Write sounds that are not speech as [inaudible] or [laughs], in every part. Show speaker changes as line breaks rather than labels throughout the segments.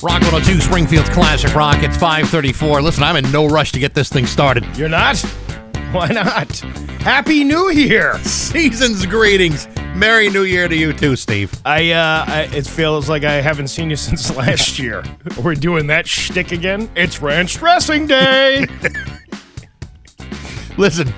Rock 102, Springfield's Classic Rock. It's 534. Listen, I'm in no rush to get this thing started. [laughs]
You're not? [laughs] Why not? Happy New Year!
Season's greetings. Merry New Year to you too, Steve.
I, uh, I, it feels like I haven't seen you [laughs] since last year. We're doing that shtick again. It's ranch dressing day.
Listen,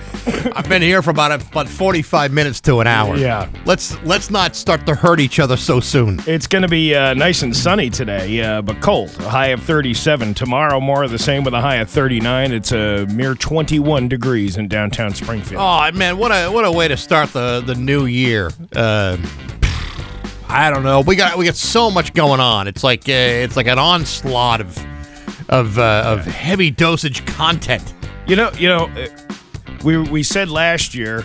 I've been here for about about 45 minutes to an hour.
Yeah.
Let's let's not start to hurt each other so soon.
it's going to be uh, nice and sunny today, uh, but cold. A high of 37. Tomorrow, more of the same with a high of 39. It's a mere 21 degrees in downtown Springfield.
Oh man, what a what a way to start the the new year. Uh, I don't know. We got we got so much going on. It's like uh, it's like an onslaught of of uh, of heavy dosage content.
You know, you know, uh, we we said last year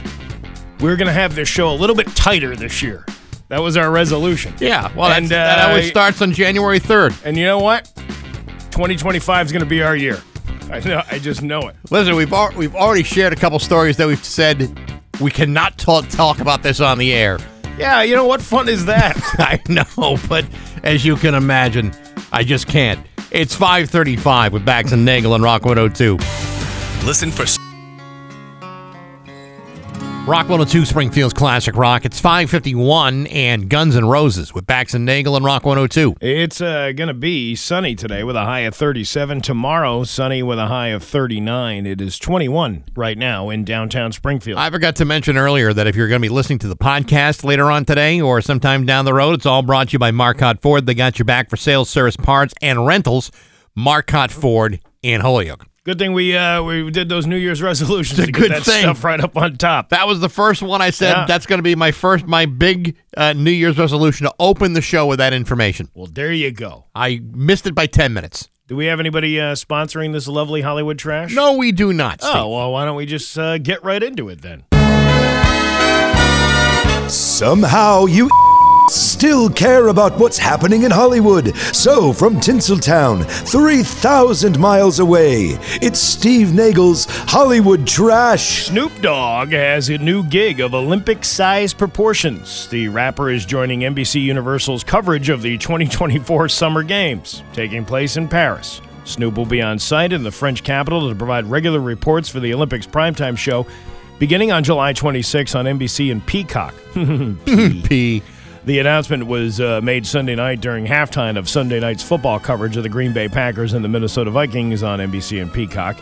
we were going to have this show a little bit tighter this year. That was our resolution.
Yeah, well,
And,
that's, that
uh,
always starts on January third.
And you know what? 2025 is going to be our year. I know. I just know it.
Listen, we've al- we've already shared a couple stories that we've said we cannot talk talk about this on the air. [laughs]
Yeah. You know what fun is that?
I know, but as you can imagine, I just can't. It's 5:35 with Bax and Nagel on Rock 102.
Listen for
Rock 102 Springfield's Classic Rock. It's 5:51 and Guns N' Roses with Bax and Nagel on Rock 102.
it's uh, going to be sunny today with a high of 37. Tomorrow, sunny with a high of 39. It is 21 right now in downtown Springfield.
I forgot to mention earlier that if you're going to be listening to the podcast later on today or sometime down the road, it's all brought to you by Marcotte Ford. They got your back for sales, service, parts, and rentals. Marcotte Ford in Holyoke.
good thing we uh, we did those New Year's resolutions.
It's a
to
good
get that
thing.
stuff right up on top.
That was the first one I said.
Yeah.
That's going to be my first, my big uh, New Year's resolution to open the show with that information.
Well, there you go.
I missed it by 10 minutes.
Do we have anybody uh, sponsoring this lovely Hollywood trash?
No, we do not. Steve.
Oh well, why don't we just uh, get right into it then?
Somehow you still care about what's happening in Hollywood. So, from Tinseltown, 3,000 miles away, it's Steve Nagel's Hollywood Trash.
Snoop Dogg has a new gig of Olympic sized proportions. The rapper is joining NBC Universal's coverage of the 2024 Summer Games, taking place in Paris. Snoop will be on site in the French capital to provide regular reports for the Olympics primetime show, beginning on July 26 on NBC and Peacock.
P.
The announcement was uh, made Sunday night during halftime of Sunday night's football coverage of the Green Bay Packers and the Minnesota Vikings on NBC and Peacock.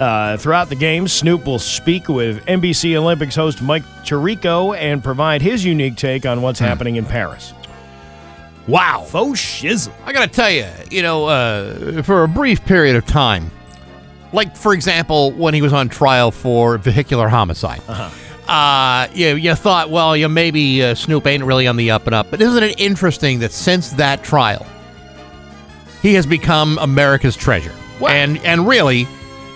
Uh, throughout the game, Snoop will speak with NBC Olympics host Mike Chirico and provide his unique take on what's happening in Paris.
Wow.
Faux shizzle.
I got to tell you, you know, uh, for a brief period of time, like, for example, when he was on trial for vehicular homicide, uh-huh. you, you thought, well, you maybe uh, Snoop ain't really on the up and up. But isn't it interesting that since that trial, he has become America's treasure?
Wow.
And, and really,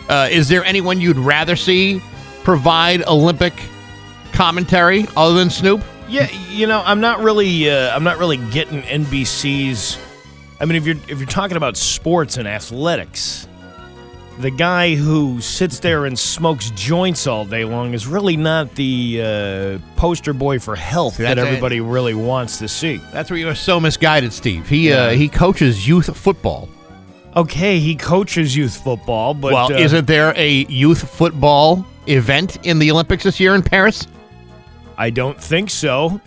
uh, is there anyone you'd rather see provide Olympic commentary other than Snoop?
Yeah, you know, I'm not really, uh, I'm not really getting NBC's. I mean, if you're if you're talking about sports and athletics, the guy who sits there and smokes joints all day long is really not the uh, poster boy for health that
that's it.
everybody really wants to see.
That's where you are so misguided, Steve. He, uh, he coaches youth football.
Okay, he coaches youth football, but
well,
uh,
isn't there a youth football event in the Olympics this year in Paris? [laughs]
I don't think so.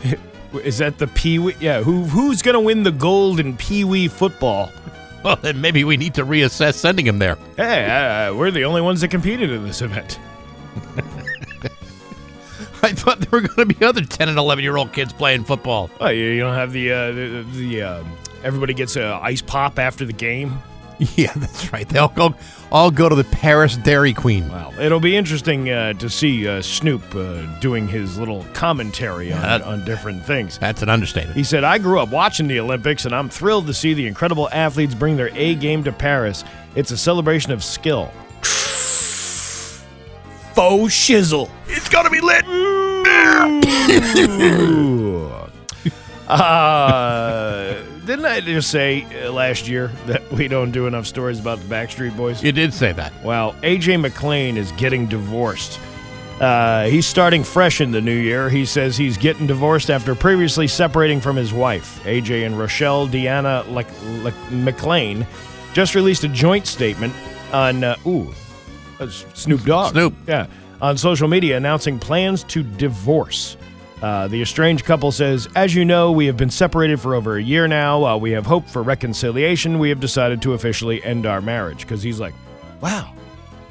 [laughs] Is that the Pee Wee? Yeah, who who's gonna win the gold in Pee Wee football?
Well, then maybe we need to reassess sending him there.
Hey, uh, we're the only ones that competed in this event.
I thought there were going to be other 10 and 11 year old kids playing football. [laughs]
Oh, you, you don't have the uh, the, the um, everybody gets a ice pop after the game.
Yeah, that's right. They'll go, all go to the Paris Dairy Queen.
Wow, it'll be interesting uh, to see uh, Snoop uh, doing his little commentary on,
Yeah, that-
on different things.
That's an understatement.
He said, "I grew up watching the Olympics, and I'm thrilled to see the incredible athletes bring their A game to Paris. It's a celebration of skill." Faux shizzle.
It's going to be lit.
Uh, [laughs] didn't I just say uh, last year that we don't do enough stories about the Backstreet Boys?
You did say that.
Well, AJ McLean is getting divorced. Uh, Uh, he's starting fresh in the new year. He says he's getting divorced after previously separating from his wife. AJ and Rochelle Deanna Lec- Lec- McLean just released a joint statement on, uh, ooh, uh, Snoop Dogg.
Snoop.
Yeah. On social media announcing plans to divorce. Uh, the estranged couple says, As you know, we have been separated for over a year now. While we have hope for reconciliation, we have decided to officially end our marriage. Because he's like, Wow,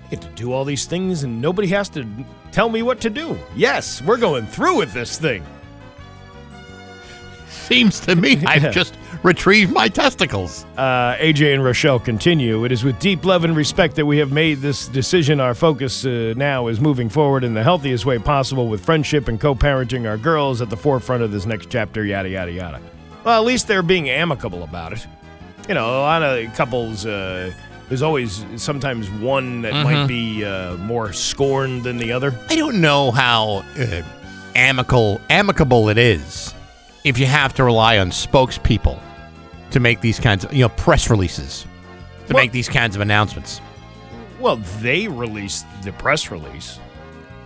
I get to do all these things and nobody has to tell me what to do. Yes, we're going through with this thing.
Seems to me
[laughs]
I've just retrieved my testicles.
Uh, AJ and Rochelle continue. It is with deep love and respect that we have made this decision. Our focus uh, now is moving forward in the healthiest way possible with friendship and co parenting our girls at the forefront of this next chapter, yada, yada, yada. Well, at least they're being amicable about it. You know, a lot of couples, uh, there's always sometimes one that might be uh, more scorned than the other.
I don't know how uh, amicable amicable it is if you have to rely on spokespeople to make these kinds of you know press releases to
Well-
make these kinds of announcements.
Well, they released the press release.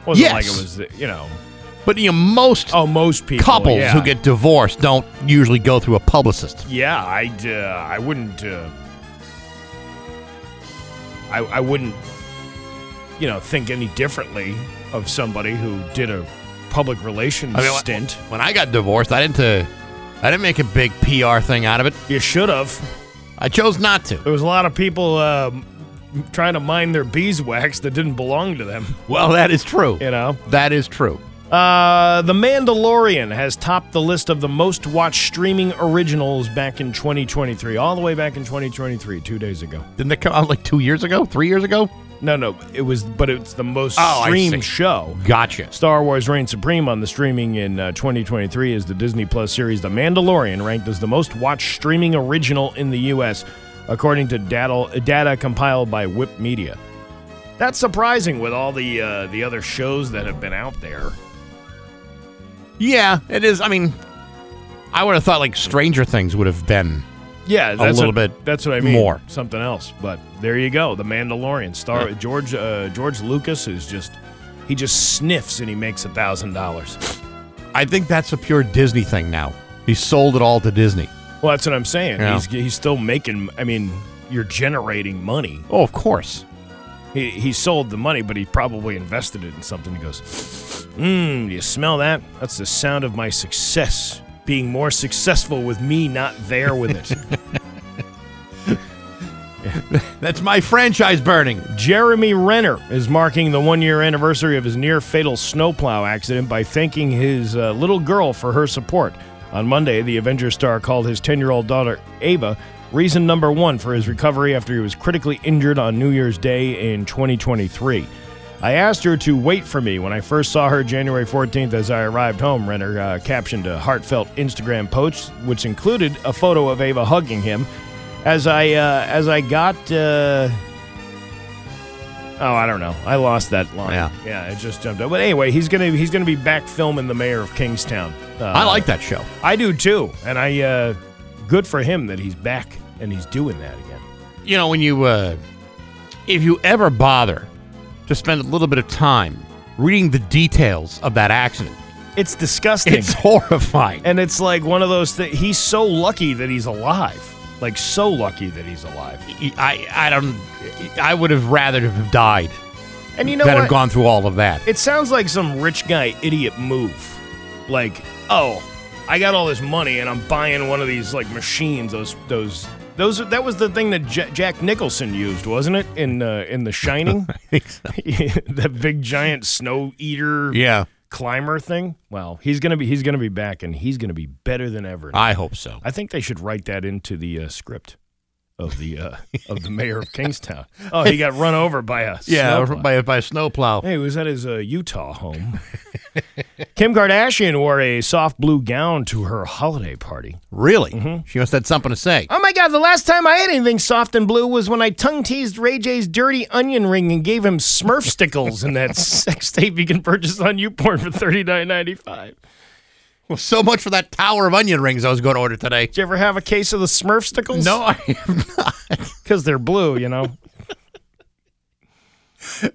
Wasn't like it
Yes.
was, the, you know.
But you know, most
Oh, most people.
couples
yeah.
who get divorced don't usually go through a publicist.
Yeah, I'd. Uh, I wouldn't. Uh, I I wouldn't. You know, think any differently of somebody who did a public relations
I mean, wh-
stint.
When I got divorced, I didn't uh, I didn't make a big PR thing out of it.
You should have.
I chose not to.
There was a lot of people um, trying to mine their beeswax that didn't belong to them.
Well, that is true.
You know.
That is true.
Uh, the Mandalorian has topped the list of the most watched streaming originals back in 2023, all the way back in 2023, two days ago.
Didn't that come out like two years ago, three years ago?
No, no, it was, but it's the most
Oh, I see.
streamed show.
Gotcha.
Star Wars reigns supreme on the streaming in uh, 2023 as the Disney Plus series The Mandalorian ranked as the most watched streaming original in the U.S., according to data, data compiled by Whip Media. That's surprising with all the uh, the other shows that have been out there.
Yeah, it is. I mean, I would have thought like Stranger Things would have been.
Yeah, that's
little
what-
bit
That's what I mean.
more.
something else. But there you go. The Mandalorian star George uh, George Lucas is just he just sniffs and he makes a thousand dollars.
I think that's a pure Disney thing now. He sold it all to Disney.
Well, that's what I'm saying.
Yeah.
He's he's still making. I mean, you're generating money.
Oh, of course.
He he sold the money, but he probably invested it in something. He goes, Mmm, you smell that? That's the sound of my success. Being more successful with me not there with
[laughs]
it.
That's my franchise burning.
Jeremy Renner is marking the one year anniversary of his near fatal snowplow accident by thanking his uh, little girl for her support. On Monday, the Avengers star called his 10 year old daughter, Ava, reason number one for his recovery after he was critically injured on New Year's Day in 2023. I asked her to wait for me when I first saw her January 14th as I arrived home, Renner uh, captioned a heartfelt Instagram post, which included a photo of Ava hugging him. As I uh, as I got uh, Oh, I don't know. I lost that line.
Yeah.
yeah, it just jumped up. But anyway, he's gonna he's gonna be back filming the mayor of Kingstown. Uh,
I like that show.
I do too, and I uh, good for him that he's back and he's doing that again.
You know, when you, uh, if you ever bother to spend a little bit of time reading the details of that accident,
It's disgusting,
it's [laughs] horrifying.
[laughs] and it's like one of those things. He's so lucky that he's alive. Like so lucky that he's alive.
I, I don't, I would have rather have died
And you know
than
what?
have gone through all of that.
It sounds like some rich guy idiot move. Like, oh, I got all this money and I'm buying one of these like machines. Those those those that was the thing that J- Jack Nicholson used, wasn't it? In uh, in
[laughs]
The Shining, [laughs] that big giant snow eater
yeah,
climber thing. Well, he's gonna be he's gonna be back and he's gonna be better than ever.
I hope so.
I think they should write that into the uh, script. Of the uh, of the
[laughs]
mayor of Kingstown. Oh, he got run over by a
Yeah,
snowplow.
by, by a snowplow.
Hey, he was at his uh, Utah home. [laughs] Kim Kardashian wore a soft blue gown to her holiday party.
Really? She must have had something to say.
Oh my God, the last time I had anything soft and blue was when I tongue teased Ray J's dirty onion ring and gave him Smurf stickles in that [laughs] sex tape you can purchase on YouPorn for thirty nine ninety five.
[laughs] Well, so much for that tower of onion rings I was going to order
[laughs]
today.
Did you ever have a case of the Smurf stickles?
No, I am not. [laughs]
Because they're blue, you know.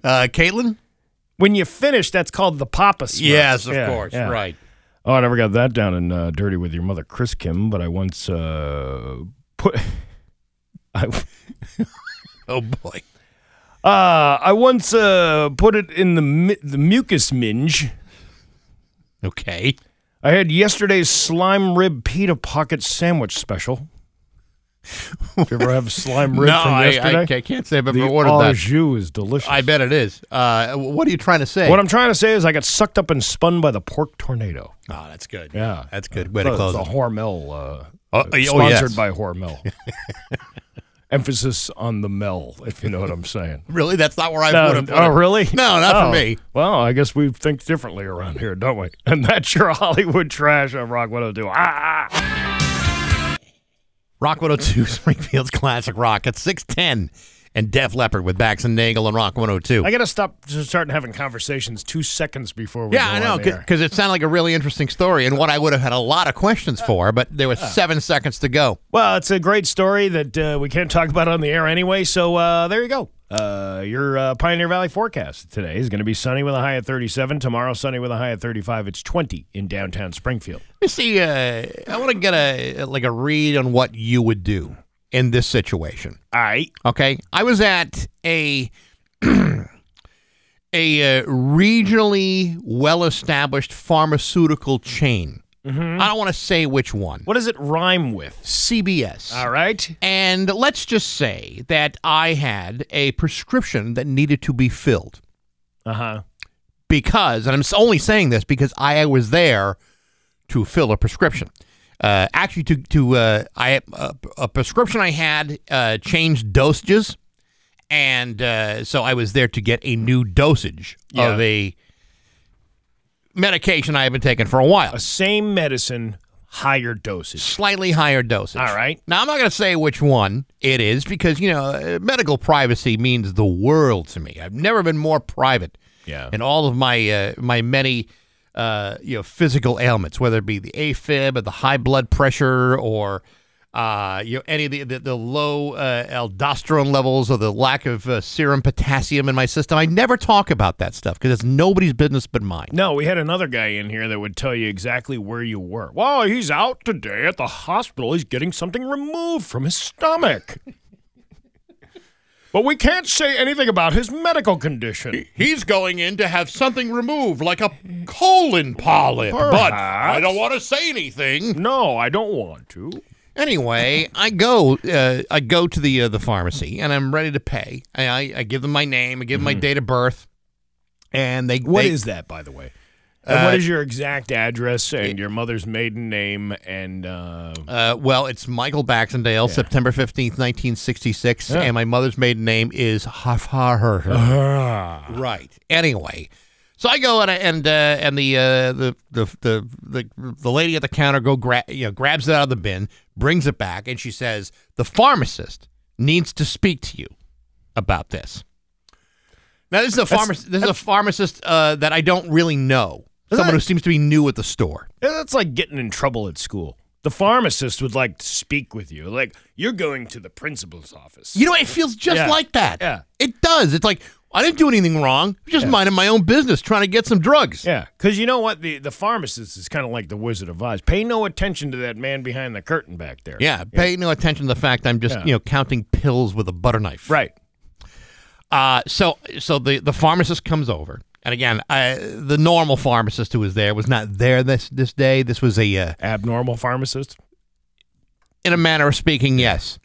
Uh, Caitlin?
When you finish, that's called the Papa Smurf.
Yes, of
Yeah,
course.
yeah.
Right.
Oh, I never got that down in uh, Dirty with Your Mother, Chris Kim, but I once uh, put. [laughs] I,
Oh boy.
uh, I once uh, put it in the mi- the mucus minge.
Okay.
I had yesterday's slime rib pita pocket sandwich special. Did you ever have slime
[laughs]
rib
no,
from
I,
yesterday?
I, ca- can't say I've ever
the
ordered
au
that.
jus is delicious.
I bet it is. Uh, what are you trying to say?
What I'm trying to say is, I got sucked up and spun by the pork tornado.
oh, that's good.
Yeah.
that's good. Way to
It's
close.
a
it.
Hormel, uh,
Oh, oh, yes.
sponsored
[laughs]
by Hormel. Emphasis on the Mel, if you know what I'm saying.
Really, that's not where I
No,
would have. put
oh,
it.
really?
[laughs] No, not
Oh,
for me.
Well, I guess we think differently around here, don't we? [laughs] And that's your Hollywood trash on Rock 102. Ah, ah.
Rock 102, [laughs] Springfield's classic rock at 610, and Def Leppard with Bax and Nagel and Rock 102.
I got to stop just starting having conversations two seconds before we
yeah,
go
I know,
on air.
because it sounded like a really interesting story and what I would have had a lot of questions
Uh,
for, but there was seven seconds to go.
Well, it's a great story that uh, we can't talk about on the air anyway. So uh, there you go. Uh, your uh, Pioneer Valley forecast today is going to be sunny with a high of 37. Tomorrow, sunny with a high of 35. It's 20 in downtown Springfield.
Let me see. Uh, I want to get a like a read on what you would do in this situation.
All right.
Okay, I was at a [clears throat] a uh, regionally well-established pharmaceutical chain.
Mm-hmm.
I don't want to say which one.
What does it rhyme with?
CBS.
All right.
And let's just say that I had a prescription that needed to be filled
Uh huh.
because, and I'm s- only saying this because I was there to fill a prescription. Uh, actually, to to uh, I a, a prescription I had uh, changed dosages, and uh, so I was there to get a new dosage
Yeah.
of a medication I had been taking for a while,
A same medicine, higher dosage.
slightly higher dosage.
All right.
Now I'm not going to say which one it is because you know uh, medical privacy means the world to me. I've never been more private
Yeah.
in all of my uh, my many uh, you know physical ailments, whether it be the AFib or the high blood pressure or uh, you know any of the the, the low uh, aldosterone levels or the lack of uh, serum potassium in my system. I never talk about that stuff because it's nobody's business but mine.
No, we had another guy in here that would tell you exactly where you were. Well, he's out today at the hospital. He's getting something removed from his stomach. but we can't say anything about his medical condition.
He's going in to have something removed, like a colon polyp.
but I don't
want to say anything.
No, I don't want to.
Anyway, I go, uh, I go to the uh, the pharmacy, and I'm ready to pay. I, I, I give them my name, I give them my date of birth, and they.
Mm-hmm. What is
they,
that, by the way? And what is your exact address and your mother's maiden name and uh,
Uh, well, it's Michael Baxendale, September fifteenth, nineteen sixty-six, and my mother's maiden name is Hafharher. Right. Anyway, so I go and I- and uh, and the, uh, the the the the the lady at the counter go gra- you know, grabs it out of the bin, brings it back, and she says the pharmacist needs to speak to you about this. Now this is a pharmacist. This is a pharmacist uh, that I don't really know. Someone who seems to be new at the store.
That's like getting in trouble at school. The pharmacist would like to speak with you. Like, you're going to the principal's office.
You know, it feels just
Yeah.
like that.
Yeah.
It does. It's like I didn't do anything wrong. I'm just minding my own business, trying to get some drugs.
Yeah, because you know what? The the pharmacist is kind of like the Wizard of Oz. Pay no attention to that man behind the curtain back there.
Yeah, pay no attention to the fact I'm just
Yeah.
you know counting pills with a butter knife.
Right.
Uh, so so the the pharmacist comes over, and again, I, the normal pharmacist who was there was not there this this day. This was a uh,
Abnormal pharmacist.
in a manner of speaking, yes.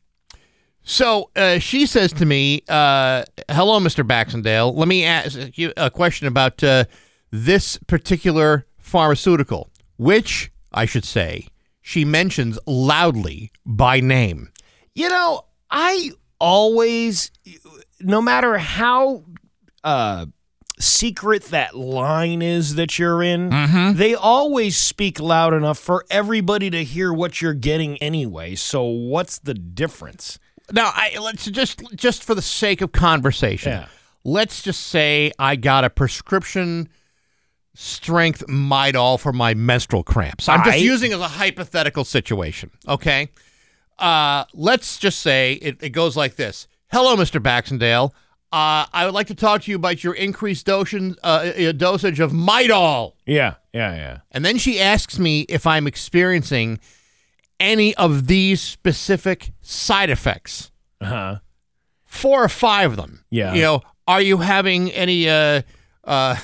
So uh, she says to me, uh, "Hello, Mister Baxendale. Let me ask you a question about uh, this particular pharmaceutical, which I should say she mentions loudly by name."
You know, I always, no matter how uh, secret that line is that you're in, they always speak loud enough for everybody to hear what you're getting anyway. So what's the difference?
Now, I let's just just for the sake of conversation,
Yeah.
let's just say I got a prescription strength Midol for my menstrual cramps. I'm just
Aight.
using it as a hypothetical situation. Okay, uh, let's just say it, it goes like this: Hello, Mister Baxendale. Uh, I would like to talk to you about your increased dosage, uh, uh, dosage of Midol.
Yeah, yeah, yeah.
And then she asks me if I'm experiencing any of these specific side effects.
Uh huh.
Four or five of them.
Yeah.
You know, are you having any uh uh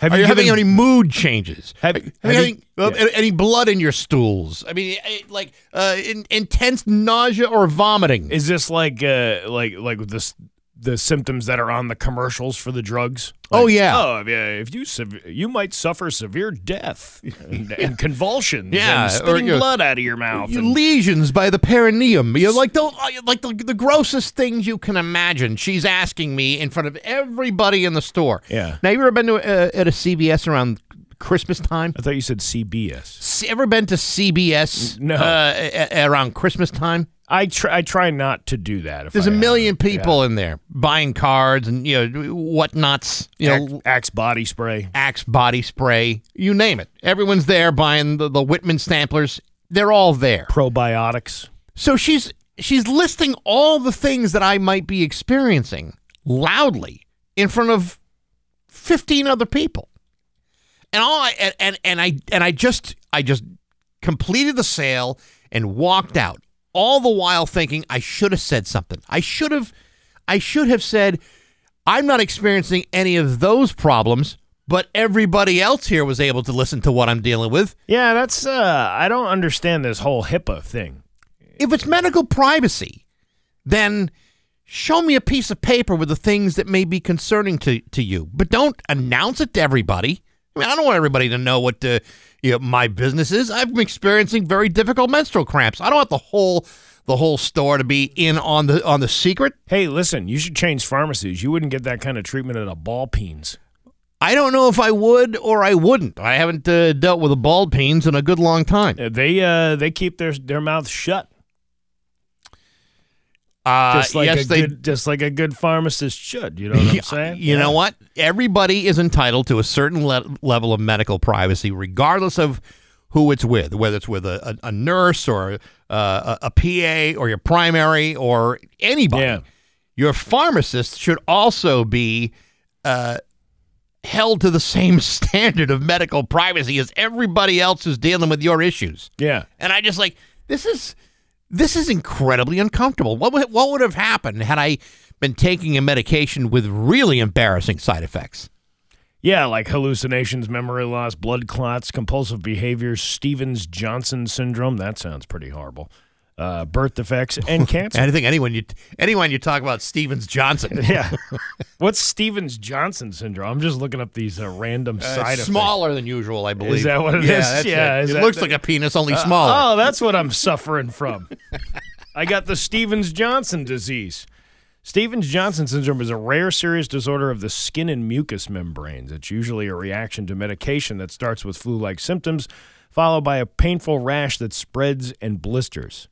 Have
are
you
you having
given-
any mood changes?
Have-
Are you
have you-
having, uh,
yeah.
any blood in your stools? I mean, eh, like uh, in, intense nausea or vomiting.
Is this like uh like like this the symptoms that are on the commercials for the drugs?
Oh,
Like,
yeah.
Oh yeah. If you sev- you might suffer severe death and, and convulsions.
Yeah,
and
or
spitting
you-
blood out of your mouth. and-
lesions by the perineum. You know, like the like the, the grossest things you can imagine. She's asking me in front of everybody in the store.
Yeah.
Now you ever been to uh, at a CVS around Christmas time?
I thought you said CBS.
S- Ever been to CBS?
No.
Uh, a- a- around Christmas time,
I try I try not to do that. If
there's
a
a million people in there buying cards and you know whatnots. You know,
Axe, Axe body spray.
Axe body spray, you name it. Everyone's there buying the, the Whitman samplers. They're all there.
probiotics.
So she's she's listing all the things that I might be experiencing loudly in front of 15 other people. And all I and, and and I and I just I just completed the sale and walked out. All the while thinking I should have said something. I should have I should have said I'm not experiencing any of those problems, but everybody else here was able to listen to what I'm dealing with.
Yeah, that's uh I don't understand this whole HIPAA thing.
if it's medical privacy, then show me a piece of paper with the things that may be concerning to, to you, but don't announce it to everybody. I mean, I don't want everybody to know what uh you know, my business is. I've been experiencing very difficult menstrual cramps. I don't want the whole the whole store to be in on the on the secret.
Hey, listen, you should change pharmacies. You wouldn't get that kind of treatment at a ball peens.
I don't know if I would or I wouldn't. I haven't uh, dealt with a bald peens in a good long time.
Uh, They uh they keep their their mouths shut.
Uh,
Just like
yes,
a
they
good just like a good pharmacist should, you know what
[laughs]
I'm
Yeah,
saying?
You know what? Everybody is entitled to a certain le- level of medical privacy, regardless of who it's with, whether it's with a, a, a nurse or uh, a, a PA or your primary or anybody.
Yeah.
Your pharmacist should also be uh, held to the same [laughs] standard of medical privacy as everybody else who's dealing with your issues.
Yeah.
And I just like this is this is incredibly uncomfortable. What would, what would have happened had I been taking a medication with really embarrassing side effects?
Yeah, like hallucinations, memory loss, blood clots, compulsive behavior, Stevens Johnson syndrome. That sounds pretty horrible. Uh, birth
[laughs]
defects and
And
cancer.
I think anyone you anyone you talk about Stevens
[laughs]
Johnson,
yeah. What's Stevens Johnson syndrome? I'm just looking up these uh, random
Uh,
side
it's
effects.
smaller than usual, I believe.
that what it
it
is?
is? yeah, that's
Yeah,
it.
is
It
that
looks
the-
like a penis, only smaller.
Oh, that's what I'm suffering from. I got the Stevens Johnson disease. Stevens Johnson syndrome is a rare serious disorder of the skin and mucous membranes. It's usually a reaction to medication that starts with flu like symptoms, followed by a painful rash that spreads and blisters.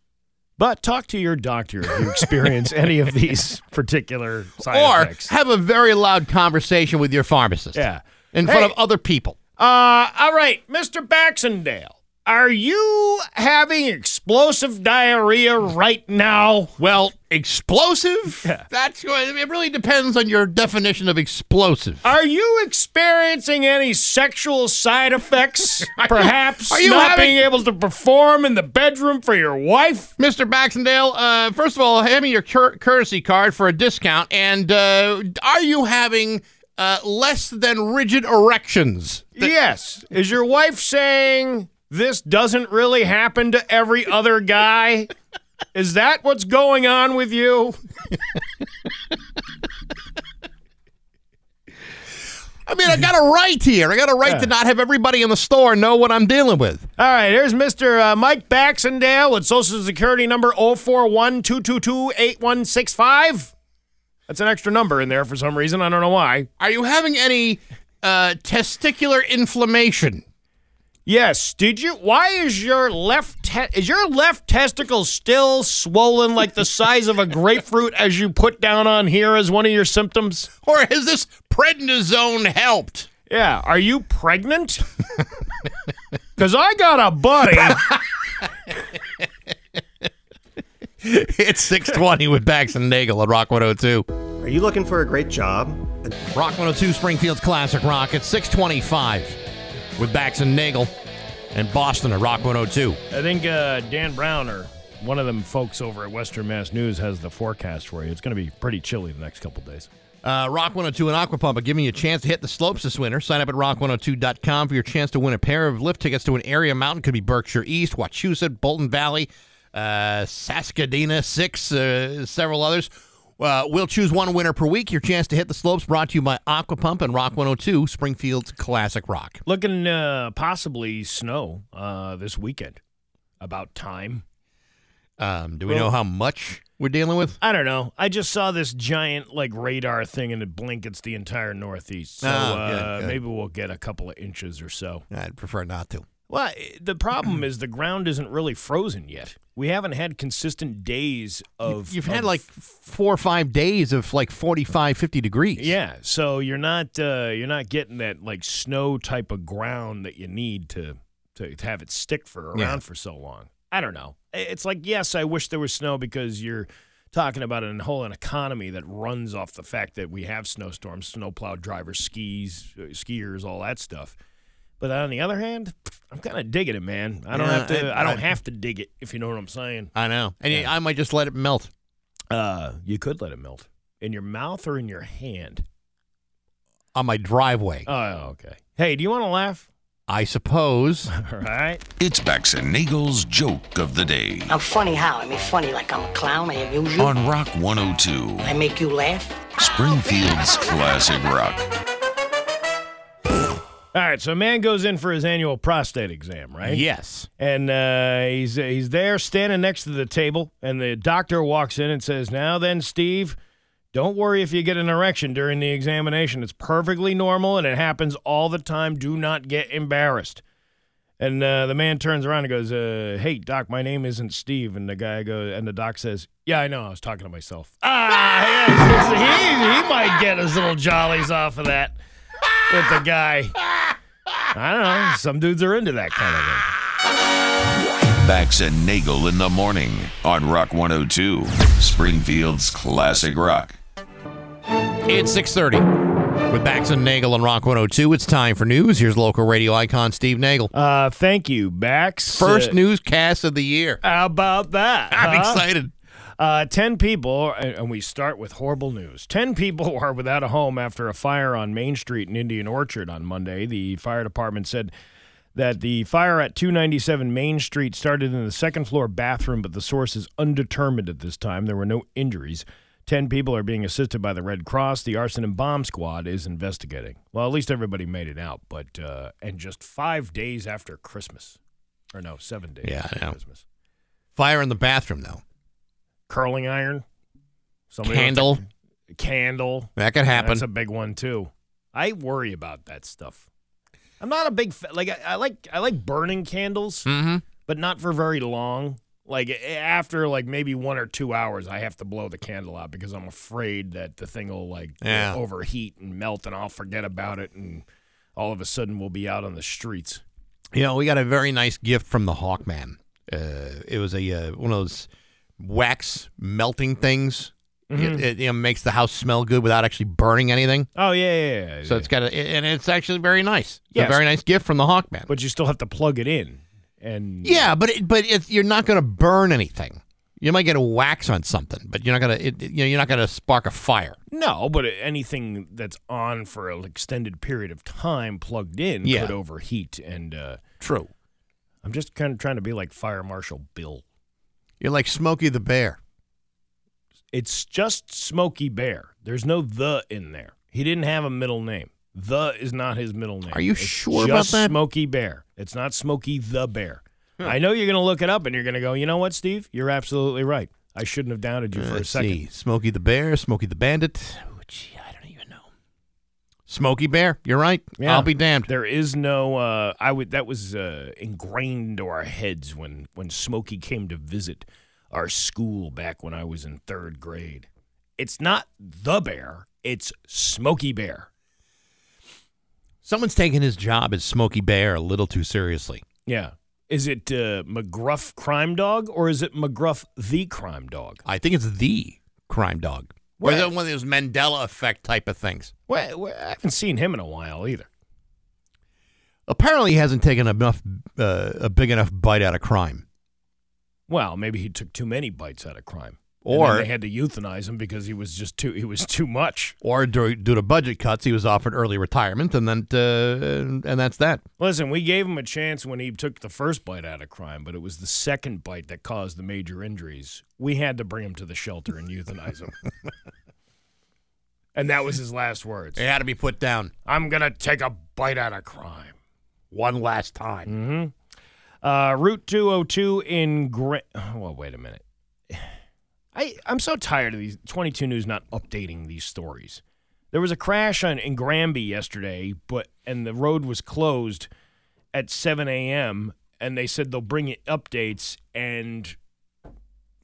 But talk to your doctor if you experience any of [laughs] these particular side
or
effects.
have a very loud conversation with your pharmacist.
Yeah.
in front
Hey.
of other people.
Uh, all right, Mr. Baxendale, are you having explosive diarrhea right now?
Well, explosive.
Yeah.
That's it. Really depends on your definition of explosive.
Are you experiencing any sexual side effects? Perhaps
[laughs] are you
not
having-
being able to perform in the bedroom for your wife?
Mr. Baxendale, uh, first of all, hand me your cur- courtesy card for a discount. And uh, are you having uh, less than rigid erections?
yes. Is your wife saying this doesn't really happen to every other guy? Is that what's going on with you?
I mean, I got a right here. I got a right to not have everybody in the store know what I'm dealing with.
All right, here's Mr. Uh, Mike Baxendale with Social Security number 041 That's an extra number in there for some reason. I don't know why.
Are you having any uh, testicular inflammation?
Yes. Did you? Why is your left te- is your left testicle still swollen like the size of a grapefruit as you put down on here as one of your symptoms?
Or has this prednisone helped?
Yeah. Are you pregnant? [laughs] Because I got a buddy.
It's 620 with Bax and Nagel at Rock 102.
Are you looking for a great job?
Rock 102 Springfield's Classic Rock at 625 with Bax and Nagel and Boston at Rock 102.
I think uh, Dan Brown or one of them folks over at Western Mass News has the forecast for you. It's going to be pretty chilly the next couple days.
Uh, Rock 102 and Aquapump are giving you a chance to hit the slopes this winter. Sign up at rock102.com for your chance to win a pair of lift tickets to an area mountain. Could be Berkshire East, Wachusett, Bolton Valley, uh, Saskadena 6, uh, several others. Uh, we'll choose one winner per week. Your chance to hit the slopes brought to you by Aquapump and Rock 102, Springfield's Classic Rock.
Looking uh, possibly snow uh, this weekend. About time.
Um, do we know how much we're dealing with?
I don't know. I just saw this giant like radar thing and it blankets the entire Northeast. So
Oh, good,
uh,
good.
maybe we'll get a couple of inches or so.
I'd prefer not to.
Well, i- the [clears throat] problem is the ground isn't really frozen yet. We haven't had consistent days of.
You've had
of-
like four or five days of like 45, 50 degrees.
Yeah, so you're not uh, you're not getting that like snow type of ground that you need to to, to have it stick for around
Yeah.
for so long. I don't know. I- It's like yes, I wish there was snow because you're talking about an whole an economy that runs off the fact that we have snowstorms, snowplow drivers, skis, uh, skiers, all that stuff. But on the other hand, I'm kind of digging it, man. I don't
Yeah,
have to.
I-
I, don't
I-
have to dig it if you know what I'm saying.
I know. And I might just let it melt.
Uh, you could let it melt in your mouth or in your hand.
on my driveway.
Oh, okay. Hey, do you want to laugh?
I suppose.
All right.
It's Bax and Nagel's joke of the day
I'm funny how? I mean, funny like I'm a clown. I amuse you.
on Rock 102,
I make you laugh. Oh,
Springfield's classic rock.
All right. So, a man goes in for his annual prostate exam, right?
Yes.
And uh, he's he's there, standing next to the table, and the doctor walks in and says, "Now then, Steve." Don't worry if you get an erection during the examination. It's perfectly normal and it happens all the time. Do not get embarrassed. And uh, the man turns around and goes, uh, "Hey, doc, my name isn't Steve." And the guy goes, and the doc says, "Yeah, I know. I was talking to myself." Ah, yes, yes, he, he might get his little jollies off of that with the guy. I don't know. Some dudes are into that kind of thing.
Bax and Nagel in the morning on Rock 102, Springfield's classic rock.
It's 6.30. With Bax and Nagel on Rock 102, it's time for news. Here's local radio icon Steve Nagel.
Uh, thank you, Bax.
First
Uh,
newscast of the year.
How about that?
I'm
huh?
excited.
Uh, 10 people, and and we start with horrible news. 10 [laughs] people are without a home after a fire on Main Street in Indian Orchard on Monday. The fire department said that the fire at 297 Main Street started in the second floor bathroom, but the source is undetermined at this time. There were no injuries. 10 people are being assisted by the Red Cross. The arson and bomb squad is investigating. Well, at least everybody made it out, but, uh, and just five days after Christmas. Or no, seven days
Yeah, I
after
know.
Christmas.
Fire in the bathroom, though.
Curling iron. Somebody left a
Candle.
candle.
That could happen.
That's a big one too. I worry about that stuff. I'm not a big fa- like I, I like I like burning candles,
Mhm.
but not for very long. Like a- after like maybe one or two hours, I have to blow the candle out because I'm afraid that the thing will like
Yeah.
overheat and melt, and I'll forget about it, and all of a sudden we'll be out on the streets.
You know, we got a very nice gift from the Hawkman. Uh, it was a uh, one of those wax melting things.
Mm-hmm.
It, it, you know, makes the house smell good without actually burning anything.
Oh yeah, yeah, yeah.
So it's got a, and it's actually very nice. It's
Yes.
A very nice gift from the Hawkman.
but you still have to plug it in, and
Yeah, but it, but it, you're not going to burn anything. You might get a wax on something, but you're not going to you know you're not going to spark a fire.
No, but anything that's on for an extended period of time plugged in
Yeah.
could overheat. And uh,
True.
I'm just kind of trying to be like Fire Marshal Bill.
You're like Smokey the Bear.
It's just Smokey Bear. There's no the in there. He didn't have a middle name. The is not his middle name.
Are you
It's
sure about
just
that?
Smokey Bear. It's not Smokey the Bear. I know you're going to look it up and you're going to go, you know what, Steve? You're absolutely right. I shouldn't have doubted you for a
Let's
second.
see. Smokey the Bear, Smokey the Bandit. Oh, gee, I don't even know. Smokey Bear. You're right.
Yeah.
I'll be damned.
There is no. Uh, I would. That was uh, ingrained into our heads when when Smokey came to visit our school back when I was in third grade. It's not the bear. It's Smokey Bear.
Someone's taking his job as Smokey Bear a little too seriously.
Yeah. Is it uh, McGruff Crime Dog or is it McGruff the Crime Dog?
I think it's the crime dog. Or is that one of those Mandela effect type of things?
Well, well, I haven't seen him in a while either.
Apparently, he hasn't taken enough, uh, a big enough bite out of crime.
Well, maybe he took too many bites out of crime,
Or-
and then they had to euthanize him because he was just too he was too much.
Or due, due to budget cuts, he was offered early retirement, and then uh, and that's that.
Listen, we gave him a chance when he took the first bite out of crime, but it was the second bite that caused the major injuries. We had to bring him to the shelter and euthanize him. and that was his last words.
It had to be put down
I'm going to take a bite out of crime.
one last time.
Uh, Route 202 in Gra- oh, Well, wait a minute. [sighs] I, I'm so tired of these 22 News not updating these stories. There was a crash on, in Granby yesterday, but and the road was closed at 7 a.m. And they said they'll bring you updates, and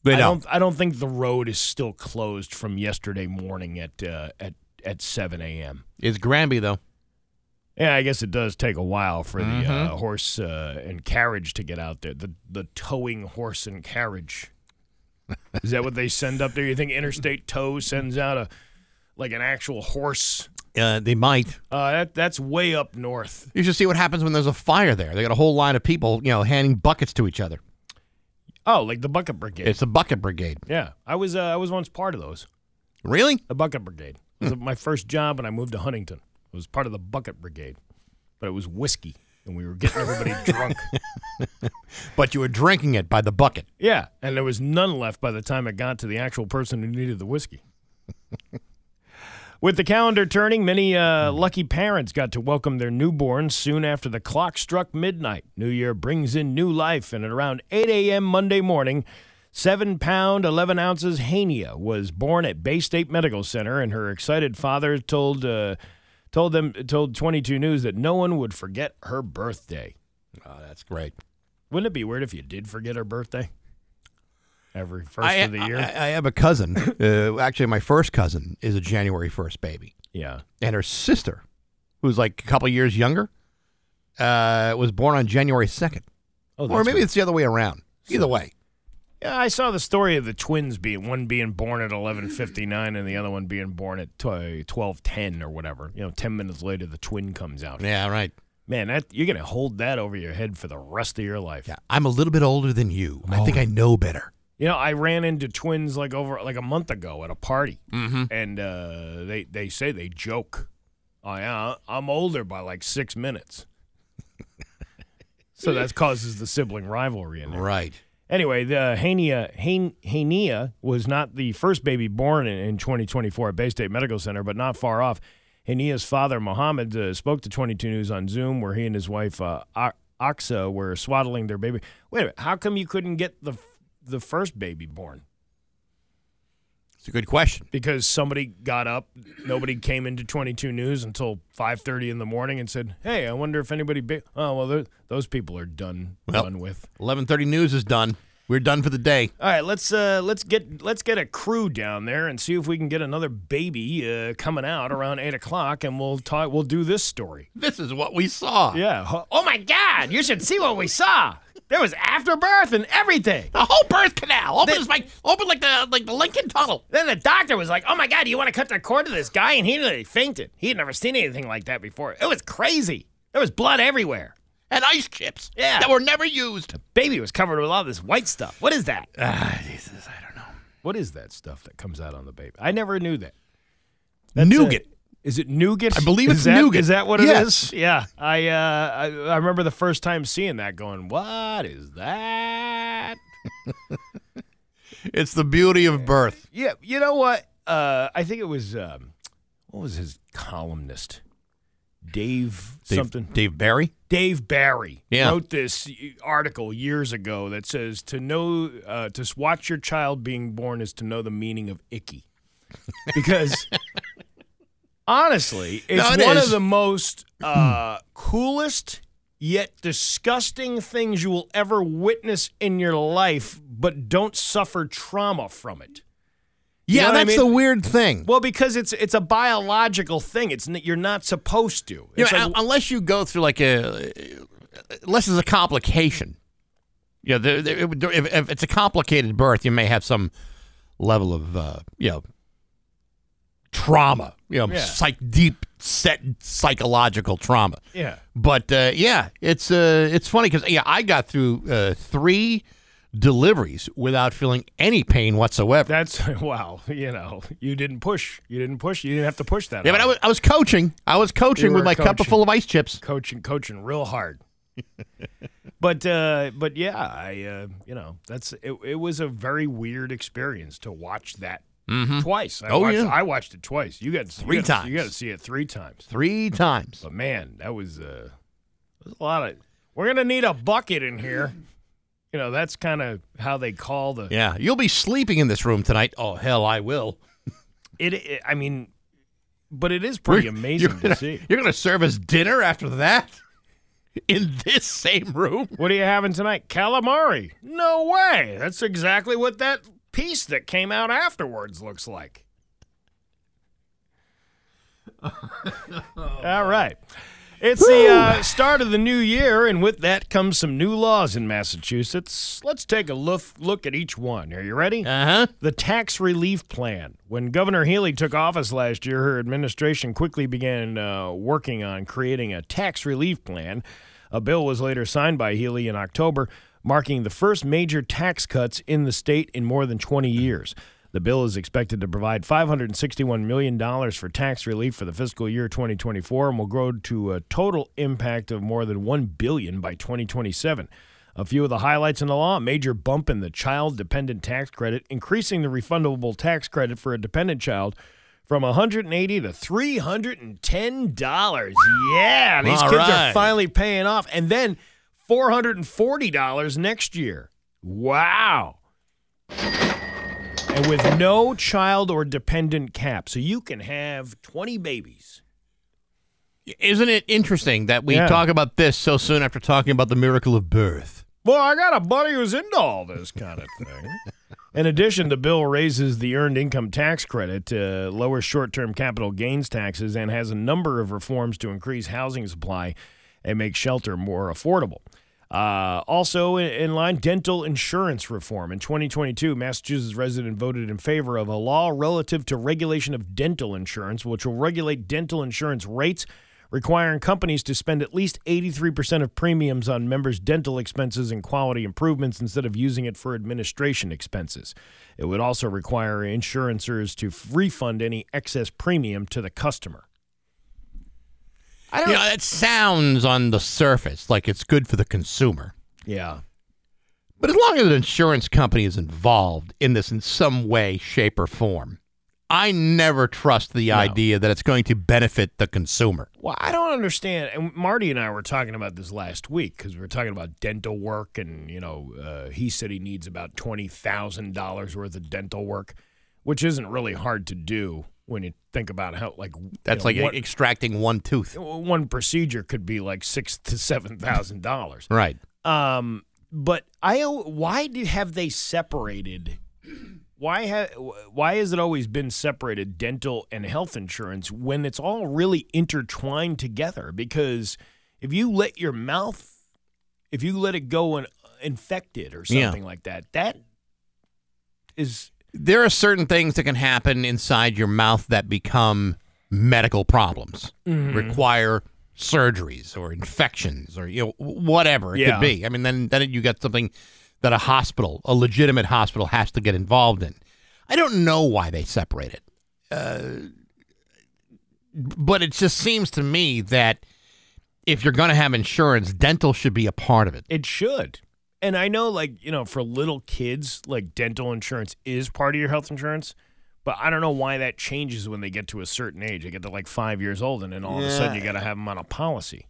They
I
don't.
don't. I don't think the road is still closed from yesterday morning at uh, at at 7 a.m.
It's Granby though.
Yeah, I guess it does take a while for the uh, horse uh, and carriage to get out there. The the towing horse and carriage. Is that what they send up there? You think Interstate Tow sends out a like an actual horse?
Uh, they might.
Uh, that that's way up north.
You should see what happens when there's a fire there. They got a whole line of people, you know, handing buckets to each other.
Oh, like the Bucket Brigade.
It's the bucket brigade.
yeah, I was uh, I was once part of those.
Really?
The Bucket Brigade. It was my first job when I moved to Huntington. It was part of the Bucket Brigade, but it was whiskey, and we were getting everybody drunk.
But you were drinking it by the bucket.
Yeah, and there was none left by the time it got to the actual person who needed the whiskey. With the calendar turning, many uh, lucky parents got to welcome their newborns soon after the clock struck midnight. New Year brings in new life, and at around 8 a.m. Monday morning, seven pound, 11 ounces Hania was born at Bay State Medical Center, and her excited father told, uh, told, them, told 22 News that no one would forget her birthday.
Oh, that's great.
Wouldn't it be weird if you did forget her birthday? Every first
I,
of the year?
I, I have a cousin. uh, actually, my first cousin is a January 1st baby.
yeah.
And her sister, who's like a couple years younger, uh, was born on January 2nd.
Oh,
or maybe it's the other way around. Either way.
yeah, I saw the story of the twins being one being born at 11:59 and the other one being born at tw- 12:10 or whatever. You know, 10 minutes later the twin comes out.
Yeah, right.
Man, that you're going to hold that over your head for the rest of your life.
Yeah, I'm a little bit older than you. I think I know better.
You know, I ran into twins like over like a month ago at a party, and uh, they they say they joke. Oh yeah, I'm older by like six minutes. [laughs] so that causes the sibling rivalry in there.
Right.
Anyway, the Hania, Han- Hania was not the first baby born in, in 2024 at Bay State Medical Center, but not far off. Hania's father, Mohammed, uh, spoke to 22 News on Zoom, where he and his wife, uh, A- Aksa, were swaddling their baby. Wait a minute, how come you couldn't get the f- the first baby born?
It's a good question.
Because somebody got up, nobody came into 22 News until 5:30 in the morning and said, "Hey, I wonder if anybody." Ba- oh well, they're- those people are done
Well,
done with.
11:30 news is done. We're done for the day.
All right, let's uh, let's get let's get a crew down there and see if we can get another baby uh, coming out around eight o'clock, and we'll talk. We'll do this story.
This is what we saw.
Yeah. Ho- Oh my God! You should see what we saw. There was afterbirth and everything.
The whole birth canal open is like open like the like the Lincoln Tunnel.
Then the doctor was like, "Oh my God, do you want to cut the cord to this guy?" And he nearly fainted. He had never seen anything like that before. It was crazy. There was blood everywhere.
and ice chips
Yeah.
that were never used.
Baby was covered with all this white stuff. What is that? Ah, Jesus, I don't know. What is that stuff that comes out on the baby? I never knew that.
Nougat.
Is it nougat?
I believe
Is
it's
that,
nougat.
Is that what it
Yes.
is? Yeah. I, uh, I I remember the first time seeing that, going, "What is that?"
It's the beauty of birth.
Yeah. You know what? Uh, I think it was um, what was his columnist, Dave, something.
Dave Barry.
Dave Barry
Yeah.
wrote this article years ago that says to know uh, to watch your child being born is to know the meaning of
[laughs]
icky, because honestly, it's
No, it
one
is.
of the most uh, coolest yet disgusting things you will ever witness in your life, but don't suffer trauma from it. You know
Yeah,
what I
that's
mean?
the weird thing.
Well, because it's it's a biological thing. It's n- you're not supposed to.
You
It's
know,
like-
un- unless you go through like a, unless it's a complication. Yeah, there, there, it would- if, if it's a complicated birth, you may have some level of uh, you know trauma, you know,
Yeah.
psych deep set psychological trauma.
Yeah.
But uh, yeah, it's uh, it's funny because yeah, I got through uh, three deliveries without feeling any pain whatsoever.
That's [laughs] wow. You know, you didn't push. You didn't push. You didn't have to push that.
yeah, but I
hard.
was, I was coaching. I was coaching
You
with
were
my cup
coaching.
full of ice chips.
coaching, coaching real hard. [laughs] but uh, but yeah, I uh, you know that's it, it. was a very weird experience to watch that twice. I
Oh,
watched,
yeah.
I watched it twice. You got
Three
you got,
times.
You got to see it three times.
Three times.
But man, that was uh, that was a lot of. We're gonna need a bucket in here. You know, that's kind of how they call the.
Yeah, you'll be sleeping in this room tonight. Oh hell, I will.
It, it. I mean, but it is pretty
We're- [laughs]
amazing
you're
to
gonna-
see.
You're going to serve us dinner after that in this same room.
What are you having tonight? Calamari. No way. That's exactly what that piece that came out afterwards looks like. All right. It's the uh, start of the new year, and with that comes some new laws in Massachusetts. Let's take a look, look at each one. Are you ready?
Uh huh.
The tax relief plan. When Governor Healy took office last year, her administration quickly began uh, working on creating a tax relief plan. A bill was later signed by Healy in October, marking the first major tax cuts in the state in more than 20 years. The bill is expected to provide $561 million for tax relief for the fiscal year 2024 and will grow to a total impact of more than $1 billion by 2027. A few of the highlights in the law a major bump in the child dependent tax credit, increasing the refundable tax credit for a dependent child from 180 to 310 dollars. Yeah, these
All
kids
right.
are finally paying off and then 440 dollars next year. Wow. And with no child or dependent cap, so you can have 20 babies.
Isn't it interesting that we
Yeah.
talk about this so soon after talking about the miracle of birth?
Well, I got a buddy who's into all this kind of thing. In addition, the bill raises the earned income tax credit, uh, lowers short term capital gains taxes, and has a number of reforms to increase housing supply and make shelter more affordable. Uh, also in, in line, dental insurance reform. In 2022, Massachusetts resident voted in favor of a law relative to regulation of dental insurance, which will regulate dental insurance rates, requiring companies to spend at least 83% of premiums on members' dental expenses and quality improvements instead of using it for administration expenses. It would also require insurances to f- refund any excess premium to the customer.
I don't you know. That sounds on the surface like it's good for the consumer.
Yeah.
But as long as an insurance company is involved in this in some way, shape, or form, I never trust the idea that it's going to benefit the consumer.
Well, I don't understand. And Marty and I were talking about this last week because we were talking about dental work, and you know, uh, he said he needs about twenty thousand dollars worth of dental work, which isn't really hard to do when you think about how like you
That's
know,
like
what-
extracting one tooth.
one procedure could be like six to seven thousand dollars.
Right.
Um, but I why do have they separated? Why ha, why has it always been separated dental and health insurance when it's all really intertwined together? Because if you let your mouth, if you let it go and infect it or
Yeah.
something like that, that is
there are certain things that can happen inside your mouth that become medical problems, require surgeries or infections or you know whatever it
Yeah.
could be. I mean, then then you got something that a hospital, a legitimate hospital, has to get involved in. I don't know why they separate it, uh, but it just seems to me that if you're going to have insurance, dental should be a part of it.
It should. And I know, like, you know, for little kids, like dental insurance is part of your health insurance, but I don't know why that changes when they get to a certain age. They get to like five years old, and then all of a sudden you got to have them on a policy.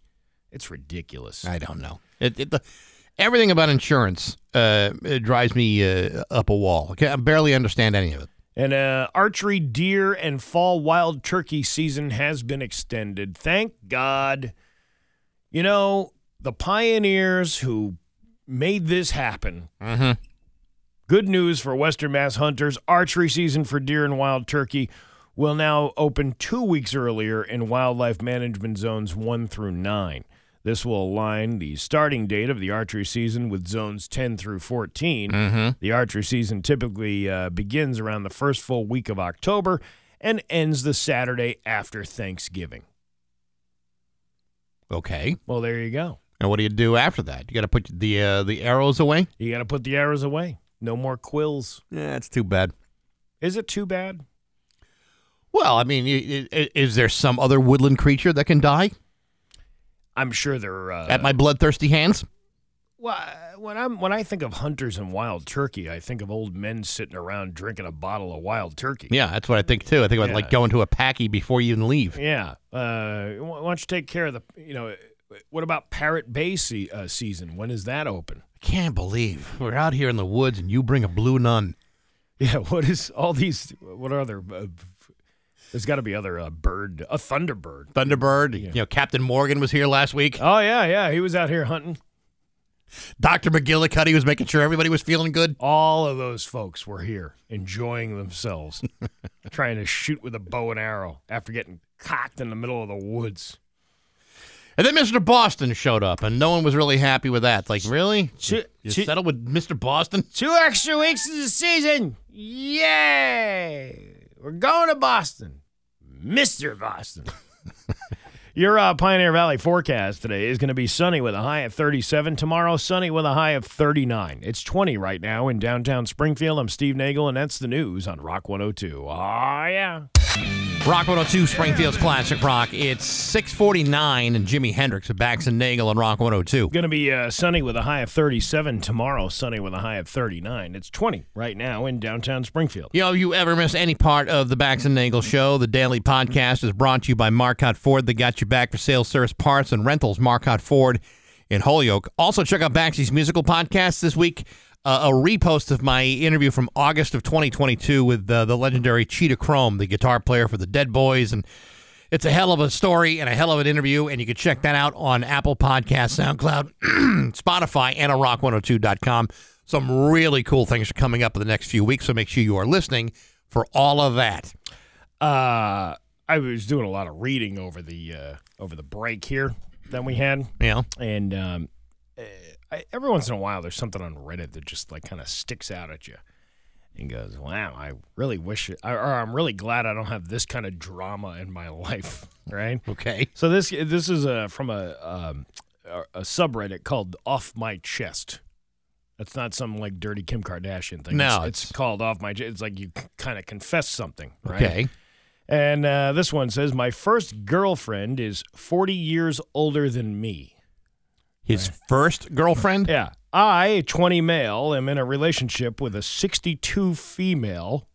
It's ridiculous.
I don't know. It, it, the, everything about insurance uh, it drives me uh, up a wall. Okay, I barely understand any of it.
And uh, archery, deer, and fall wild turkey season has been extended. Thank God. You know, the pioneers who made this happen. Good news for Western Mass hunters. Archery season for deer and wild turkey will now open two weeks earlier in wildlife management zones one through nine. This will align the starting date of the archery season with zones 10 through
Mm-hmm.
14. The archery season typically uh, begins around the first full week of October and ends the Saturday after Thanksgiving.
Okay.
Well, there you go.
And what do you do after that? You got to put the uh, the arrows away.
You got to put the arrows away. No more quills.
Yeah, that's too bad.
Is it too bad?
Well, I mean, i- i- is there some other woodland creature that can die
I'm sure they're uh,
at my bloodthirsty hands?
Well, I- when I'm when I think of hunters and wild turkey, I think of old men sitting around drinking a bottle of wild turkey.
Yeah, that's what I think too. I think about
Yeah.
like going to a packy before you even leave.
Yeah. Uh, why don't you take care of the? You know, what about Parrot Bay se- uh, season? When is that open?
I can't believe we're out here in the woods and you bring a blue nun.
[laughs] Yeah. What is all these? What are there? Uh, f- there's got to be other uh, bird, a thunderbird.
Thunderbird, Uh. you know, Captain Morgan was here last week.
Oh yeah, yeah. He was out here hunting.
Dr. McGillicuddy was making sure everybody was feeling good.
All of those folks were here enjoying themselves, trying to shoot with a bow and arrow after getting cocked in the middle of the woods.
And then Mr. Boston showed up and no one was really happy with that. Like, really?
Chi-
You
chi-
settled with Mr. Boston?
Two extra weeks of the season. Yay! We're going to Boston. Mr. Boston. [laughs] Your uh, Pioneer Valley forecast today is going to be sunny with a high of 37. Tomorrow, sunny with a high of 39. It's 20 right now in downtown Springfield. I'm Steve Nagel, and that's the news on Rock 102. Ah, yeah.
Rock 102, Springfield's Classic Rock. It's 649 and Jimi Hendrix at Bax and Nagel on Rock 102.
Going to be uh, sunny with a high of 37. Tomorrow, sunny with a high of 39. It's 20 right now in downtown Springfield.
You know, if you ever miss any part of the Bax and Nagel show, the daily podcast is brought to you by Marcotte Ford. They got you back for sales, service, parts, and rentals. Marcotte Ford in Holyoke. Also, check out Baxy's musical podcast this week. Uh, a repost of my interview from August of 2022 with uh, the legendary Cheetah Chrome, the guitar player for the Dead Boys, and it's a hell of a story and a hell of an interview, and you can check that out on Apple Podcasts, SoundCloud, [clears throat] Spotify, and oh on rock102.com. Some really cool things are coming up in the next few weeks, so make sure you are listening for all of that.
uh, I was doing a lot of reading over the uh, over the break here that we had,
You know?
and um, uh, I, every once in a while, there's something on Reddit that just like kind of sticks out at you and goes, "Wow, I really wish, it, or, or I'm really glad I don't have this kind of drama in my [laughs] life." Right?
Okay.
So this this is uh, from a um, a- a subreddit called "Off My Chest." That's not some like dirty Kim Kardashian thing.
No,
it's, it's
it's-
called "Off My." Chest. It's like you kind of confess something, right?
Okay.
And uh, this one says, My first girlfriend is 40 years older than me.
His first girlfriend?
Yeah. I, a 20 male, am in a relationship with a 62 female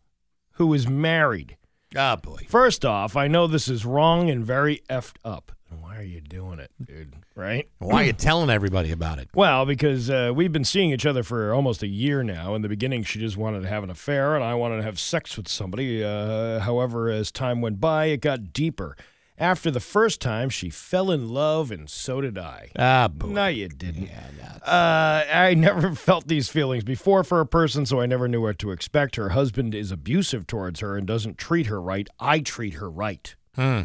who is married.
Oh, boy.
First off, I know this is wrong and very effed up. Why are you doing it, dude? Right?
Why are you telling everybody about it?
Well, because uh, we've been seeing each other for almost a year now. In the beginning, she just wanted to have an affair, and I wanted to have sex with somebody. Uh, however, as time went by, it got deeper. After the first time, she fell in love, and so did I.
Ah, boy.
No, you didn't. uh, I never [laughs] felt these feelings before for a person, so I never knew what to expect. Her husband is abusive towards her and doesn't treat her right. I treat her right.
Hmm.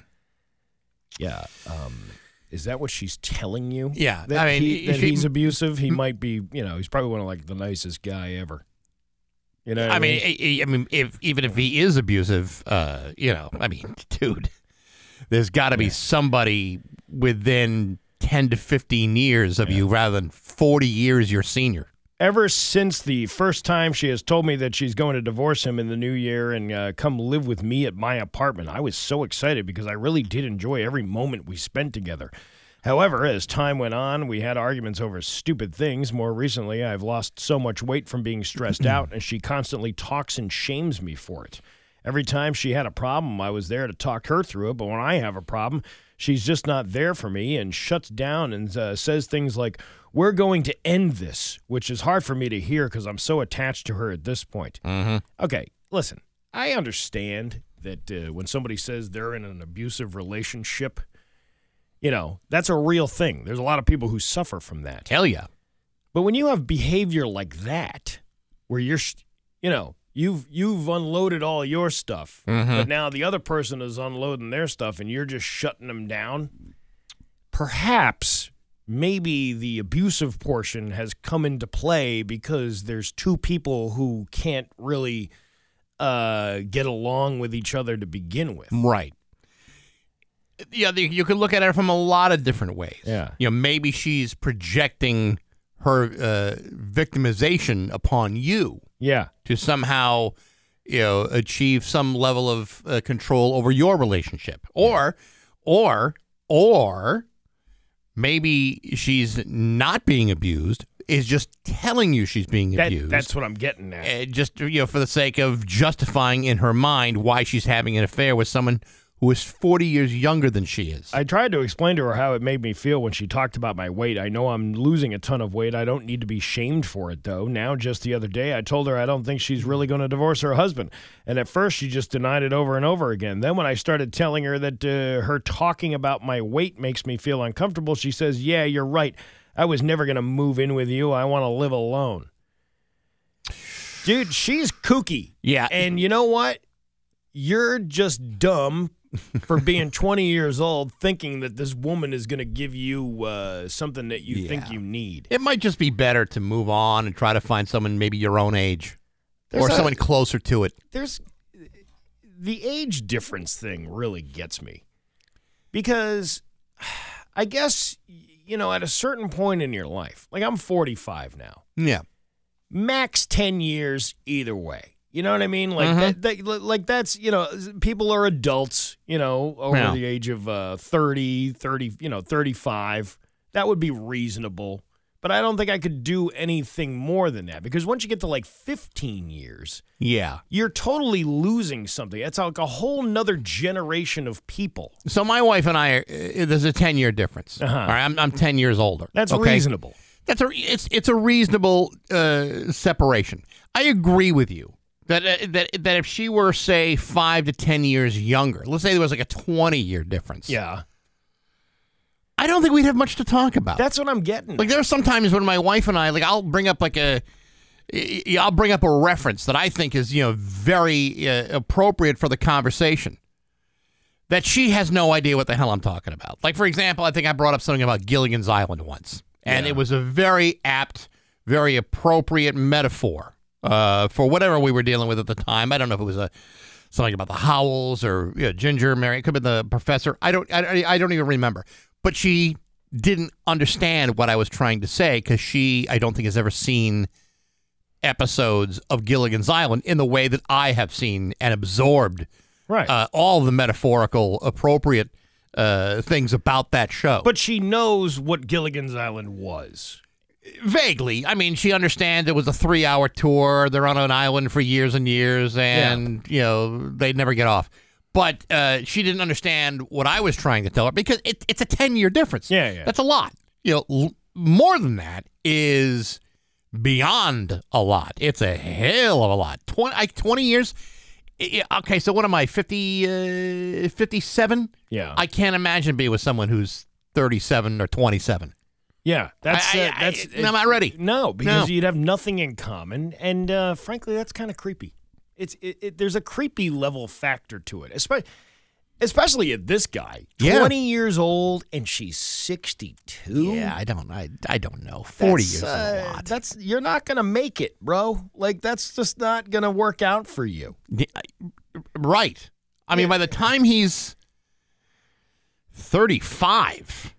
Yeah. Um, is that what she's telling you?
Yeah,
That,
I mean,
he-
y-
that
she-
he's abusive. He might be, you know, he's probably one of like the nicest guy ever. You know, what
I mean, I, I- I mean, if even if he is abusive, uh, you know, I mean, [laughs] dude, there's got to be somebody within ten to fifteen years of you, rather than forty years your senior.
ever since the first time she has told me that she's going to divorce him in the new year and uh, come live with me at my apartment, I was so excited because I really did enjoy every moment we spent together. However, as time went on, we had arguments over stupid things. More recently, I've lost so much weight from being stressed out, and she constantly talks and shames me for it. Every time she had a problem, I was there to talk her through it. But when I have a problem, she's just not there for me and shuts down and uh, says things like, We're going to end this, which is hard for me to hear because I'm so attached to her at this point. Okay, listen, I understand that uh, when somebody says they're in an abusive relationship, you know, that's a real thing. There's a lot of people who suffer from that.
Hell yeah.
But when you have behavior like that, where you're, sh- you know, you've you've unloaded all your stuff, but now the other person is unloading their stuff, and you're just shutting them down. Perhaps, maybe the abusive portion has come into play because there's two people who can't really uh, get along with each other to begin with.
Right. Yeah, the, you could look at it from a lot of different ways.
Yeah.
You know, maybe she's projecting her uh, victimization upon you
Yeah.
to somehow, you know, achieve some level of uh, control over your relationship, or, or, or maybe she's not being abused. Is just telling you she's being
That,
abused.
that's what I'm getting at.
uh, just you know for the sake of justifying in her mind why she's having an affair with someone who is 40 years younger than she is.
I tried to explain to her how it made me feel when she talked about my weight. I know I'm losing a ton of weight. I don't need to be shamed for it, though. Now, just the other day, I told her I don't think she's really going to divorce her husband. And at first, she just denied it over and over again. Then, when I started telling her that uh, her talking about my weight makes me feel uncomfortable, she says, Yeah, you're right. I was never going to move in with you. I want to live alone. Dude, she's kooky.
yeah,
And you know what? You're just dumb for being 20 years old thinking that this woman is going to give you uh, something that you think you need.
it might just be better to move on and try to find someone maybe your own age or
There's a-
someone closer to it.
There's the age difference thing really gets me because [sighs] I guess, you know, at a certain point in your life, like I'm 45 now.
Yeah.
max 10 years either way you know what i mean like
Mm-hmm.
that, that- like that's you know people are adults you know over
Yeah.
the age of uh 30 30 you know 35 that would be reasonable but i don't think i could do anything more than that because once you get to like 15 years
Yeah.
you're totally losing something that's like a whole nother generation of people
So my wife and I are, uh, there's a 10 year difference.
Uh-huh.
All right, I'm, I'm 10 years older.
that's
okay?
reasonable
That's a it's it's a reasonable uh, separation. I agree with you that uh, that that if she were say 5 to 10 years younger, let's say there was like a 20 year difference.
yeah
I don't think we'd have much to talk about.
that's what i'm getting
like there are sometimes when my wife and I like I'll bring up like a y- y- I'll bring up a reference that I think is you know very uh, appropriate for the conversation that she has no idea what the hell I'm talking about. Like for example, I think I brought up something about Gilligan's Island once, and it was a very apt, very appropriate metaphor uh, for whatever we were dealing with at the time. I don't know if it was a something about the Howells or you know, Ginger Mary. It could have been the professor. I don't. I, I- I don't even remember. But she didn't understand what I was trying to say because she, I don't think, has ever seen episodes of Gilligan's Island in the way that I have seen and absorbed
right
uh, all the metaphorical, appropriate uh, things about that show.
but she knows what gilligan's island was
vaguely, I mean, she understands it was a three-hour tour. They're on an island for years and years, and you know they never get off. But uh, she didn't understand what I was trying to tell her because it, it's a ten-year difference.
Yeah, yeah.
that's a lot. You know, l- more than that is beyond a lot. It's a hell of a lot. Twenty, like twenty years. I- I- Okay, so what am I? 50, uh, 57?
Yeah.
I can't imagine being with someone who's thirty-seven or twenty-seven.
Yeah, that's
I-
uh,
I- I-
that's.
no, I'm not ready.
No, because
No.
you'd have nothing in common, and uh, frankly, that's kind of creepy. It's it, it, there's a creepy level factor to it, especially especially at this guy,
Yeah.
twenty years old, and she's sixty two.
Yeah, I don't. I, I don't know. Forty years is a lot.
uh, That's you're not gonna make it, bro. Like that's just not gonna work out for you.
The- I- right. I mean, by the time he's thirty-five,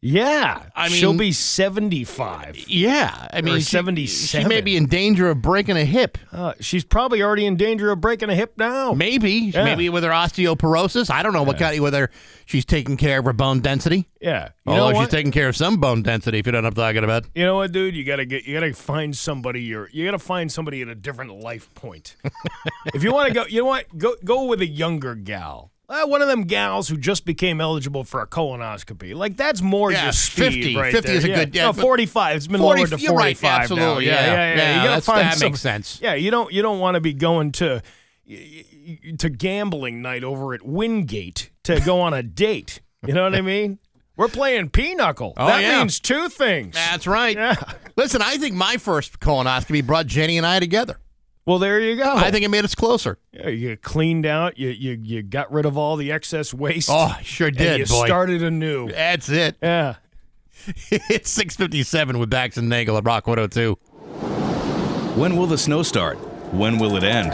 Yeah,
I
she'll
mean-
be seventy five.
yeah. I mean, she- She,
77.
may be in danger of breaking a hip.
Uh, she's probably already in danger of breaking a hip now.
Maybe,
Oh. Yeah.
maybe with her osteoporosis. I don't know what kind. Whether she's taking care of her bone density.
Yeah, you know
Although she's
what?
taking care of some bone density, if you know what I'm talking about.
You know what, dude? You gotta get. You gotta find somebody. Your. You gotta find somebody at a different
[laughs]
life point. if you want to go, you know what? Go go with a younger gal. Uh, one of them gals who just became eligible for a colonoscopy. Like that's more
Yeah,
your speed
50.
right
50
there.
is a
yeah.
good- yeah,
no,
but-
forty-five. It's been
40
lowered to
you're right,
forty-five. now.
absolutely,
Yeah,
yeah.
yeah, yeah.
Yeah,
you gotta
that's-
find
that makes
some-
sense.
Yeah, you don't. You don't want to be going to y- y- y- to gambling night over at Wingate to go on a date. You know
[laughs]
what I mean? We're playing pinochle.
Oh,
that
yeah.
means two things.
That's right.
Yeah.
Listen, I think my first colonoscopy brought Jenny and I together.
[laughs] Well, there you go.
I think it made us closer.
Yeah, you cleaned out. You you you got rid of all the excess waste.
Oh, I sure
and
did,
you
boy.
started anew.
That's it.
Yeah.
[laughs] It's oh 657 with Bax and Nagel at Rock 102.
When will the snow start? When will it end?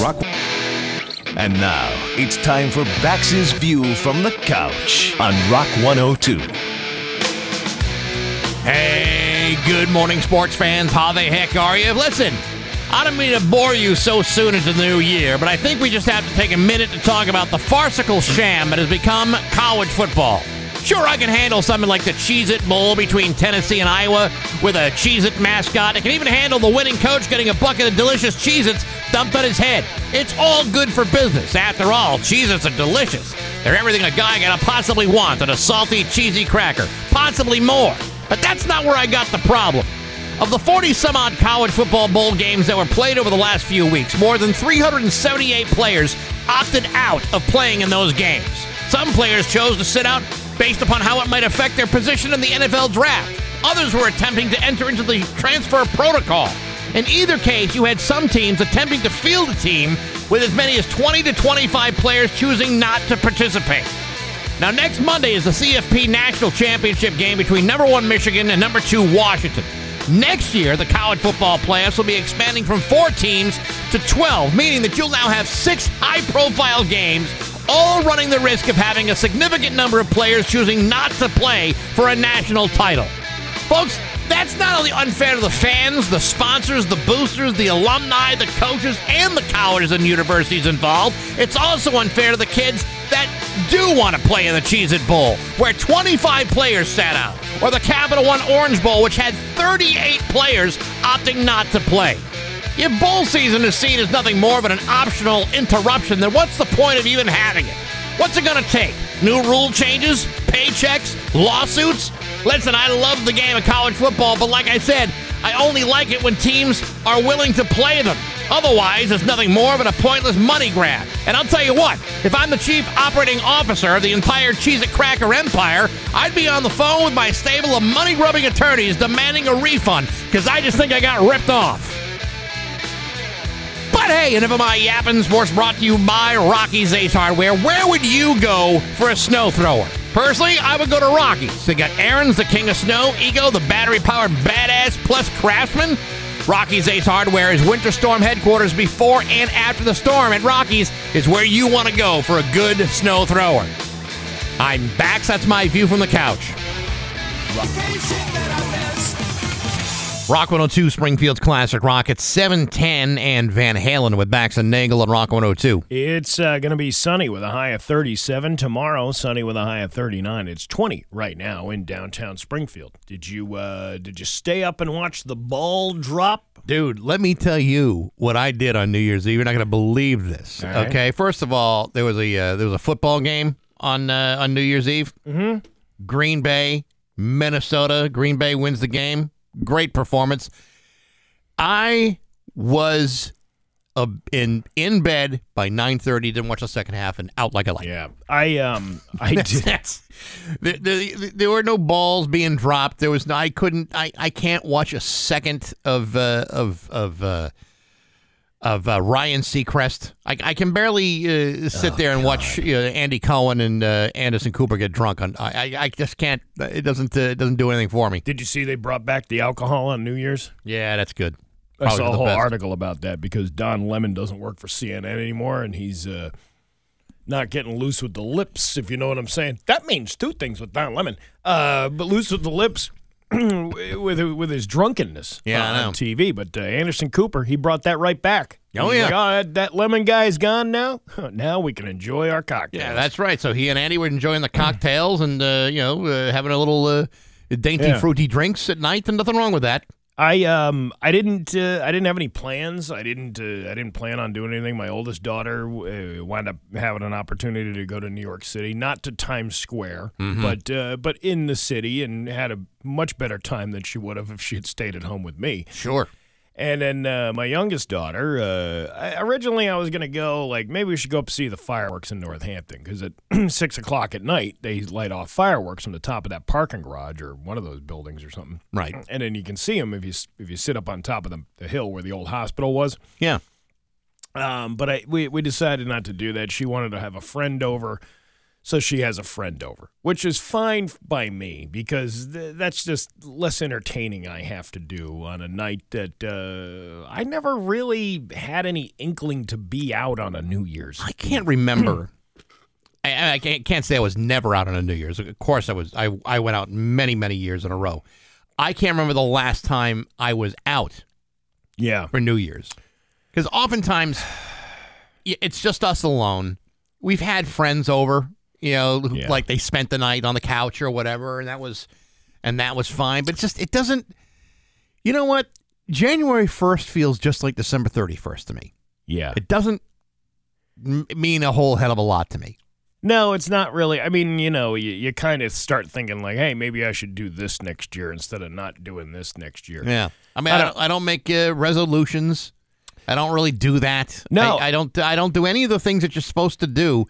Rock. And now it's time for Bax's View from the Couch on Rock 102.
Hey, good morning, sports fans. How the heck are you? Listen, I don't mean to bore you so soon into the new year, but I think we just have to take a minute to talk about the farcical sham that has become college football. Sure, I can handle something like the Cheez It Bowl between Tennessee and Iowa with a Cheez It mascot. I can even handle the winning coach getting a bucket of delicious Cheez Its dumped on his head. It's all good for business. After all, Cheez Its are delicious. They're everything a guy can possibly want in a salty, cheesy cracker, possibly more. But that's not where I got the problem. Of the 40 some odd college football bowl games that were played over the last few weeks, more than 378 players opted out of playing in those games. Some players chose to sit out based upon how it might affect their position in the NFL draft. Others were attempting to enter into the transfer protocol. In either case, you had some teams attempting to field a team with as many as 20 to 25 players choosing not to participate. Now, next Monday is the CFP National Championship game between number one Michigan and number two Washington. Next year, the college football playoffs will be expanding from four teams to 12, meaning that you'll now have six high profile games, all running the risk of having a significant number of players choosing not to play for a national title. Folks, that's not only unfair to the fans, the sponsors, the boosters, the alumni, the coaches, and the colleges and universities involved. It's also unfair to the kids that do want to play in the Cheez It Bowl, where 25 players sat out, or the Capital One Orange Bowl, which had 38 players opting not to play. If bowl season is seen as nothing more but an optional interruption, then what's the point of even having it? What's it going to take? New rule changes? Paychecks? Lawsuits? Listen, I love the game of college football, but like I said, I only like it when teams are willing to play them. Otherwise, it's nothing more but a pointless money grab. And I'll tell you what, if I'm the chief operating officer of the entire Cheez It Cracker empire, I'd be on the phone with my stable of money grubbing attorneys demanding a refund because I just think I got ripped off. But hey, enough of my yapping sports brought to you by Rocky's Ace Hardware. Where would you go for a snow thrower? Personally, I would go to Rocky's. They got Aaron's, the king of snow, Ego, the battery powered badass, plus Craftsman. Rocky's Ace Hardware is winter storm headquarters before and after the storm, and Rocky's is where you want to go for a good snow thrower. I'm back, so that's my view from the couch. Rock 102, Springfield's Classic Rock at 710, and Van Halen with Bax and Nagel on Rock 102.
It's uh, going to be sunny with a high of 37 tomorrow. Sunny with a high of 39. It's 20 right now in downtown Springfield. Did you uh, did you stay up and watch the ball drop?
Dude, let me tell you what I did on New Year's Eve. You're not going to believe this.
right.
Okay, first of all, there was a uh, there was a football game on uh, on New Year's Eve. Mm-hmm. Green Bay, Minnesota. Green Bay wins the game. Great performance. I was uh, in in bed by 9:30. Didn't watch the second half and out like a light.
Yeah, I um
[laughs]
I did.
That's, there, there, there were no balls being dropped. There was no, I couldn't I, I can't watch a second of uh, of of uh, of uh, Ryan Seacrest. I, I can barely uh, sit there
Oh,
and watch you know, Andy Cohen and uh, Anderson Cooper get drunk. On I, I I just can't. It doesn't uh, it doesn't do anything for me.
Did you see they brought back the alcohol on New Year's?
Yeah, that's good.
I
Probably
saw a
the
whole
best.
article about that because Don Lemon doesn't work for CNN anymore, and he's uh, not getting loose with the lips, if you know what I'm saying. That means two things with Don Lemon, uh, but loose with the lips. [clears throat] with with his drunkenness
Yeah, I
on,
know.
TV, but uh, Anderson Cooper he brought that right back.
Oh,
He's
yeah.
like, "Oh, that, that lemon guy is gone now. [laughs] now we can enjoy our cocktails.
Yeah, that's right. So he and Andy were enjoying
[clears throat]
the cocktails and uh, you know uh, having a little uh, dainty
Yeah.
fruity drinks at night, and nothing wrong with that.
I um I didn't uh, I didn't have any plans. I didn't uh, I didn't plan on doing anything. My oldest daughter uh, wound up having an opportunity to go to New York City, not to Times Square, but uh, but in the city, and had a much better time than she would have if she had stayed at home with me.
Sure.
And then uh, my youngest daughter, uh, I, originally I was going to go, like, maybe we should go up see the fireworks in Northampton because at [clears throat] 6 o'clock at night, they light off fireworks from the top of that parking garage or one of those buildings or something.
Right.
And then you can see them if you, s- if you sit up on top of the, the hill where the old hospital was.
Yeah.
Um, but I, we, we decided not to do that. She wanted to have a friend over So she has a friend over, which is fine f- by me because th- that's just less entertaining I have to do on a night that uh, I never really had any inkling to be out on a New Year's.
I can't remember. I, I can't, can't say I was never out on a New Year's. Of course, I was. I, I went out many, many years in a row. I can't remember the last time I was out
Yeah.
for New Year's. Because oftentimes y- it's just us alone. We've had friends over, you know, who-
Yeah.
like they spent the night on the couch or whatever, and that was and that was fine. But it's just it doesn't. You know what? January first feels just like December thirty first to me.
Yeah.
It doesn't m- mean a whole hell of a lot to me.
No, it's not really. I mean, you know, you, you kind of start thinking like, hey, maybe I should do this next year instead of not doing this next year.
Yeah, I mean, I don't, I don't make uh, resolutions. I don't really do that.
No.
I, I don't. I don't do any of the things that you're supposed to do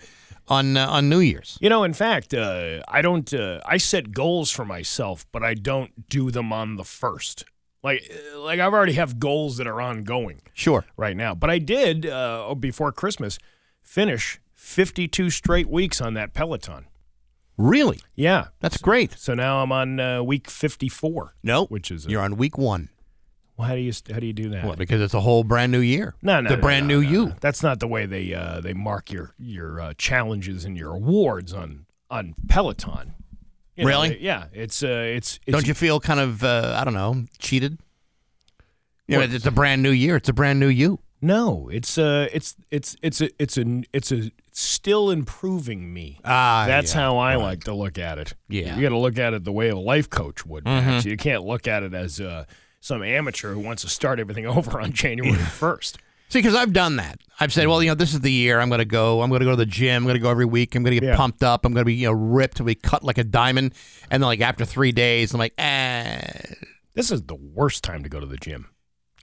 on uh, on New Year's.
You know, in fact, uh, I don't. Uh, I set goals for myself, but I don't do them on the first. Like, uh, like I've already have goals that are ongoing
Sure.
right now. But I did uh, before Christmas finish 52 straight weeks on that Peloton.
Really?
Yeah.
That's great.
So now I'm on uh, week 54.
No,
Which is a-
you're on week one.
Well, how do you how do you do that?
What? Because it's a whole brand new year.
No, no,
the
no,
brand
no,
new
no,
you.
no. That's not the way they uh, they mark your your uh, challenges and your awards on on Peloton. You know,
Really?
they- yeah. It's uh, it's, it's
Don't you feel kind of uh, I don't know cheated? You know, it's a brand new year. It's a brand new you.
No, it's uh, it's it's it's a it's a it's a still improving me.
Ah,
That's how I like to look at it.
Yeah. Mm-hmm.
you got to look at it the way a life coach would. perhaps. You can't look at it as uh, some amateur who wants to start everything [laughs] over on January first.
See, because I've done that. I've said, well, you know, this is the year I'm going to go. I'm going to go to the gym. I'm going to go every week. I'm going to get
Yeah.
pumped up. I'm going to be, you know, ripped. to be cut like a diamond. And then, like after three days, I'm like, eh.
This is the worst time to go to the gym.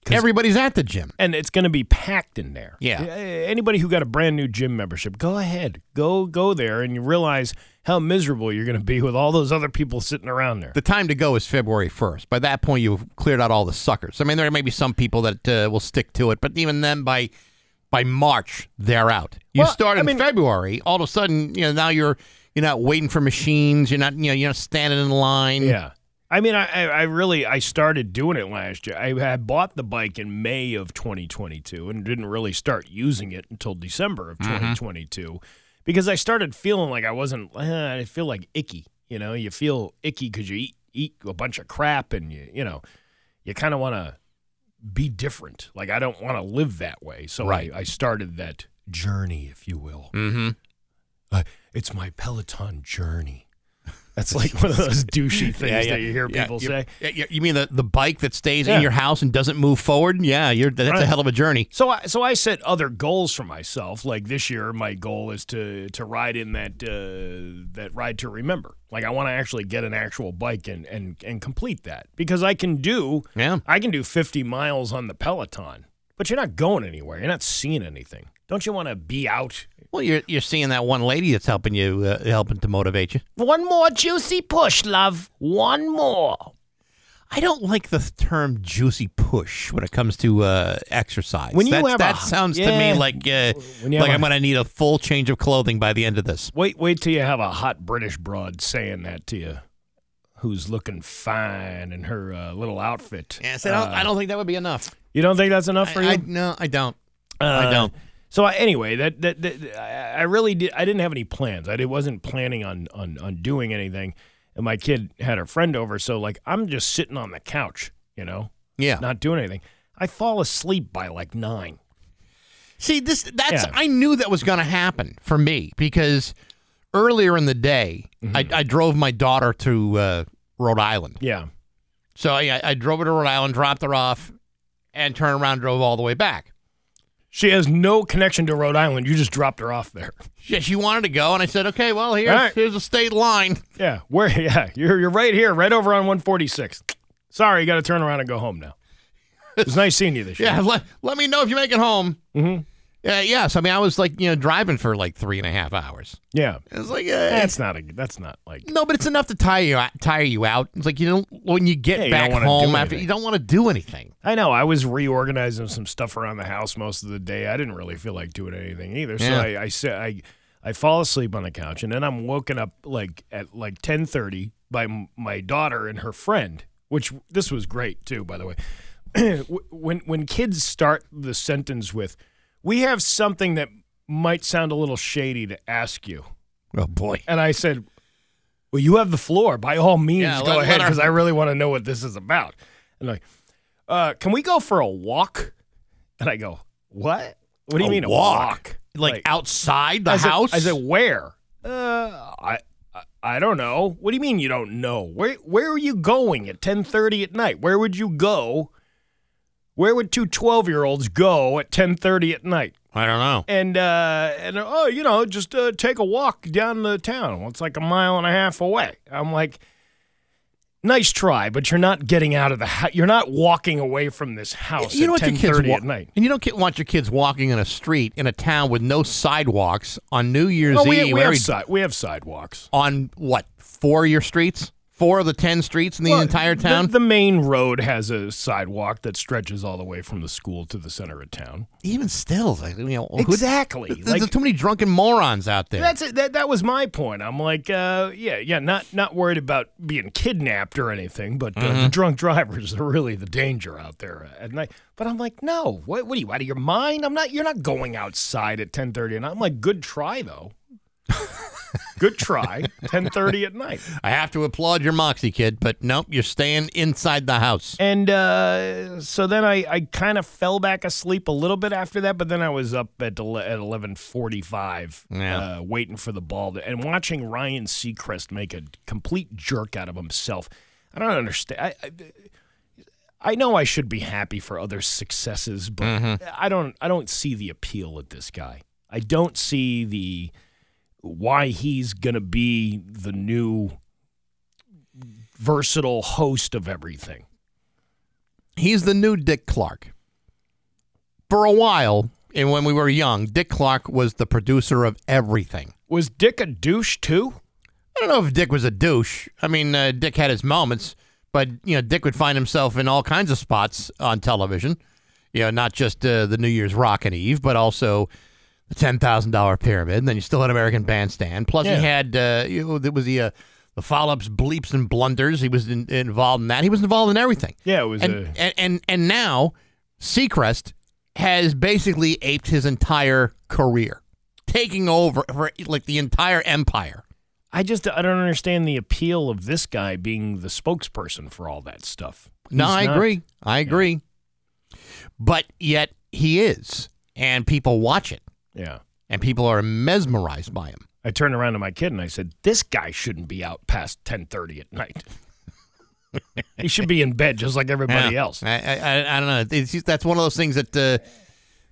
'Cause-
Everybody's at the gym.
and it's going to be packed in there.
Yeah.
Uh, Anybody who got a brand new gym membership, go ahead, go go there, and you realize how miserable you're going to be with all those other people sitting around there.
The time to go is February 1st. By that point, you've cleared out all the suckers. I mean, there may be some people that uh, will stick to it, but even then, by by March, they're out. You
Well,
start
I
in
mean-
February. All of a sudden, you know, now you're you're not waiting for machines. You're not you know you're not standing in line.
Yeah. I mean, I, I I really I started doing it last year. I, I bought the bike in May of 2022 and didn't really start using it until December of
Mm-hmm.
2022 because I started feeling like I wasn't. eh, I feel like icky. You know, you feel icky because you eat eat a bunch of crap and you you know you kind of want to be different. Like I don't want to live that way. So
Right.
I, I started that journey, if you will.
Mm-hmm.
Uh, it's my Peloton journey. That's like one of those douchey things that you hear
[laughs] yeah,
people
you-
say.
yeah, You, you mean the, the bike that stays
Yeah.
in your house and doesn't move forward? Yeah, you're that's a
Right.
hell of a journey.
So I so I set other goals for myself. Like this year, my goal is to to ride in that uh, that ride to remember. Like I want to actually get an actual bike and and and complete that because I can do
Yeah.
I can do 50 miles on the Peloton, but you're not going anywhere. You're not seeing anything. Don't you want to be out?
Well, you're you're seeing that one lady that's helping you uh, helping to motivate you.
One more juicy push, love. One more.
I don't like the term "juicy push" when it comes to uh, exercise.
When you
That's-
have a-
that sounds to
yeah.
me like uh,
When you have
like
a-
I'm going to need a full change of clothing by the end of this.
Wait, wait till you have a hot British broad saying that to you, who's looking fine in her uh, little outfit. Uh,
Yes, I don't, I don't think that would be enough.
You don't think that's enough
Uh, I,
for you?
I- no, I don't.
Uh,
I don't.
So I, anyway, that, that, that I I really did. I didn't have any plans. I did, wasn't planning on, on on doing anything. And my kid had her friend over, so like I'm just sitting on the couch, you know,
Yeah.
not doing anything. I fall asleep by like nine.
See, this that's
Yeah.
I knew that was going to happen for me because earlier in the day,
Mm-hmm.
I, I drove my daughter to uh, Rhode Island.
Yeah,
So I, I drove her to Rhode Island, dropped her off, and turned around and drove all the way back.
she has no connection to Rhode Island. You just dropped her off there.
She, she wanted to go, and I said, "Okay, well here's
All right.
here's a state line." [laughs]
Yeah, where? [laughs] Yeah, you're you're right here, right over on 146. Sorry, you got to turn around and go home now. It was nice seeing you this year.
[laughs] Yeah, let, let me know if you make it home. Mm-hmm. Uh, yes, I mean I was like you know driving for like three and a half hours.
yeah.
It was like uh,
That's not a. That's not like.
no, but it's enough to tire you out, tire you out. It's like you don't when you get
Yeah, you don't
back
wanna do
home after
anything.
you don't want to do anything.
I know. I was reorganizing some stuff around the house most of the day. I didn't really feel like doing anything either. So
Yeah.
I, I said I I fall asleep on the couch, and then I'm woken up like at like 10:30 by m- my daughter and her friend. Which this was great too, by the way. [clears throat] Wh- when when kids start the sentence with, "We have something that might sound a little shady to ask you,"
Oh boy.
and I said, "Well, you have the floor. By all means,
Yeah, let-
go
let
ahead
our-
because I really want to know what this is about." And like, uh, can we go for a walk? And I go, "What? What do you
A
mean
walk?
a walk?
Like, outside the
I said-
house?
I said, "Where? Uh, I." I- I don't know. What do you mean you don't know? Where where are you going at 10:30 at night? Where would you go? Where would two 12-year-olds go at 10:30 at night?
I don't know.
and uh, and oh, you know, just uh, take a walk down the town. Well, it's like a mile and a half away. I'm like, nice try, but you're not getting out of the house. You're not walking away from this house
You
at
don't want your kids
10:30
wa-
at night.
and you don't ki- want your kids walking in a street in a town with no sidewalks on New Year's
Well, we,
Eve.
we,
every-
have si- we have sidewalks.
on what four of your streets? Four of the ten streets in the
Well,
entire town.
The, the main road has a sidewalk that stretches all the way from the school to the center of town.
Even still, like, you know, who-
Exactly.
th- th-
Like-
there's too many drunken morons out there.
That's it. That, that was my point. I'm like, uh, yeah, yeah, not not worried about being kidnapped or anything, but uh, the drunk drivers are really the danger out there at night. But I'm like, no, what? What are you out of your mind? I'm not. You're not going outside at 10:30, and I'm like, good try though. [laughs] good try. 10:30 at night.
I have to applaud your moxie, kid, but nope, you're staying inside the house.
And uh, so then I, I kind of fell back asleep a little bit after that, but then I was up at ele- at eleven forty five,
Yeah.
uh, waiting for the ball to, and watching Ryan Seacrest make a complete jerk out of himself. I don't understand. I, I, I know I should be happy for other successes, but I don't. I don't see the appeal of this guy. I don't see the why he's gonna be the new versatile host of everything.
He's the new Dick Clark. For a while, and when we were young, Dick Clark was the producer of everything.
Was Dick a douche too?
I don't know if Dick was a douche. I mean, uh, Dick had his moments, but you know, Dick would find himself in all kinds of spots on television. You know, not just uh, the New Year's Rockin' Eve, but also the ten thousand dollar pyramid. And then you still had American Bandstand. Plus,
Yeah.
he had uh, you know, there was the uh, the foul ups, bleeps, and blunders. He was in, involved in that. He was involved in everything.
Yeah, it was
and,
a-
and and and now Seacrest has basically aped his entire career, taking over for like the entire empire.
I just I don't understand the appeal of this guy being the spokesperson for all that stuff.
No,
He's
I
not-
agree. I agree. But yet he is, and people watch it,
Yeah.
and people are mesmerized by him.
I turned around to my kid and I said, "This guy shouldn't be out past 10:30 at night. [laughs] he should be in bed just like everybody
Yeah.
else."
I, I, I- I don't know. It's just, that's one of those things that uh,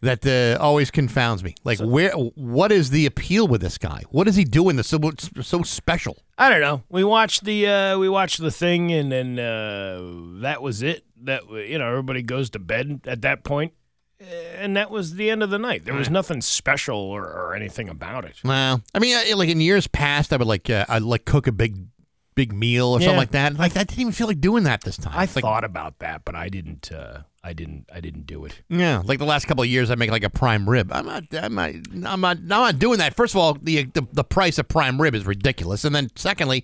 that uh, always confounds me. Like, where? What is the appeal with this guy? What is he doing that's so so special?
I don't know. We watched the uh, we watched the thing and then uh, that was it. That you know everybody goes to bed at that point. eh, And that was the end of the night. There was nothing special or, or anything about it.
Well, I mean, I, like in years past, I would like uh, I'd like cook a big big meal or
Yeah.
something like that. Like I didn't even feel like doing that this time.
I
It's like,
thought about that, but I didn't. Uh, I didn't. I didn't do it.
Yeah, like the last couple of years, I make like a prime rib. I'm not, I'm not, I'm not, I'm not doing that. First of all, the, the the price of prime rib is ridiculous, and then secondly,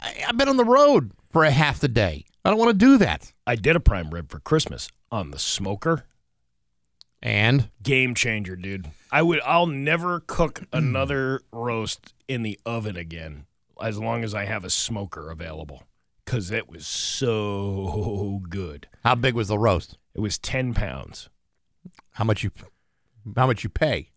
I, I've been on the road for a half the day. I don't want to do that.
I did a prime rib for Christmas on the smoker.
And
Game changer, dude. I would. I'll never
[clears throat]
cook another roast in the oven again, as long as I have a smoker available, because it was so good.
how big was the roast?
It was ten pounds.
How much you, how much you pay?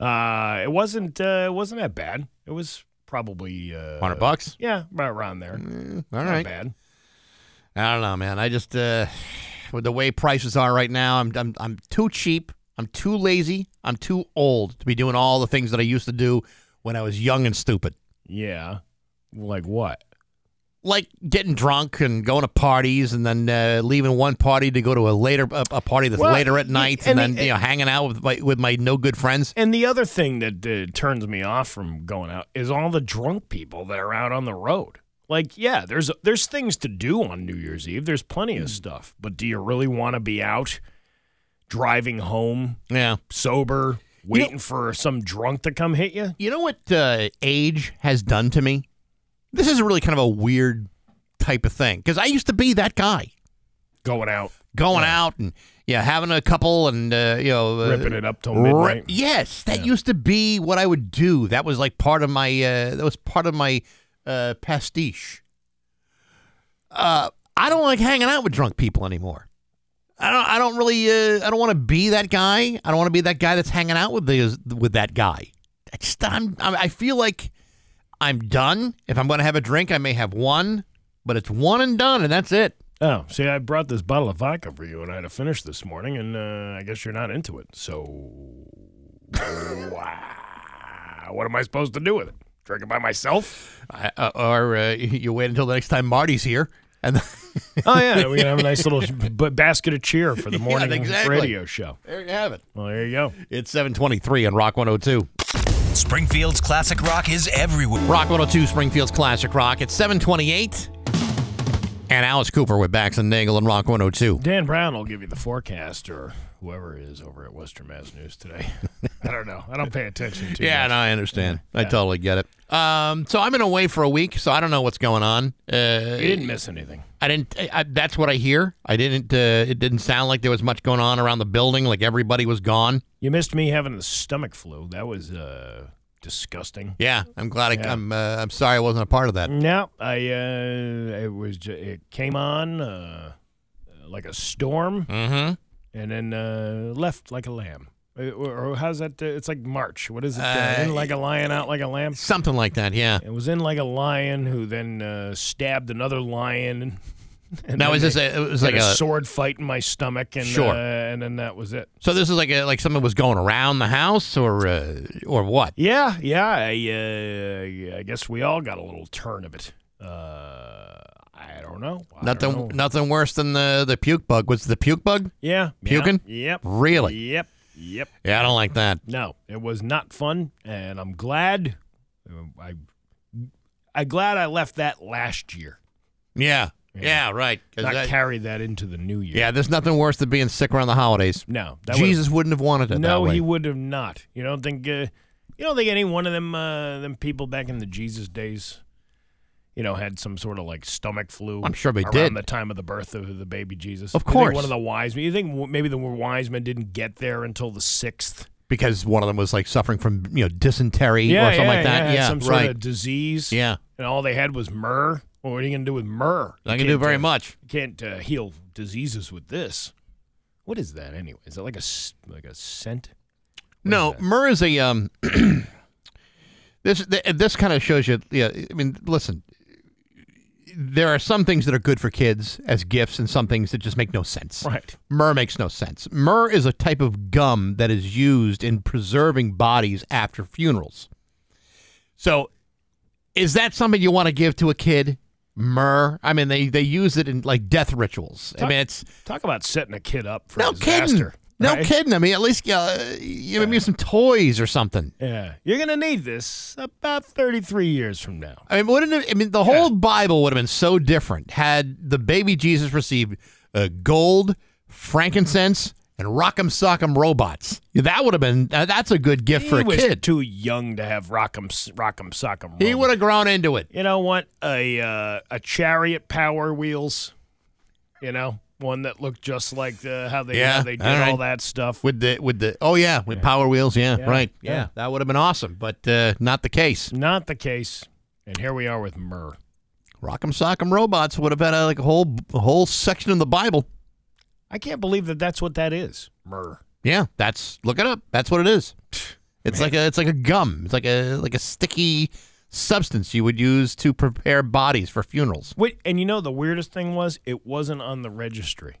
Uh, it wasn't. Uh, it wasn't that bad. It was probably uh,
Hundred bucks. Mm,
Yeah, about around there.
All
Not
right.
bad.
I don't know, man. I just uh, with the way prices are right now, I'm I'm I'm too cheap. I'm too lazy. I'm too old to be doing all the things that I used to do when I was young and stupid.
Yeah. Like what?
like getting drunk and going to parties and then uh, leaving one party to go to a later a, a party that's
Well,
later at
y-
night
and
and,
the-
then you know hanging out with my with my no good friends.
And the other thing that uh, turns me off from going out is all the drunk people that are out on the road. Like, yeah, there's there's things to do on New Year's Eve. There's plenty of stuff, but do you really want to be out driving home
Yeah.
sober? waiting for some drunk to come hit you.
You know what uh, age has done to me? This is really kind of a weird type of thing because I used to be that guy
Going out,
going out and yeah, having a couple and uh, you know uh,
ripping it up till
ri-
midnight.
yes, that used to be what I would do. That was like part of my uh, that was part of my uh, pastiche. Uh, I don't like hanging out with drunk people anymore. I don't. I don't really. Uh, I don't want to be that guy. I don't want to be that guy that's hanging out with those with that guy. I just. I'm. I'm- I feel like I'm done. If I'm going to have a drink, I may have one, but it's one and done, and that's it.
Oh, see, I brought this bottle of vodka for you, and I had to finish this morning, and uh, I guess you're not into it. So, [laughs] wow. what am I supposed to do with it? Drink it by myself?
I, uh, or uh, [laughs] you wait until the next time Marty's here, and [laughs]
Oh yeah, we can have a nice [laughs] little b- basket of cheer for the morning
exactly.
radio show.
there you have it.
Well, there you go.
It's 723 on Rock 102.
Springfield's classic rock is everywhere.
Rock 102, Springfield's Classic Rock. It's 728. And Alice Cooper with Bax and Nagel and Rock 102.
Dan Brown will give you the forecast, or whoever is over at Western Mass News today. [laughs] I don't know. I don't pay attention to.
Yeah,
much.
no, I understand. I totally get it. Um, so I've been away for a week, so I don't know what's going on.
you
Uh,
didn't miss anything.
I didn't. I, I- that's what I hear. I didn't. Uh, it didn't sound like there was much going on around the building. Like everybody was gone.
You missed me having the stomach flu. That was uh, disgusting.
Yeah, Mm. I'm glad. I,
Yeah.
I'm. Uh, I'm sorry I wasn't a part of that.
No, I uh, it was ju- it came on uh, like a storm
Mm-hmm.
and then uh, left like a lamb. Uh, Or or how's that? uh, It's like March. What is it? Uh,
Uh,
in like a lion, out like a lamb.
Something like that. Yeah.
It was in like a lion who then uh, stabbed another lion. And, [laughs] and
now
then
is this?
they
A, it was
had
like a.
sword fight in my stomach, and
Sure.
uh, and then that was it.
So this is like a, like someone was going around the house or uh, or what?
Yeah, yeah. I, uh, I guess we all got a little turn of it. Uh, I don't know. I
Nothing
don't know.
nothing worse than the the puke bug. Was it the puke bug?
Yeah.
Puking?
Yeah, yep.
Really?
Yep. Yep.
Yeah, I don't like that.
No, it was not fun, and I'm glad. um, I, I'm glad I left that last year.
Yeah. Yeah, right. 'Cause
Not
that-
carried that into the new year.
yeah, there's nothing worse than being sick around the holidays.
No. That would've-
Jesus wouldn't have wanted it
No,
that way.
he would have not. You don't think? Uh, you don't think any one of them uh, them people back in the Jesus days, you know, had some sort of like stomach flu?
I'm sure they
around
did.
the time of the birth of the baby Jesus.
Of
You think
course.
one of the wise men. You think w- maybe the wise men didn't get there until the sixth?
because one of them was like suffering from, you know, dysentery or something like that.
had
Yeah,
some sort
right.
of disease.
yeah.
and all they had was myrrh. Well, what are you gonna do with myrrh?
Not
You
going to do
can't,
very
uh,
much.
You can't uh, heal diseases with this. What is that anyway? Is that like a s- like a scent?
No, myrrh is a um. [clears throat] this th- this kind of shows you. Yeah, I mean, listen. There are some things that are good for kids as gifts, and some things that just make no sense.
Right.
Myrrh makes no sense. Myrrh is a type of gum that is used in preserving bodies after funerals. So, is that something you want to give to a kid? Myrrh. I mean, they they use it in like death rituals. I
Talk-
mean, it's
Talk about setting a kid up for
no
disaster.
kidding. No
right?
kidding. I mean, at least uh, you know, maybe some toys or something.
Yeah, you're gonna need this about 33 years from now.
I mean, wouldn't it, I mean the whole Bible would have been so different had the baby Jesus received uh, gold, frankincense, and rock'em sock'em robots. Yeah, That would have been uh, that's a good gift for
he
a
was
kid.
too young to have rock'em s- rock'em sock'em.
He
roll.
would have grown into it.
You know what? A uh, a chariot power wheels. You know, one that looked just like the, how they
Yeah,
how they did
all
all,
right.
that stuff.
With the with the oh yeah with power wheels yeah, right yeah.
yeah.
that would have been awesome but uh, not the case
Not the case. And here we are with myrrh.
rock'em sock'em robots would have had uh, like a whole a whole section in the Bible
I can't believe that that's what that is. Myrrh.
yeah that's look it up that's what it is it's like a it's like a gum it's like a like a sticky substance you would use to prepare bodies for funerals
Wait, and you know the weirdest thing was it wasn't on the registry.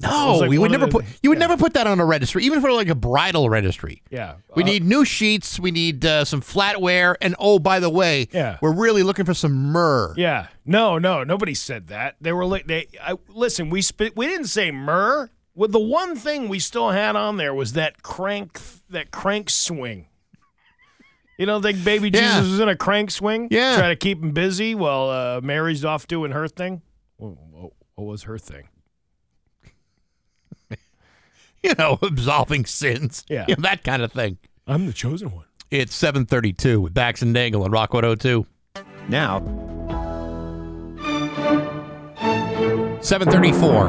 No,
It's like
we would
one of
never
the-
put. You would
yeah.
never put that on a registry, even for like a bridal registry.
Yeah,
We
uh,
need new sheets. We need uh, some flatware, and oh, by the way,
Yeah.
we're really looking for some myrrh.
Yeah. No, no, nobody said that. They were li- they I, listen, we spit we didn't say myrrh. Well, the one thing we still had on there was that crank that crank swing. You don't think baby
Yeah.
Jesus was in a crank swing?
Yeah.
Try to keep him busy while uh, Mary's off doing her thing. What, what, what was her thing?
You know, [laughs] absolving sins.
Yeah.
[laughs] You know, that kind of thing.
I'm the chosen one.
It's 732 with Bax and Dangle on Rock 102.
Now,
734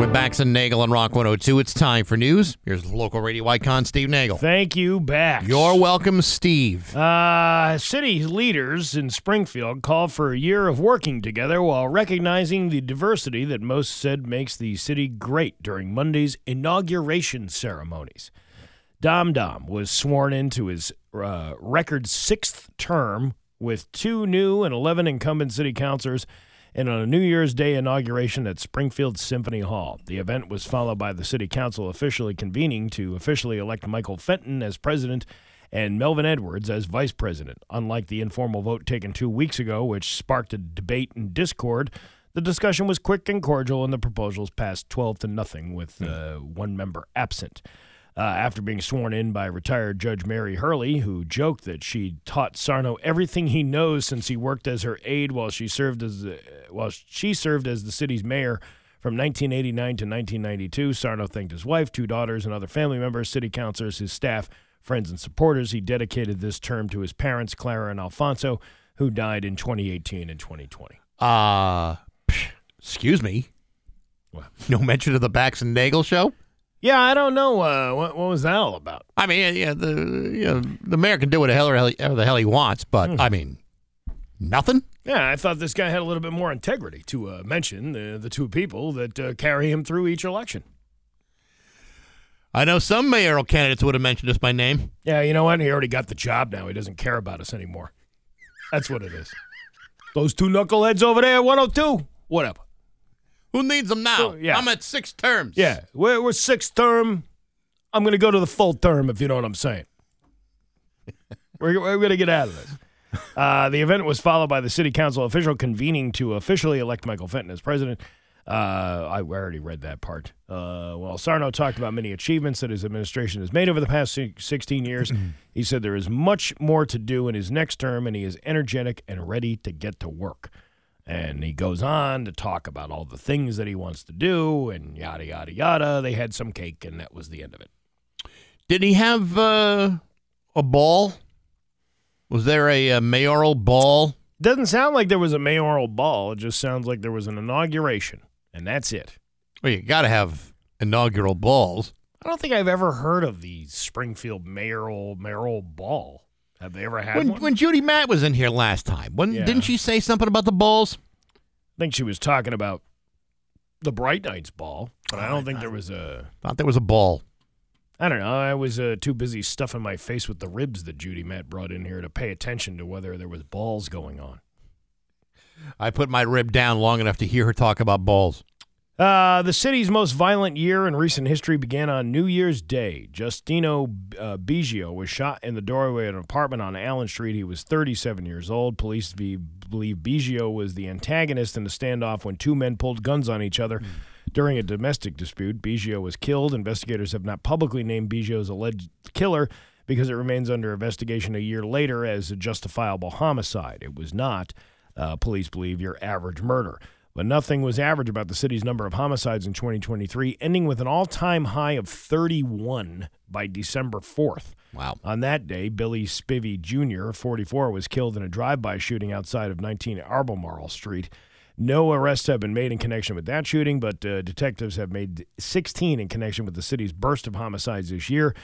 with Bax and Nagel on Rock 102. It's time for news. Here's local radio icon Steve Nagel.
Thank you, Bax.
You're welcome, Steve.
Uh, city leaders in Springfield called for a year of working together while recognizing the diversity that most said makes the city great during Monday's inauguration ceremonies. Dom Dom was sworn into his uh, record sixth term with two new and 11 incumbent city councilors and on a New Year's Day inauguration at Springfield Symphony Hall. The event was followed by the city council officially convening to officially elect Michael Fenton as president and Melvin Edwards as vice president. Unlike the informal vote taken two weeks ago, which sparked a debate and discord, the discussion was quick and cordial, and the proposals passed 12 to nothing with uh, one member absent. Uh, after being sworn in by retired Judge Mary Hurley, who joked that she taught Sarno everything he knows since he worked as her aide while she served as the, while she served as the city's mayor from 1989 to 1992. Sarno thanked his wife, two daughters, and other family members, city councilors, his staff, friends, and supporters. He dedicated this term to his parents, Clara and Alfonso, who died in 2018 and 2020.
Uh, psh, excuse me.
What?
No mention of the Bax and Nagel show?
Yeah, I don't know uh, what what was that all about.
I mean, yeah, the you know, the mayor can do what the hell, whatever the hell he wants, but
Hmm.
I mean, nothing.
Yeah, I thought this guy had a little bit more integrity to uh, mention the, the two people that uh, carry him through each election.
I know some mayoral candidates would have mentioned just by name.
Yeah, you know what? He already got the job now. He doesn't care about us anymore. That's what it is. Those two knuckleheads over there at 102, whatever.
Who needs them now?
Well, yeah.
I'm at six terms.
Yeah, we're, we're sixth term. I'm going to go to the full term, if you know what I'm saying. [laughs] we're we're going to get out of this. Uh, the event was followed by the city council official convening to officially elect Michael Fenton as president. Uh, I already read that part. Uh, while Sarno talked about many achievements that his administration has made over the past si- 16 years, he said there is much more to do in his next term, and he is energetic and ready to get to work. And he goes on to talk about all the things that he wants to do and yada, yada, yada. They had some cake, and that was the end of it.
Did he have uh, a ball? Was there a, uh mayoral ball?
Doesn't sound like there was a mayoral ball. It just sounds like there was an inauguration, and that's it.
Well, you got to have inaugural balls.
I don't think I've ever heard of the Springfield mayoral mayoral ball. Have they ever had
When,
one?
when Judy Matt was in here last time, when,
Yeah.
didn't she say something about the balls?
I think she was talking about the Bright Knights ball, but I don't think there was
Oh,
a.
Thought there was a ball.
I don't know. I was uh, too busy stuffing my face with the ribs that Judy Matt brought in here to pay attention to whether there was balls going on.
I put my rib down long enough to hear her talk about balls.
Uh, the city's most violent year in recent history began on New Year's Day. Justino uh, Biggio was shot in the doorway of an apartment on Allen Street. He was 37 years old. Police be- believe Biggio was the antagonist in the standoff when two men pulled guns on each other during a domestic dispute. Biggio was killed. Investigators have not publicly named Biggio's alleged killer because it remains under investigation a year later as a justifiable homicide. It was not, uh, police believe, your average murder. But nothing was average about the city's number of homicides in 2023, ending with an all time high of 31 by December 4th.
Wow.
On that day, Billy Spivey Jr., 44, was killed in a drive by shooting outside of 19 Albemarle Street. No arrests have been made in connection with that shooting, but uh, detectives have made 16 in connection with the city's burst of homicides this year,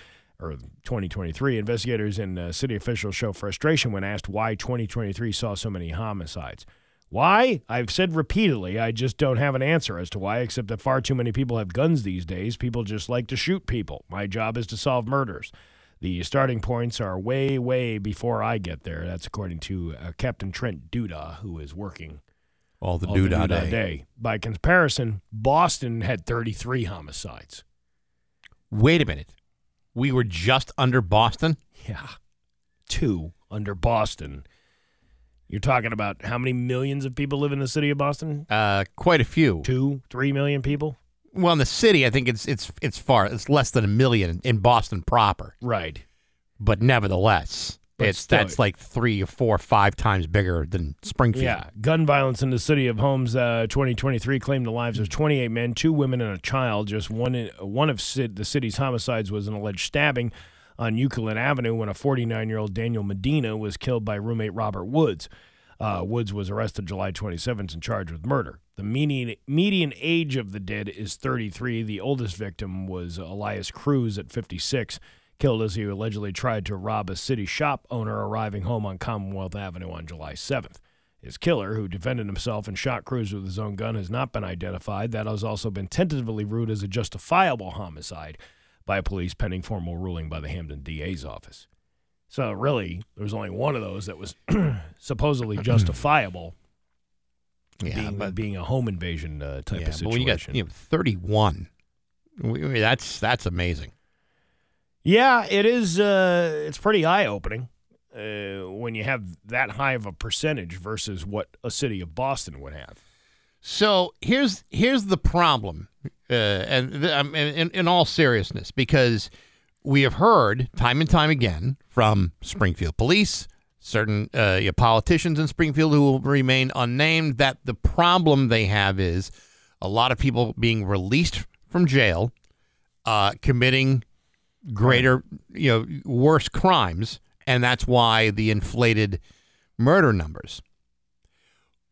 or 2023. Investigators and uh, city officials show frustration when asked why 2023 saw so many homicides. Why? I've said repeatedly, I just don't have an answer as to why, except that far too many people have guns these days. People just like to shoot people. My job is to solve murders. The starting points are way, way before I get there. That's according to uh, Captain Trent Duda, who is working
All the
on
doo
the
dah
Duda
day.
day. By comparison, Boston had 33 homicides.
Wait a minute. We were just under Boston?
Yeah. Two under Boston. You're talking about how many millions of people live in the city of Boston?
Uh, quite a few.
Two, three million people?
Well, in the city, I think it's it's it's far. It's less than a million in Boston proper,
Right.
but nevertheless,
But
it's
still-
that's like three or four, or five times bigger than Springfield.
Yeah, gun violence in the city of Holmes, uh, 2023 claimed the lives of 28 men, two women, and a child. Just one in, one of ci- the city's homicides was an alleged stabbing. on Euclid Avenue when a 49 year old Daniel Medina was killed by roommate Robert Woods. Uh, Woods was arrested July 27th and charged with murder. The median, median age of the dead is 33. The oldest victim was Elias Cruz at 56, killed as he allegedly tried to rob a city shop owner arriving home on Commonwealth Avenue on July 7th. His killer, who defended himself and shot Cruz with his own gun, has not been identified. That has also been tentatively ruled as a justifiable homicide by police, pending formal ruling by the Hampton DA's office. So really, there was only one of those that was [clears throat]
[clears throat]
supposedly justifiable,
Yeah,
being,
but,
being a home invasion uh, type
yeah,
of
but when
situation.
you got you know, 31, we- we- that's that's amazing.
Yeah, it is. Uh, it's pretty eye opening uh, when you have that high of a percentage versus what a city of Boston would have.
So here's here's the problem, uh, and th- um, in, in- in all seriousness, because we have heard time and time again from Springfield police, certain uh, you know, politicians in Springfield who will remain unnamed, that the problem they have is a lot of people being released from jail, uh, committing greater, you know, worse crimes, and that's why the inflated murder numbers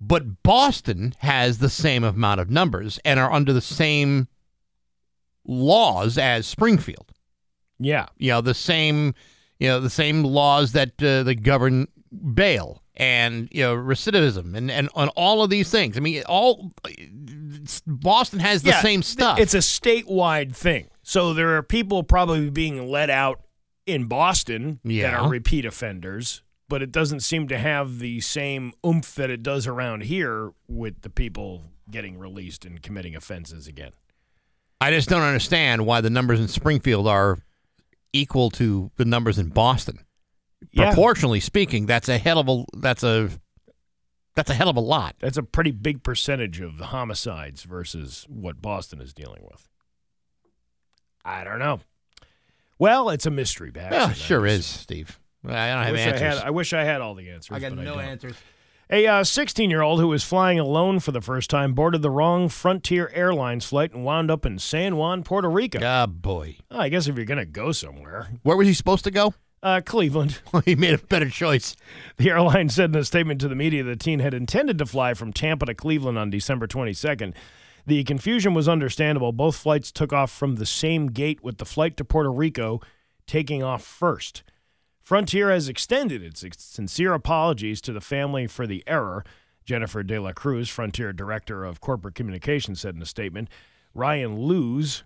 but Boston has the same amount of numbers and are under the same laws as Springfield.
Yeah,
You know, the same, you know, the same laws that uh, that govern bail and you know recidivism and and on all of these things. I mean, all Boston has the
Yeah,
same
th-
stuff.
It's a statewide thing. So there are people probably being let out in Boston that
Yeah.
are repeat offenders, but it doesn't seem to have the same oomph that it does around here with the people getting released and committing offenses again.
I just don't understand why the numbers in Springfield are equal to the numbers in Boston. Proportionally speaking, that's a hell of a that's a that's a hell of a lot.
That's a pretty big percentage of the homicides versus what Boston is dealing with. I don't know. Well, it's a mystery, Bax.
Yeah,
and I
sure
just-
is, Steve. I don't
I
have
wish I,
answers.
had, I wish I had all the answers. but don't.
answers.
A 16 year old who was flying alone for the first time boarded the wrong Frontier Airlines flight and wound up in San Juan, Puerto Rico.
Ah, boy.
Oh, I guess if you're going to go somewhere,
Where was he supposed to go? [laughs]
uh, Cleveland.
he made a better choice.
The airline said in a statement to the media the teen had intended to fly from Tampa to Cleveland on December 22nd. The confusion was understandable. Both flights took off from the same gate, with the flight to Puerto Rico taking off first. Frontier has extended its sincere apologies to the family for the error. Jennifer De La Cruz, Frontier Director of Corporate Communications, said in a statement. Ryan Luz,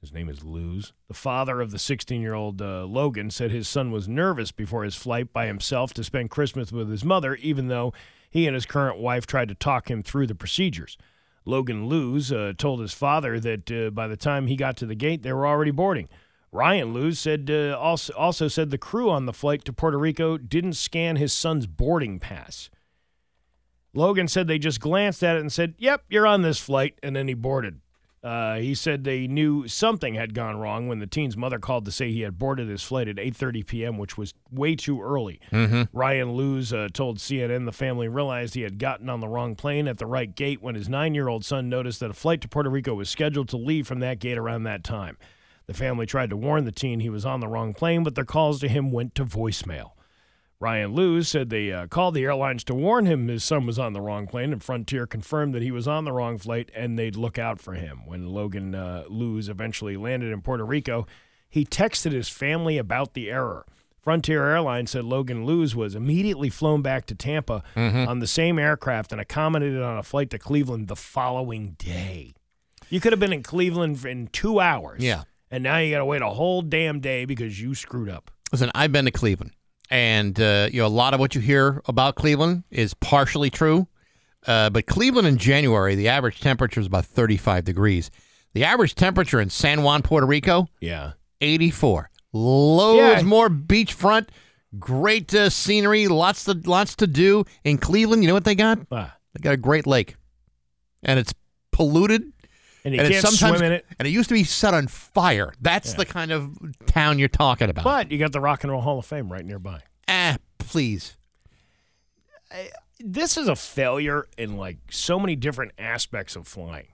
his name is Luz. The father of the 16 year old uh, Logan said his son was nervous before his flight by himself to spend Christmas with his mother, even though he and his current wife tried to talk him through the procedures. Logan Luz uh, told his father that uh, by the time he got to the gate, they were already boarding. Ryan Luz said uh, also, also said the crew on the flight to Puerto Rico didn't scan his son's boarding pass. Logan said they just glanced at it and said, "Yep, you're on this flight," and then he boarded. Uh, he said they knew something had gone wrong when the teen's mother called to say he had boarded his flight at 8:30 p.m., which was way too early. Ryan Luz uh, told CNN the family realized he had gotten on the wrong plane at the right gate when his nine-year-old son noticed that a flight to Puerto Rico was scheduled to leave from that gate around that time. The family tried to warn the teen he was on the wrong plane, but their calls to him went to voicemail. Ryan Lewis said they uh, called the airlines to warn him his son was on the wrong plane, and Frontier confirmed that he was on the wrong flight and they'd look out for him. When Logan uh, Lewis eventually landed in Puerto Rico, he texted his family about the error. Frontier Airlines said Logan Lewis was immediately flown back to Tampa on the same aircraft and accommodated on a flight to Cleveland the following day. You could have been in Cleveland in two hours.
Yeah.
And now you got to wait a whole damn day because you screwed up.
Listen, I've been to Cleveland, and uh, you know a lot of what you hear about Cleveland is partially true. Uh, but Cleveland in January, the average temperature is about 35 degrees. The average temperature in San Juan, Puerto Rico,
Yeah.
84. Loads
Yeah.
more beachfront, great uh, scenery, lots to lots to do in Cleveland. You know what they got?
Ah.
They got a great lake, and it's polluted.
and you
and
can't
it's sometimes,
swim in it.
And it used to be set on fire. That's the kind of town you're talking about.
But you got the Rock and Roll Hall of Fame right nearby.
ah, please.
This is a failure in like so many different aspects of flying.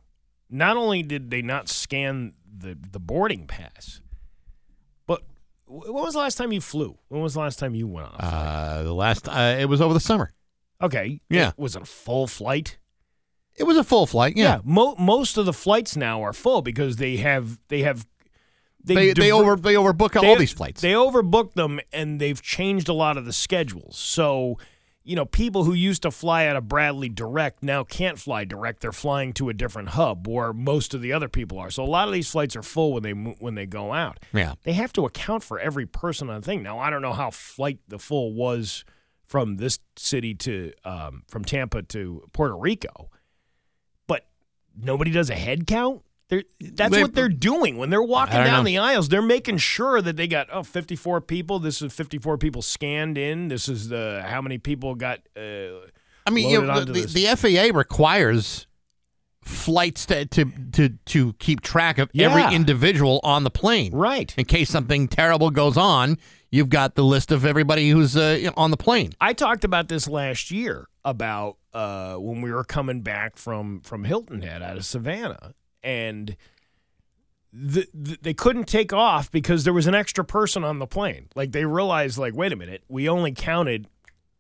Not only did they not scan the the boarding pass, but wh- when was the last time you flew? When was the last time you went on a flight?
Uh, the last uh, it was over the summer.
okay.
yeah.
It was it a full flight?
It was a full flight. Yeah,
mo- most of the flights now are full because they have they have
they they
diver-
over they overbook all
they-
these flights.
They overbooked them and they've changed a lot of the schedules. So, you know, people who used to fly out of Bradley direct now can't fly direct. They're flying to a different hub where most of the other people are. So a lot of these flights are full when they mo- when they go out.
yeah,
They have to account for every person on the thing. Now, I don't know how flight the full was from this city to um, from Tampa to Puerto Rico, but nobody does a head count. They're, that's
They-
what they're doing when they're walking
don't
down
know.
the aisles. They're making sure that they got oh 54 people. This is 54 people scanned in. This is the how many people got. Uh,
I mean, you
loaded
know,
onto
the,
this.
the FAA requires flights to, to to to keep track of
Yeah.
every individual on the plane.
right.
In case something terrible goes on, you've got the list of everybody who's uh, on the plane.
I talked about this last year about uh, when we were coming back from from Hilton Head out of Savannah, and the, the, they couldn't take off because there was an extra person on the plane. Like they realized, like, wait a minute, we only counted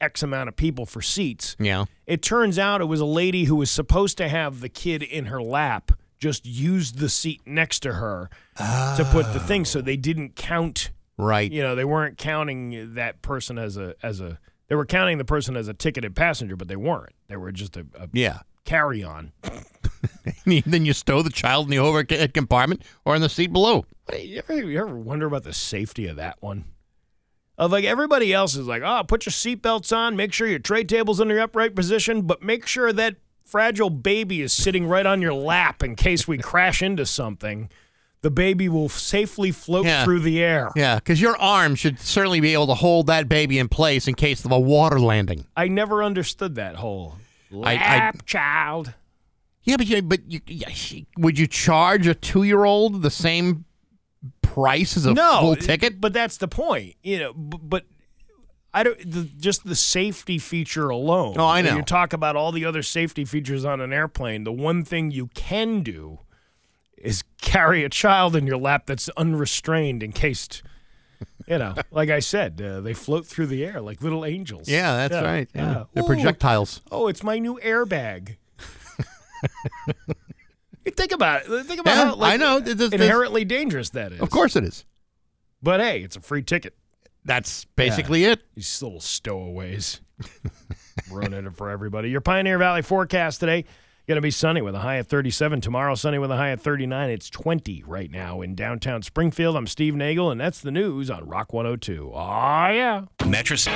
X amount of people for seats.
Yeah.
It turns out it was a lady who was supposed to have the kid in her lap just used the seat next to her to put the thing, so they didn't count
Right.
you know they weren't counting that person as a as a they were counting the person as a ticketed passenger but they weren't they were just a, a
Yeah.
carry-on
[laughs] then you stow the child in the overhead compartment or in the seat below.
Hey, you ever, you ever wonder about the safety of that one of like everybody else is like oh put your seatbelts on make sure your tray table's in the upright position but make sure that fragile baby is sitting right on your lap in case we crash into something the baby will safely float
Yeah.
through the air
Yeah, because your arm should certainly be able to hold that baby in place in case of a water landing.
i never understood that whole
I- I-
lap child
Yeah, but you, but you, yeah, she- would you charge a two-year-old the same price as a full
it-
ticket?
But that's the point, you know. b- But I don't the, just the safety feature alone.
Oh, I
When
know.
You talk about all the other safety features on an airplane. The one thing you can do is carry a child in your lap that's unrestrained, encased.
[laughs]
You know, like I said, uh, they float through the air like little angels.
yeah, that's right. Yeah. They're
Ooh.
projectiles.
Oh, it's my new
[laughs]
airbag. You Think about it. Think about
Yeah,
how like,
I know. This- this-
inherently dangerous that is.
Of course it is.
But hey, it's a free ticket.
That's basically it.
These little stowaways. [laughs] Ruining it for everybody. Your Pioneer Valley forecast today going to be sunny with a high of 37. Tomorrow, sunny with a high of 39. It's 20 right now in downtown Springfield. I'm Steve Nagel, and that's the news on Rock 102. Ah, yeah.
Mattress.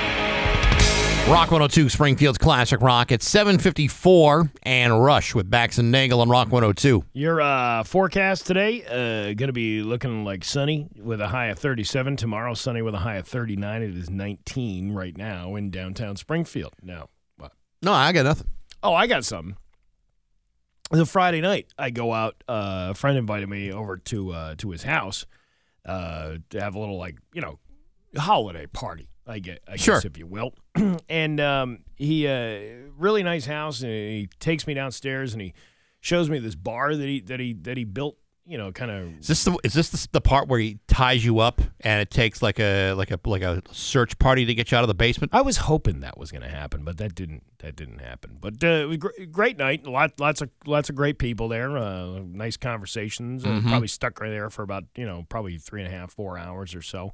Rock 102, Springfield's Classic Rock at 754 and Rush with Bax and Nagel on Rock 102.
Your uh, forecast today uh, going to be looking like sunny with a high of 37. Tomorrow, sunny with a high of 39. It is 19 right now in downtown Springfield. Now, what?
No, I got nothing.
Oh, I got something. The Friday night, I go out. Uh, a friend invited me over to uh, to his house uh, to have a little like you know holiday party. I get, I
Sure.
guess if you will. [clears throat] and um, he uh, really nice house, and he takes me downstairs and he shows me this bar that he that he that he built. You know, kind of
Is this the is this the, the part where he ties you up and it takes like a like a like a search party to get you out of the basement? Oh,
I was hoping that was going to happen, but that didn't. That didn't happen. But uh, it was gr- great night. Lot, lots of lots of great people there. Uh, nice conversations. Uh,
Mm-hmm.
probably stuck right there for about you know probably three and a half four hours or so.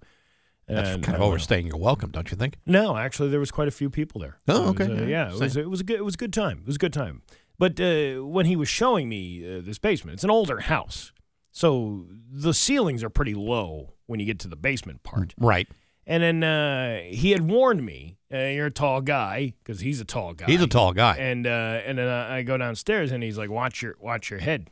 That's
And,
kind of
uh,
overstaying your welcome, don't you think?
No, actually, there was quite a few people there.
Oh,
It was,
okay.
uh,
Yeah,
yeah, it was, it was a good. It was a good time. It was a good time. But uh, when he was showing me uh, this basement, it's an older house, so the ceilings are pretty low when you get to the basement part.
Right.
And then uh, he had warned me, uh, "You're a tall guy," because he's a tall guy.
He's a tall guy.
And uh, and then I I go downstairs, and he's like, "Watch your watch your head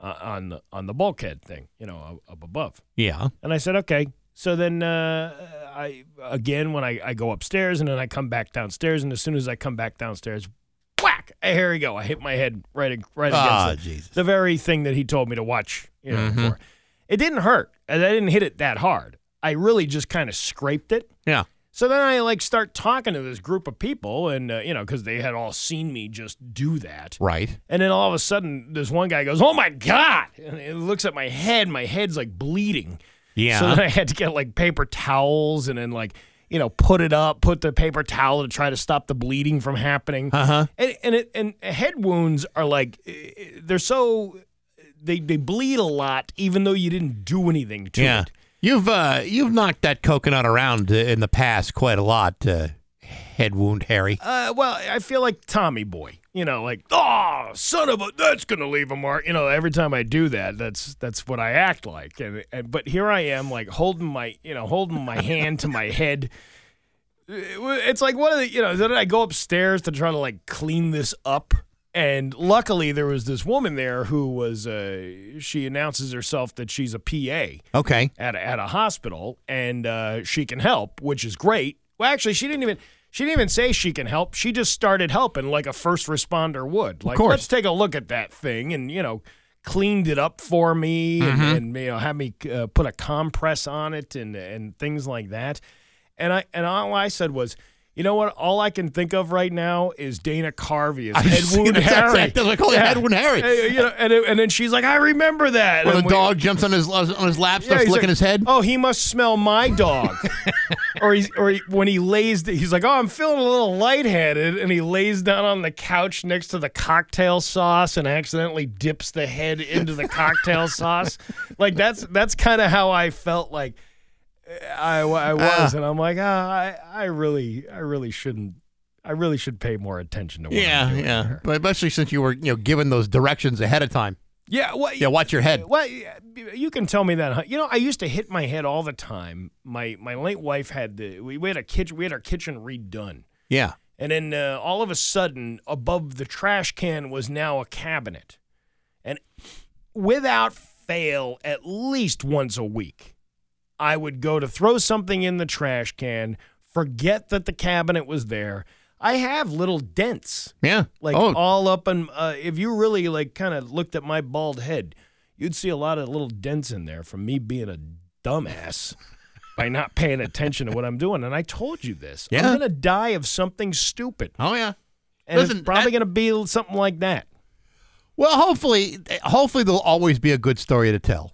uh, on the on the bulkhead thing, you know, up- up above."
yeah.
And I said, okay. So then uh, I again when I, I go upstairs and then I come back downstairs and as soon as I come back downstairs, whack! Here we go. I hit my head right ag- right against
Ah,
the,
Jesus. Mm-hmm.
the very thing that he told me to watch. You know, for. it didn't hurt. and I didn't hit it that hard. I really just kind of scraped it.
Yeah.
So then I like start talking to this group of people and uh, you know because they had all seen me just do that.
Right.
And then all of a sudden, this one guy goes, "Oh my god!" and it looks at my head. My head's like bleeding.
Yeah.
So then I had to get like paper towels and then like you know put it up, put the paper towel to try to stop the bleeding from happening. Uh
Uh-huh.
huh. And and, it, and head wounds are like eh, they're so they they bleed a lot, even though you didn't do anything to
yeah.
it.
[laughs] You've uh, you've knocked that coconut around uh, in the past quite a lot, uh, head wound Harry.
Uh, well, I feel like Tommy Boy. You know, like oh, son of a, that's gonna leave a mark. You know, every time I do that, that's that's what I act like. And, and but here I am, like holding my, you know, holding my hand to my head. It wa- It's like one of the, you know, then I go upstairs to try to like clean this up. And luckily, there was this woman there who was, uh, she announces herself that she's a PA
Okay.
at a, at a hospital and uh, she can help, which is great. Well, actually, she didn't even she didn't even say she can help. She just started helping like a first responder would. Like,
course.
let's take a look at that thing, and you know, cleaned it up for me,
Mm-hmm.
and, and you know, had me uh, put a compress on it, and and things like that. And I and all I said was. You know what? All I can think of right now is Dana Carvey
[laughs]
as
I
Head
see
Wound
that. That's
Harry.
it. They're like, "Oh, yeah, Head Wound Harry."
And, you know, and, it- and then she's like, "I remember that."
When
And
the
we-
dog jumps on his on his lap,
yeah,
starts
he's
licking
like,
his head.
Oh, he must smell
[laughs]
my dog. or he's or he, when he lays, he's like, oh, I'm feeling a little lightheaded, and he lays down on the couch next to the cocktail sauce and accidentally dips the head into the
[laughs]
cocktail sauce. Like that's that's kind of how I felt like I,
Ah.
I was, and I'm like, ah, I I really I really shouldn't. I really should pay more attention to what I'm
Yeah,
doing
yeah.
here.
But especially since you were you know given those directions ahead of time.
Yeah, well,
Yeah, watch your head.
Well, you can tell me that. huh? You know, I used to hit my head all the time. My my late wife had the we, we had a kitchen we had our kitchen redone,
Yeah.
and then uh, all of a sudden, above the trash can was now a cabinet, and without fail, at least once a week, I would go to throw something in the trash can, forget that the cabinet was there. I have little dents
Yeah.
like
oh,
all up and uh, if you really like kind of looked at my bald head you'd see a lot of little dents in there from me being a dumbass by not paying attention to what i'm doing and i told you this
Yeah.
i'm gonna die of something stupid
oh yeah.
and
Listen,
it's
I-
probably gonna be something like that
Well, hopefully, hopefully there'll always be a good story to tell.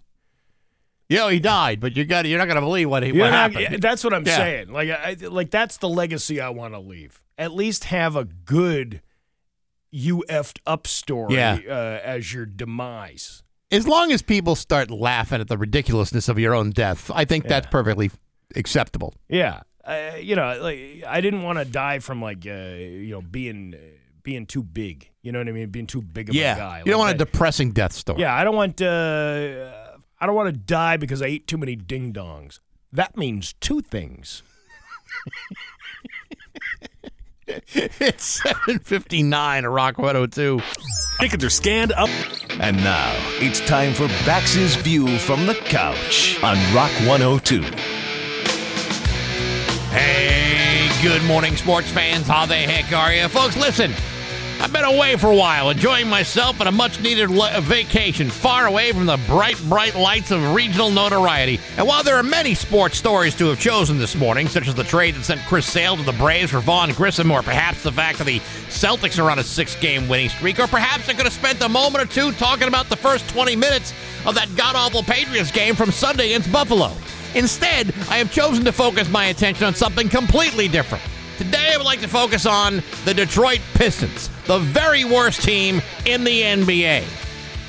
You know, he died, but you got you're not gonna believe what, he, what
You're not-
happened.
yeah, that's what i'm
Yeah.
saying like I, I- like that's the legacy i want to leave at least have a good you effed up story
Yeah.
uh, as your demise
as long as people start laughing at the ridiculousness of your own death, I think that's perfectly acceptable.
Yeah, uh, you know, like I didn't want to die from like uh, you know being uh, being too big. You know what I mean? Being too big of a guy.
you don't
Like,
want a
I-
depressing death story.
Yeah, I don't want. Uh, I don't want to die because I ate too many ding dongs. That means two things.
[laughs] it's seven fifty nine, Rock one hundred two.
Tickets are scanned up. And now it's time for Bax's View from the Couch on Rock 102.
Hey, good morning, sports fans. How the heck are you? Folks, listen, I've been away for a while, enjoying myself on a much needed le- vacation, far away from the bright, bright lights of regional notoriety. And while there are many sports stories to have chosen this morning, such as the trade that sent Chris Sale to the Braves for Vaughn Grissom, or perhaps the fact that the Celtics are on a six game winning streak, or perhaps I could have spent a moment or two talking about the first 20 minutes of that god awful Patriots game from Sunday against Buffalo. Instead, I have chosen to focus my attention on something completely different. Today, I would like to focus on the Detroit Pistons, the very worst team in the NBA.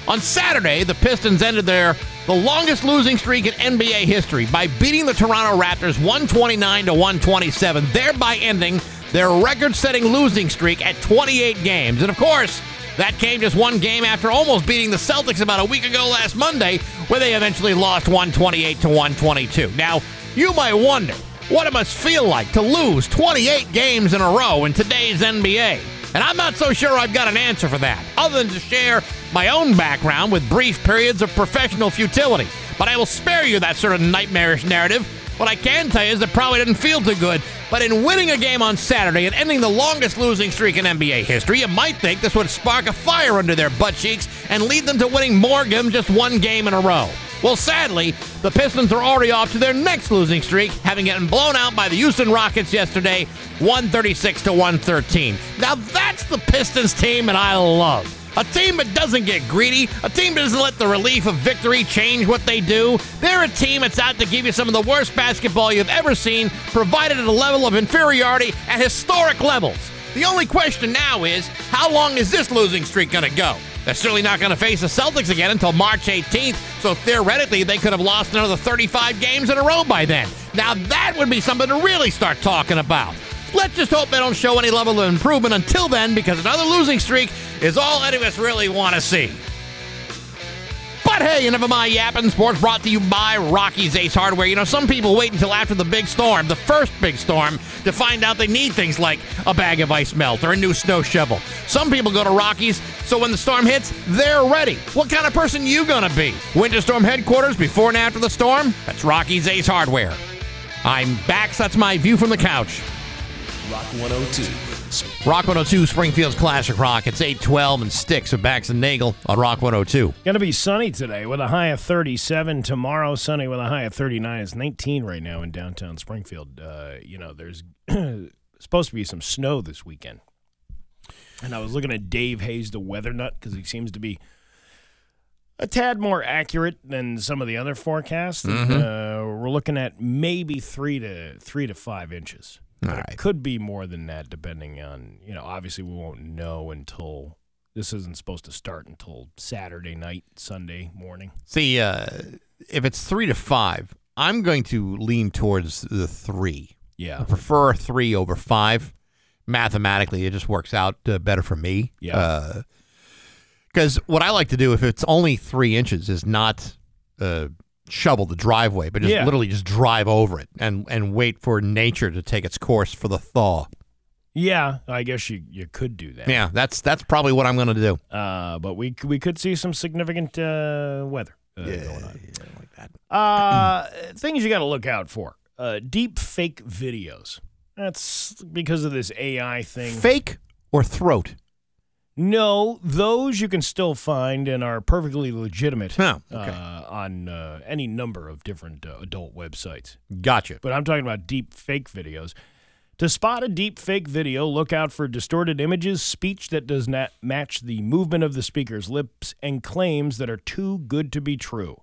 On Saturday, the Pistons ended their the longest losing streak in NBA history by beating the Toronto Raptors 129 to 127, thereby ending their record-setting losing streak at 28 games. And of course, that came just one game after almost beating the Celtics about a week ago last Monday, where they eventually lost 128 to 122. Now, you might wonder what it must feel like to lose 28 games in a row in today's NBA. And I'm not so sure I've got an answer for that, other than to share my own background with brief periods of professional futility. But I will spare you that sort of nightmarish narrative. What I can tell you is it probably didn't feel too good, but in winning a game on Saturday and ending the longest losing streak in NBA history, you might think this would spark a fire under their butt cheeks and lead them to winning more than just one game in a row. Well, sadly, the Pistons are already off to their next losing streak, having gotten blown out by the Houston Rockets yesterday, 136 to 113. Now that's the Pistons team, and I love. A team that doesn't get greedy, a team that doesn't let the relief of victory change what they do. They're a team that's out to give you some of the worst basketball you've ever seen, provided at a level of inferiority at historic levels. The only question now is how long is this losing streak going to go? They're certainly not going to face the Celtics again until March 18th, so theoretically they could have lost another 35 games in a row by then. Now that would be something to really start talking about. Let's just hope they don't show any level of improvement until then because another losing streak is all any of us really want to see. But hey, you never mind yapping. Sports brought to you by Rocky's Ace Hardware. You know, some people wait until after the big storm, the first big storm, to find out they need things like a bag of ice melt or a new snow shovel. Some people go to Rocky's so when the storm hits, they're ready. What kind of person you gonna be? Winter storm headquarters before and after the storm? That's Rocky's Ace Hardware. I'm back. So that's my view from the couch.
Rock 102.
Rock 102, Springfield's Classic Rock. It's 812 and Sticks of Bax and Nagel on Rock 102.
Going to be sunny today with a high of 37. Tomorrow, sunny with a high of 39. It's 19 right now in downtown Springfield. Uh, you know, there's [clears throat] supposed to be some snow this weekend. And I was looking at Dave Hayes, the weather nut, because he seems to be a tad more accurate than some of the other forecasts. And, uh, we're looking at maybe three to three to five inches. But It could be more than that, depending on you know. Obviously, we won't know until this isn't supposed to start until Saturday night, Sunday morning.
See, uh, if it's three to five, I'm going to lean towards the three. I
Yeah,
prefer three over five. Mathematically, it just works out uh, better for me.
Yeah.
Because what I like to do, if it's only three inches, is not uh, shovel the driveway, but just
Yeah.
literally just drive over it and, and wait for nature to take its course for the thaw.
yeah. I guess you you could do that.
Yeah, that's that's probably what I'm going to do.
Uh, but we c- we could see some significant uh, weather uh, going on.
like that.
Uh, things you got to look out for: uh, deep fake videos. That's because of this AI thing.
Fake or throat?
No, those you can still find and are perfectly legitimate
No.
uh, on uh, any number of different uh, adult websites.
Gotcha.
But I'm talking about deep fake videos. To spot a deep fake video, look out for distorted images, speech that does not match the movement of the speaker's lips, and claims that are too good to be true.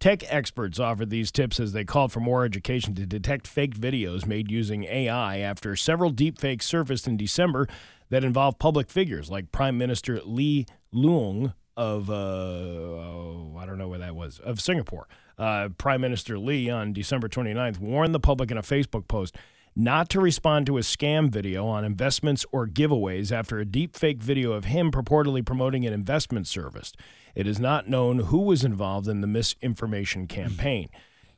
Tech experts offered these tips as they called for more education to detect fake videos made using AI after several deepfakes surfaced in December that involved public figures like Prime Minister Lee Leung of, uh, oh, I don't know where that was, of Singapore. Uh, Prime Minister Lee on December 29th warned the public in a Facebook post not to respond to a scam video on investments or giveaways after a deepfake video of him purportedly promoting an investment service. It is not known who was involved in the misinformation campaign.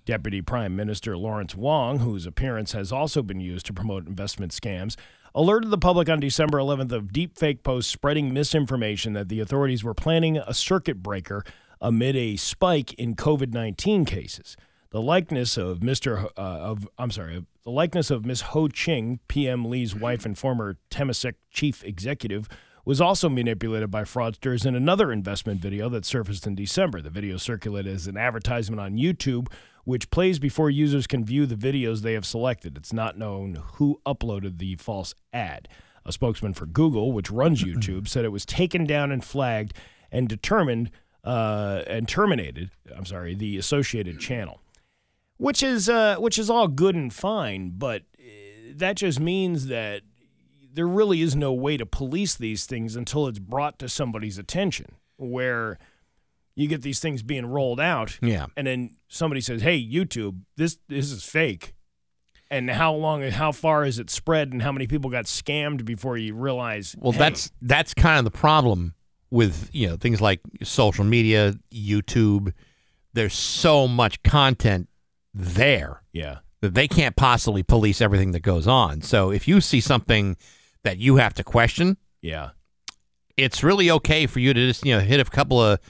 Deputy Prime Minister Lawrence Wong, whose appearance has also been used to promote investment scams, alerted the public on December 11th of deepfake posts spreading misinformation that the authorities were planning a circuit breaker amid a spike in COVID 19 cases. The likeness of Mr. Ho- Uh, of I'm sorry, of- the likeness of Miss Ho Ching, PM Lee's wife and former Temasek chief executive, was also manipulated by fraudsters in another investment video that surfaced in December. The video circulated as an advertisement on YouTube, which plays before users can view the videos they have selected. It's not known who uploaded the false ad. A spokesman for Google, which runs YouTube, said it was taken down and flagged and determined uh, and terminated. I'm sorry, the associated channel, which is uh, which is all good and fine, but uh, that just means that there really is no way to police these things until it's brought to somebody's attention, where you get these things being rolled out,
Yeah.
and then somebody says, "Hey, YouTube, this this is fake." And how long and how far is it spread, and how many people got scammed before you realize?
Well,
"Hey,
that's that's kind of the problem with you know things like social media, YouTube. There's so much content there
yeah,
that they can't possibly police everything that goes on. So if you see something that you have to question,
yeah,
it's really okay for you to just you know hit a couple of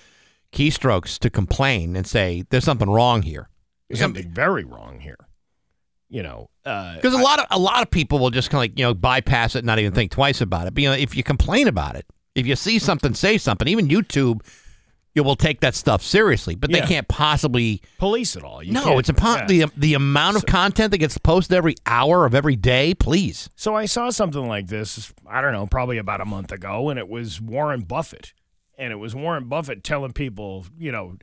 keystrokes to complain and say there's something wrong here.
there's something very wrong here. You know, uh,
Because a lot of a lot of people will just kind of like you know bypass it, and not even think twice about it. But you know, if you complain about it, if you see something, say something. Even YouTube, you will take that stuff seriously. But they
Yeah.
can't possibly.
police it all. You
no,
can't-
it's upon
yeah.
the the amount of content that gets posted every hour of every day. Please,
So I saw something like this, I don't know, probably about a month ago, and it was Warren Buffett. and it was Warren Buffett telling people, you know,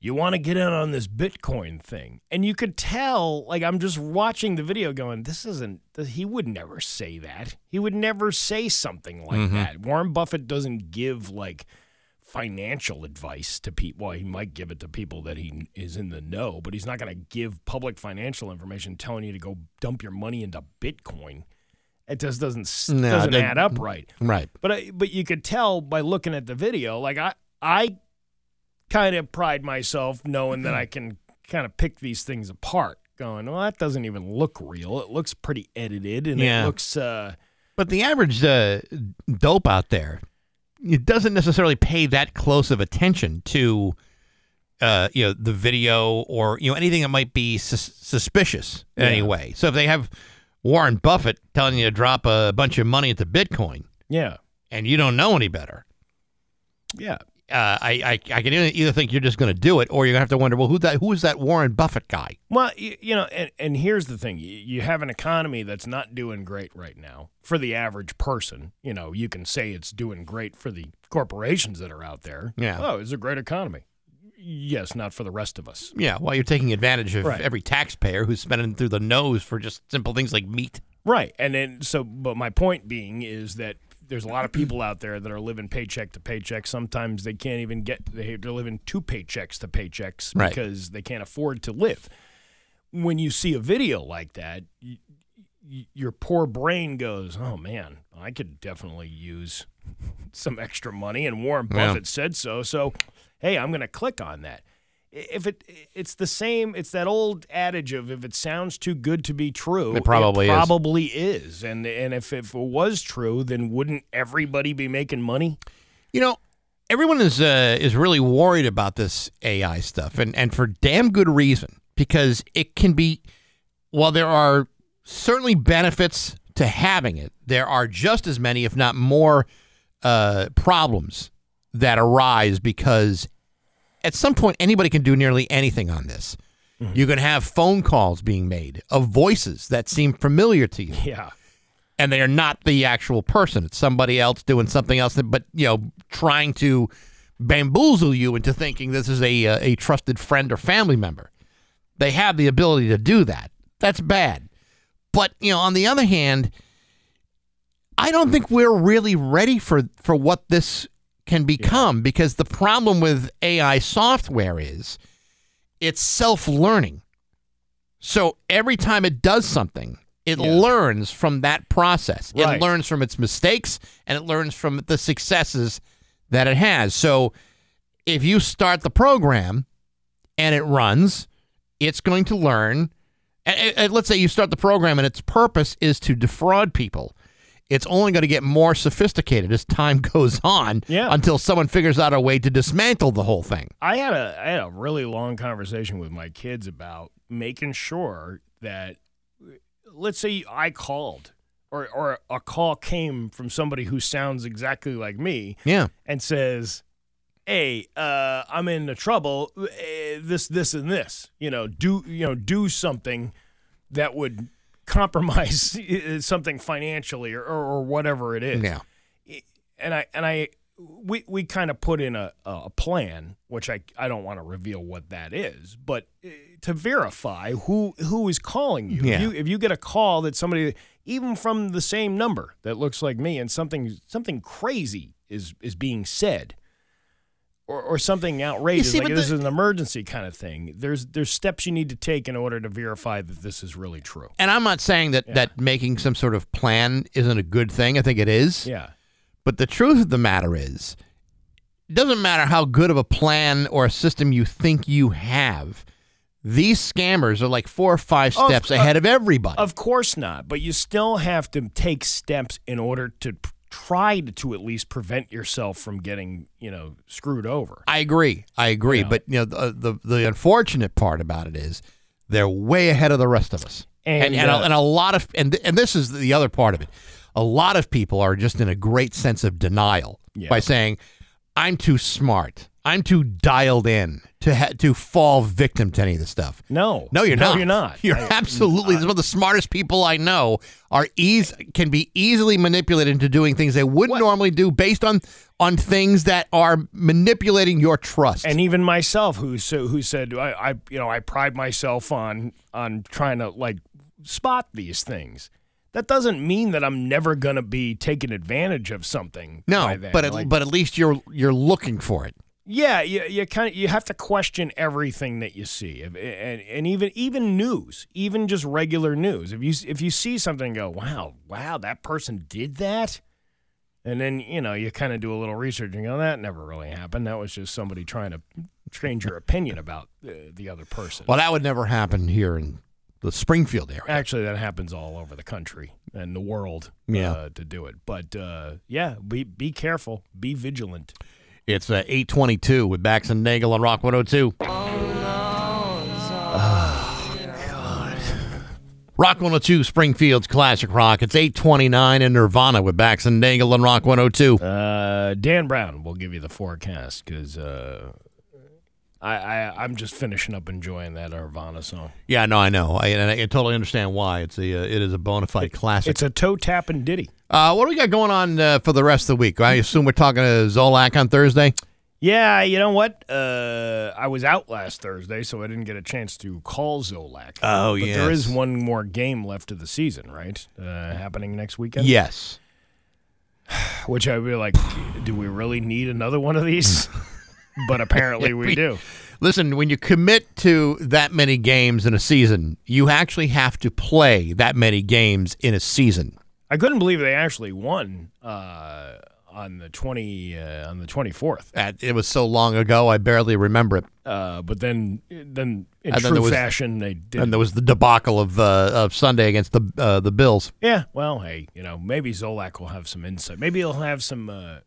you want to get in on this Bitcoin thing. And you could tell, like, I'm just watching the video going, this isn't, th- he would never say that. He would never say something like that. Warren Buffett doesn't give, like, financial advice to people. Well, he might give it to people that he is in the know, but he's not going to give public financial information telling you to go dump your money into Bitcoin. It just doesn't, s
No, it
doesn't
doesn't-
add up right.
Right.
But I, but you could tell by looking at the video, like I I kind of pride myself knowing that I can kind of pick these things apart. Going, well, that doesn't even look real. It looks pretty edited, and
Yeah.
it looks uh,
But the average uh, dope out there, it doesn't necessarily pay that close of attention to, uh, you know, the video or you know anything that might be sus- suspicious in any
Yeah.
way. So if they have Warren Buffett telling you to drop a bunch of money into Bitcoin
yeah,
and you don't know any better,
yeah,
uh, I, I I can either either think you're just going to do it or you're going to have to wonder, well, who that who is that Warren Buffett guy?
Well, you, you know, and, and here's the thing: you, you have an economy that's not doing great right now for the average person. You know, you can say it's doing great for the corporations that are out there.
Yeah.
Oh, it's a great economy. Yes, not for the rest of us.
Yeah, well, you're taking advantage of
Right.
every taxpayer who's spending through the nose for just simple things like meat.
Right. And then so but my point being is that there's a lot of people out there that are living paycheck to paycheck. Sometimes they can't even get they- they're living two paychecks to paychecks
Right.
because they can't afford to live. When you see a video like that, y y your poor brain goes, "Oh man, I could definitely use some extra money." And Warren
Yeah.
Buffett said so, so hey, I'm going to click on that if it it's the same it's that old adage of if it sounds too good to be true
It probably is.
probably is. and and if, if it was true then wouldn't everybody be making money
You know, everyone is uh, is really worried about this AI stuff, and and for damn good reason because it can be. While there are certainly benefits to having it, there are just as many, if not more, uh, problems that arise because at some point anybody can do nearly anything on this. You can have phone calls being made of voices that seem familiar to you
yeah
and they are not the actual person. It's somebody else doing something else, but you know, trying to bamboozle you into thinking this is a uh, a trusted friend or family member. They have the ability to do that. That's bad. But you know, on the other hand, I don't think we're really ready for for what this can become because the problem with AI software is it's self-learning. So every time it does something, it learns from that process.
Right.
It learns from its mistakes and it learns from the successes that it has. So if you start the program and it runs, it's going to learn. And, and- and let's say you start the program and its purpose is to defraud people. It's only going to get more sophisticated as time [laughs] goes on
Yeah.
until someone figures out a way to dismantle the whole thing.
I had a I had a really long conversation with my kids about making sure that let's say I called or or a call came from somebody who sounds exactly like me
Yeah.
and says, "Hey, uh, I'm in the trouble. Uh, this, this, and this. You know, do you know do something that would compromise [laughs] something financially or, or, or whatever it is."
Yeah.
and I and I we we kind of put in a, a plan, which I I don't want to reveal what that is, but eh, to verify who who is calling you.
Yeah.
If you if you get a call that somebody even from the same number that looks like me and something something crazy is is being said. Or, or something outrageous
see,
like
but
this
the-
is an emergency kind of thing. There's there's steps you need to take in order to verify that this is really true.
And I'm not saying that, that making some sort of plan isn't a good thing. I think it is.
Yeah.
But the truth of the matter is, it doesn't matter how good of a plan or a system you think you have, these scammers are like four or five
Of-
steps ahead of everybody.
Oh, uh, Of course not, but you still have to take steps in order to p- try to, to at least prevent yourself from getting, you know, screwed over.
I agree. I agree. But you know, the, uh, the the unfortunate part about it is they're way ahead of the rest of us,
And,
and and,
uh,
a, and a lot of and and this is the other part of it. A lot of people are just in a great sense of denial
Yeah.
by saying, "I'm too smart. I'm too dialed in to ha- to fall victim to any of this stuff.
No.
No, you're
No,
not.
you're not.
[laughs] You're
I-
absolutely one of the smartest people I know. Are ease can be easily manipulated into doing things they wouldn't normally do based on on things that are manipulating your trust.
and even myself who so who said I, I you know I pride myself on on trying to like spot these things. That doesn't mean that I'm never gonna be taken advantage of something. by
no,
them.
but at,
Like,
but at least you're you're looking for it.
yeah, you, you kind of you have to question everything that you see, If- and and even even news, even just regular news. If you if you see something, and go wow wow that person did that, and then you know you kind of do a little research and go that never really happened. That was just somebody trying to change your opinion about uh, the other person.
Well, that would never happen here in the Springfield area.
Actually, that happens all over the country and the world
Yeah.
uh, to do it. But uh, yeah, be be careful, be vigilant.
It's uh, 822 with Bax and Nagel on Rock 102. Oh, God. [sighs] Rock 102, Springfield's Classic Rock. It's 829 in Nirvana with Bax and Nagel on Rock 102.
Uh, Dan Brown will give you the forecast because uh, I, I I'm just finishing up enjoying that Nirvana song.
Yeah, no, I know. I, and I, I totally understand why. It's a, uh, it is a bona fide classic.
It's a toe tap and ditty.
Uh, what do we got going on uh, for the rest of the week? I assume we're talking to Zolak on Thursday.
Yeah, you know what? Uh, I was out last Thursday, so I didn't get a chance to call Zolak.
Oh,
but there
yes.
is one more game left of the season, right? Uh, happening next weekend.
Yes.
Which I'd be like, do we really need another one of these? [laughs] but apparently Mm. we do.
Listen, when you commit to that many games in a season, you actually have to play that many games in a season.
I couldn't believe they actually won uh, on the twenty uh, on the twenty fourth.
That- it was so long ago, I barely remember it.
Uh, but then, then in
And then
true
there was-
fashion, they did.
And there was the debacle of uh, of Sunday against the uh, the Bills. [laughs]
yeah. Well, hey, you know, maybe Zolak will have some insight. Maybe he'll have some. Uh,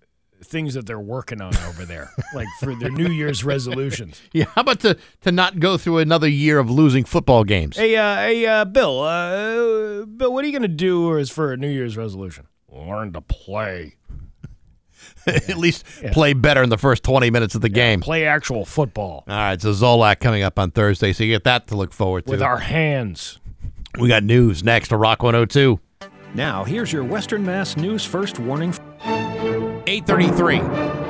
Things that they're working on over
[laughs]
there, like for their New Year's resolutions.
Yeah, how about to to not go through another year of losing football games?
Hey, uh, hey, uh, Bill, uh, Bill, what are you going to do as for a New Year's resolution? Learn to play.
[laughs] At least play better in the first twenty minutes of the game.
play actual football
All right, so Zolak coming up on Thursday, so you get that to look forward to.
with our hands.
we got news next to Rock 102.
Now, here's your Western Mass News First Warning
833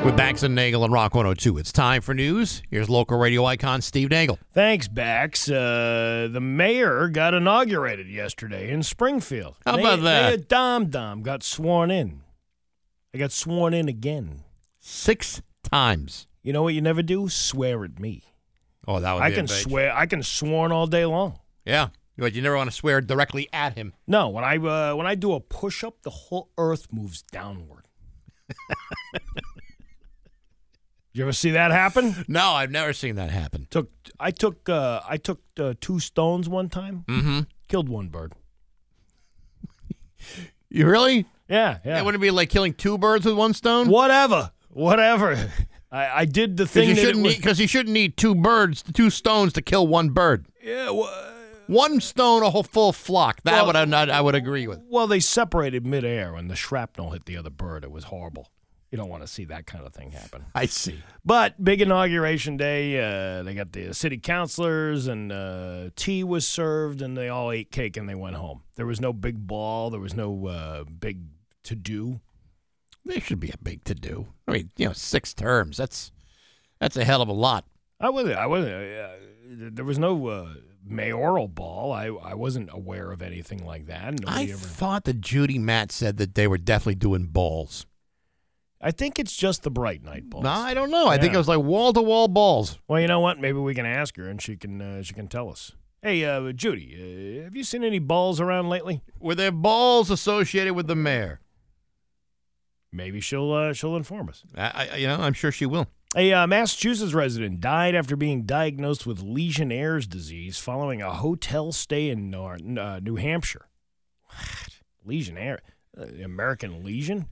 with Bax and Nagel on Rock 102. It's time for news. Here's local radio icon Steve Nagel.
Thanks, Bax. Uh, the mayor got inaugurated yesterday in Springfield.
How
Mayor-
about that?
Mayor Dom Dom got sworn in. I got sworn in again.
Six times.
You know what you never do? Swear at me.
Oh, that would
I
be a
can
bitch.
swear. I can sworn all day long.
Yeah, but you never want to swear directly at him.
No, when I uh, when I do a push up, the whole earth moves downward. [laughs] you ever see that happen?
No, I've never seen that happen.
Took I took uh, I took uh, two stones one time. Mm-hmm. Killed one bird.
You really?
Yeah,
Yeah.
yeah.
It wouldn't be like killing two birds with one stone.
whatever, whatever. I, I did the
Because
thing
you
that it
shouldn't
was-
need. Because you shouldn't need two birds, two stones to kill one bird.
yeah, well,
One stone, a whole full flock. That
Well-
would I not. I would agree with.
well, they separated midair and the shrapnel hit the other bird. It was horrible. You don't want to see that kind of thing happen.
I see.
But big inauguration day, uh, they got the city councilors and uh, tea was served, and they all ate cake and they went home. There was no big ball. There was no uh, big to do.
There should be a big to do. I mean, you know, six terms. That's that's a hell of a lot.
I wasn't. I wasn't. Uh, there was no uh, mayoral ball. I, I wasn't aware of anything like that. Nobody
I
ever.
thought that Judy Matt said that they were definitely doing balls.
I think it's just the bright night balls.
No, I don't know. I think it
Yeah.
was like wall to wall balls.
Well, you know what? Maybe we can ask her, and she can uh, she can tell us. Hey, uh, Judy, uh, have you seen any balls around lately?
Were there balls associated with the mayor?
Maybe she'll uh, she'll inform us.
I, I, you know, I'm sure she will.
A uh, Massachusetts resident died after being diagnosed with Legionnaires' disease following a hotel stay in Nor- uh, New Hampshire. What? Legionnaire, uh, American Legion.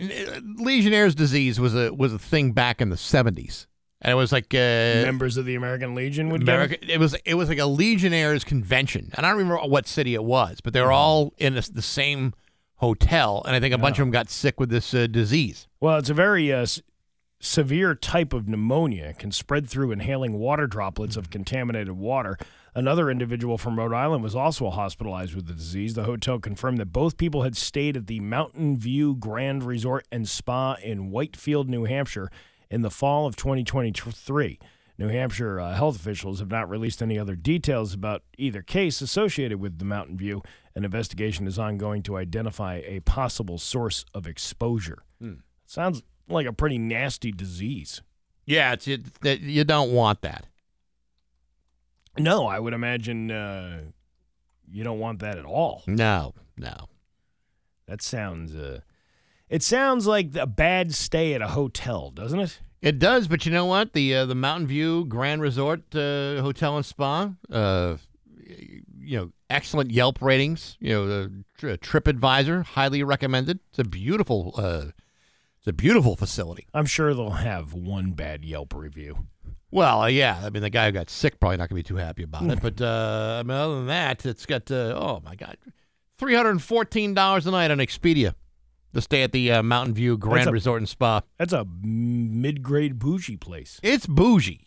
Legionnaires' disease was a was a thing back in the 70s, and it was like uh,
Members of the American Legion would get
America. It was it was like a Legionnaires convention, and I don't remember what city it was, but they were all in this, the same hotel, and I think a bunch of them got sick with this uh, disease.
Well, it's a very uh, s- severe type of pneumonia can spread through inhaling water droplets of contaminated water. Another individual from Rhode Island was also hospitalized with the disease. The hotel confirmed that both people had stayed at the Mountain View Grand Resort and Spa in Whitefield, New Hampshire, in the fall of 2023. New Hampshire uh, health officials have not released any other details about either case associated with the Mountain View. An investigation is ongoing to identify a possible source of exposure. Sounds like a pretty nasty disease.
Yeah, it's, it, that you don't want that.
No, I would imagine uh, you don't want that at all.
No, no.
That sounds. Uh, it sounds like a bad stay at a hotel, doesn't it?
It does, but you know what? The uh, the Mountain View Grand Resort uh, Hotel and Spa, uh, you know, excellent Yelp ratings. You know, the tri- TripAdvisor highly recommended. It's a beautiful, uh, it's a beautiful facility.
I'm sure they'll have one bad Yelp review.
Well, uh, yeah, I mean, the guy who got sick probably not going to be too happy about it. But uh, I mean, other than that, it's got uh, oh my god, three hundred and fourteen dollars a night on Expedia to stay at the uh, Mountain View Grand
That's a-
Resort and Spa.
That's a mid-grade bougie place.
It's bougie.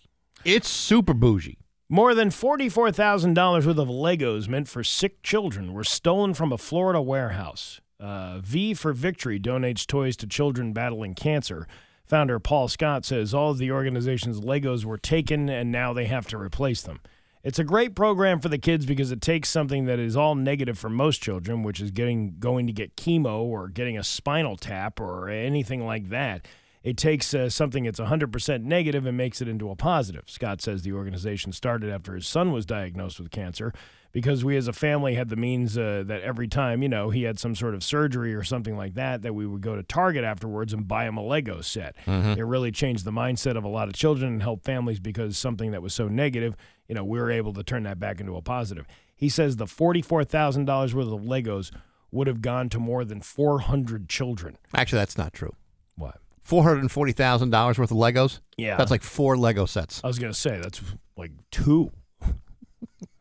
It's super bougie.
More than $44,000 worth of Legos meant for sick children were stolen from a Florida warehouse. Uh, v for Victory donates toys to children battling cancer. Founder Paul Scott says all of the organization's Legos were taken and now they have to replace them. It's a great program for the kids because it takes something that is all negative for most children, which is getting going to get chemo or getting a spinal tap or anything like that. It takes uh, something that's 100% negative and makes it into a positive. Scott says the organization started after his son was diagnosed with cancer because we as a family had the means uh, that every time, you know, he had some sort of surgery or something like that, that we would go to Target afterwards and buy him a Lego set. It really changed the mindset of a lot of children and helped families because something that was so negative, you know, we were able to turn that back into a positive. He says the $44,000 worth of Legos would have gone to more than 400 children.
Actually, that's not true.
What?
Four hundred and forty thousand dollars worth of Legos.
Yeah.
that's like four Lego sets.
I was gonna say that's like two. [laughs] I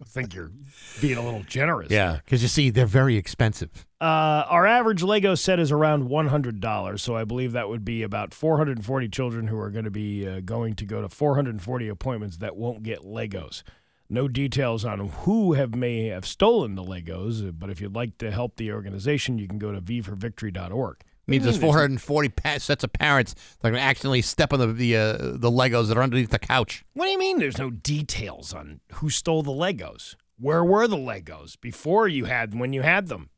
think you're being a little generous.
Yeah, because you see, they're very expensive.
Uh, our average Lego set is around one hundred dollars, so I believe that would be about four hundred and forty children who are going to be uh, going to go to four hundred and forty appointments that won't get Legos. No details on who have may have stolen the Legos, but if you'd like to help the organization, you can go to vforvictory.org.
means there's 440 pa- sets of parents that are going to accidentally step on the the, uh, the Legos that are underneath the couch.
What do you mean there's no details on who stole the Legos? Where were the Legos before you had when you had them?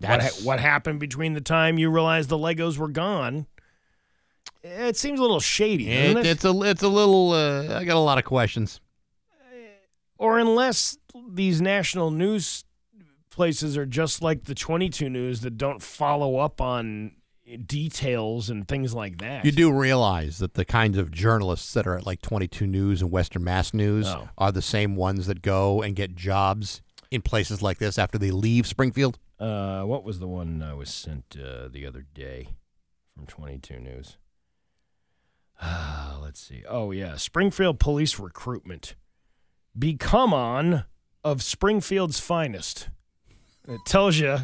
What, ha-
That's-
what happened between the time you realized the Legos were gone? It seems a little shady,
It,
doesn't it?
it's a it's a little. Uh, I got a lot of questions.
or unless these national news places are just like the 22 News that don't follow up on details and things like that.
You do realize that the kinds of journalists that are at like 22 News and Western Mass News
Oh.
are the same ones that go and get jobs in places like this after they leave Springfield.
Uh, what was the one I was sent uh, the other day from 22 News? Uh, let's see. Oh, yeah. Springfield Police Recruitment. Become on of Springfield's finest. It tells you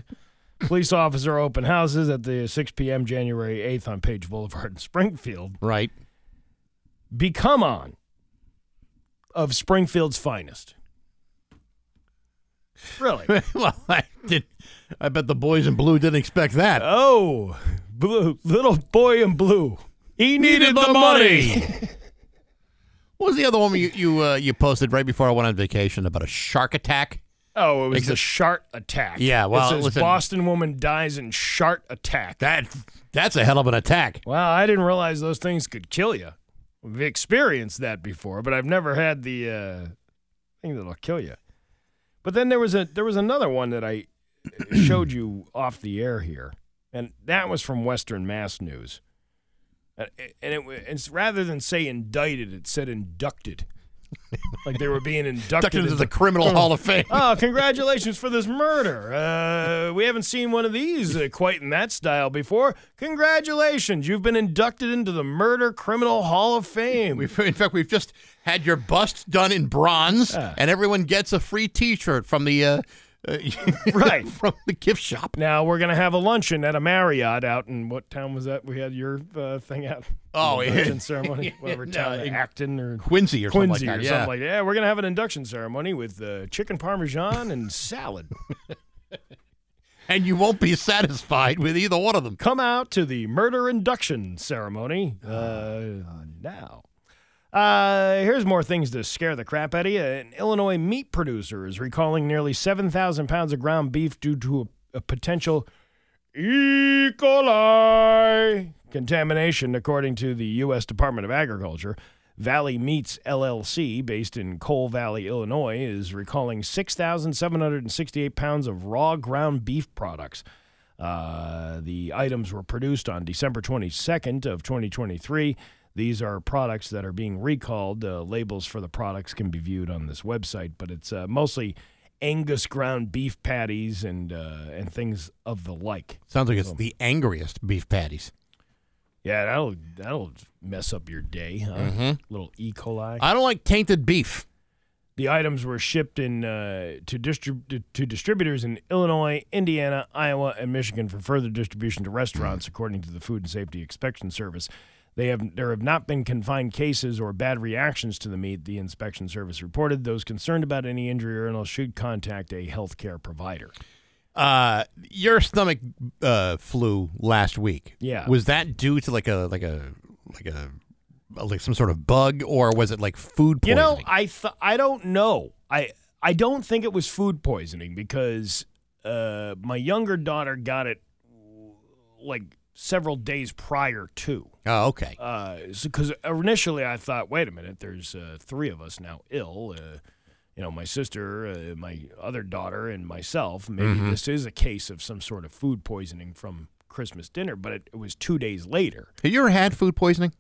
police officer open houses at the 6 p.m. January 8th on Page Boulevard in Springfield.
Right.
Become on of Springfield's finest. Really?
[laughs] well, I did. I bet the boys in blue didn't expect that.
Oh, blue little boy in blue. He needed, the, money.
What was the other one you you, uh, you posted right before I went on vacation about a shark attack?
[laughs] oh, it was
Except-
the shark attack.
Yeah, well,
it says
listen-
Boston woman dies in shark attack.
That that's a hell of an attack.
wow, I didn't realize those things could kill you. We've experienced that before, but I've never had the uh, thing that'll kill you. But then there was a there was another one that I [coughs] showed you off the air here, and that was from Western Mass News. And and it, wa- it's rather than say indicted, it said inducted, [laughs] like they were being inducted,
Inducted into the Criminal Hall of
[laughs]
Fame.
Oh, congratulations for this murder! Uh, we haven't seen one of these uh, quite in that style before. Congratulations, you've been inducted into the Murder Criminal Hall of Fame.
We've, in fact, we've just had your bust done in bronze, and everyone gets a free T-shirt from the uh, uh, [laughs]
Right.
from the gift shop.
Now we're gonna have a luncheon at a Marriott out in what town was that? We had your uh, thing out.
Oh, yeah. [laughs]
induction ceremony, whatever
No,
town,
in
Acton or
Quincy or something like
Quincy
that,
or
yeah.
something like that. Yeah, we're gonna have an induction ceremony with uh, chicken parmesan and salad.
And you won't be satisfied with either one of them.
Come out to the murder induction ceremony uh, now. Uh, here's more things to scare the crap out of you. An Illinois meat producer is recalling nearly 7,000 pounds of ground beef due to a, a potential E. coli contamination, according to the U.S. Department of Agriculture. Valley Meats LLC, based in Coal Valley, Illinois, is recalling 6,768 pounds of raw ground beef products. Uh, the items were produced on December 22nd of 2023. These are products that are being recalled. Uh, labels for the products can be viewed on this website, but it's uh, mostly Angus ground beef patties and uh, and things of the like.
Sounds like it's the angriest beef patties.
Yeah, that'll that'll mess up your day. Huh? Little E. coli.
I don't like tainted beef.
The items were shipped in uh, to distrib- to distributors in Illinois, Indiana, Iowa, and Michigan for further distribution to restaurants, according to the Food and Safety Inspection Service. They have there have not been confined cases or bad reactions to the meat. The inspection service reported those concerned about any injury or illness should contact a healthcare provider.
Uh, your stomach uh, flu last week.
Yeah.
Was that due to like a like a like a like some sort of bug or was it like food
You
poisoning?
know, I th- I don't know. I I don't think it was food poisoning because uh, my younger daughter got it like several days prior to.
oh,
uh,
okay.
because initially I thought, wait a minute, there's uh, three of us now ill. Uh, you know, my sister, uh, my other daughter, and myself. Maybe
Mm-hmm.
this is a case of some sort of food poisoning from Christmas dinner, but it, it was two days later.
Have you ever had food poisoning?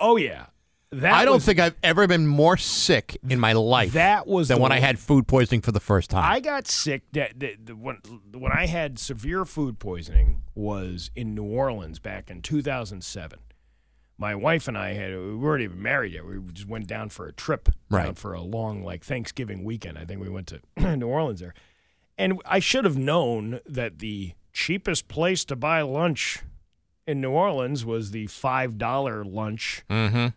Oh yeah, that
I don't
was-
think I've ever been more sick in my life
that was
than
the
when I
one-
had food poisoning for the first time.
I got sick. That, that, the, when when I had severe food poisoning was in New Orleans back in 2007. My wife and I had we weren't even married yet. We just went down for a trip, down
Right.
for a long like Thanksgiving weekend. I think we went to [clears throat] New Orleans there, and I should have known that the cheapest place to buy lunch in New Orleans was the five dollar lunch uh,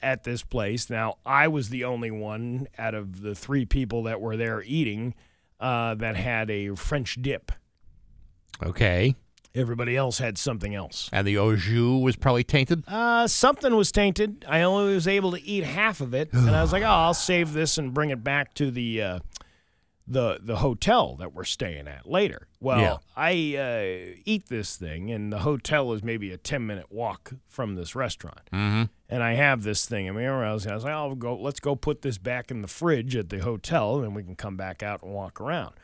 at this place. Now, I was the only one out of the three people that were there eating uh, that had a French dip.
okay.
Everybody else had something else.
And the au jus was probably tainted.
Uh, something was tainted. I only was able to eat half of it, and I was like, "Oh, I'll save this and bring it back to the uh, the the hotel that we're staying at later." Well,
Yeah.
I uh, eat this thing, and the hotel is maybe a ten minute walk from this restaurant. and I have this thing in my warehouse. And I was like, "I'll go. Let's go put this back in the fridge at the hotel, and we can come back out and walk around."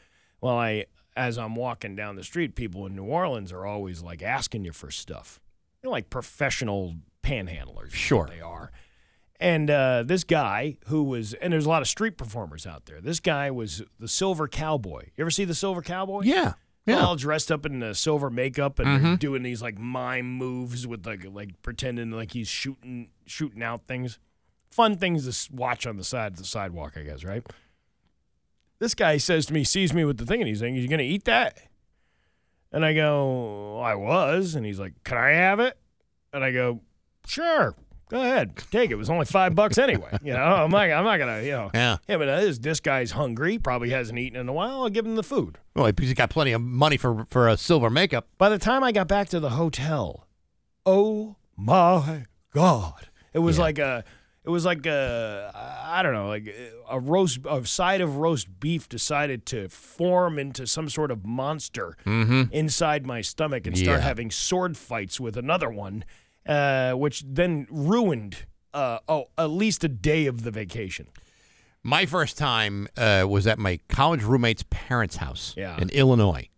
Well, I as I'm walking down the street, people in New Orleans are always like asking you for stuff. They're like professional panhandlers. is
Sure.
what they are. And uh, this guy who was, and there's a lot of street performers out there. This guy was the Silver Cowboy. You ever see the Silver Cowboy?
Yeah. Yeah. Mm-hmm.
all dressed up in the silver makeup and doing these like mime moves with like like pretending like he's shooting shooting out things. Fun things to s- watch on the side of the sidewalk, I guess, right? This guy says to me, sees me with the thing, and he's like, "You gonna eat that?" And I go, "I was," and he's like, "Can I have it?" And I go, "Sure." Go ahead, take it. It was only five bucks anyway. You know, I'm not, I'm not gonna, you know.
Yeah.
Yeah, but this this guy's hungry. Probably hasn't eaten in a while. I'll give him the food.
Well, because he got plenty of money for for a silver makeup.
By the time I got back to the hotel, oh my god, it was like a, it was like a, I don't know, like a roast, a side of roast beef decided to form into some sort of monster inside my stomach and start
Mm-hmm. Yeah.
having sword fights with another one, uh, which then ruined. Uh, oh, at least a day of the vacation.
My first time uh, was at my college roommate's parents' house
Yeah.
in Illinois,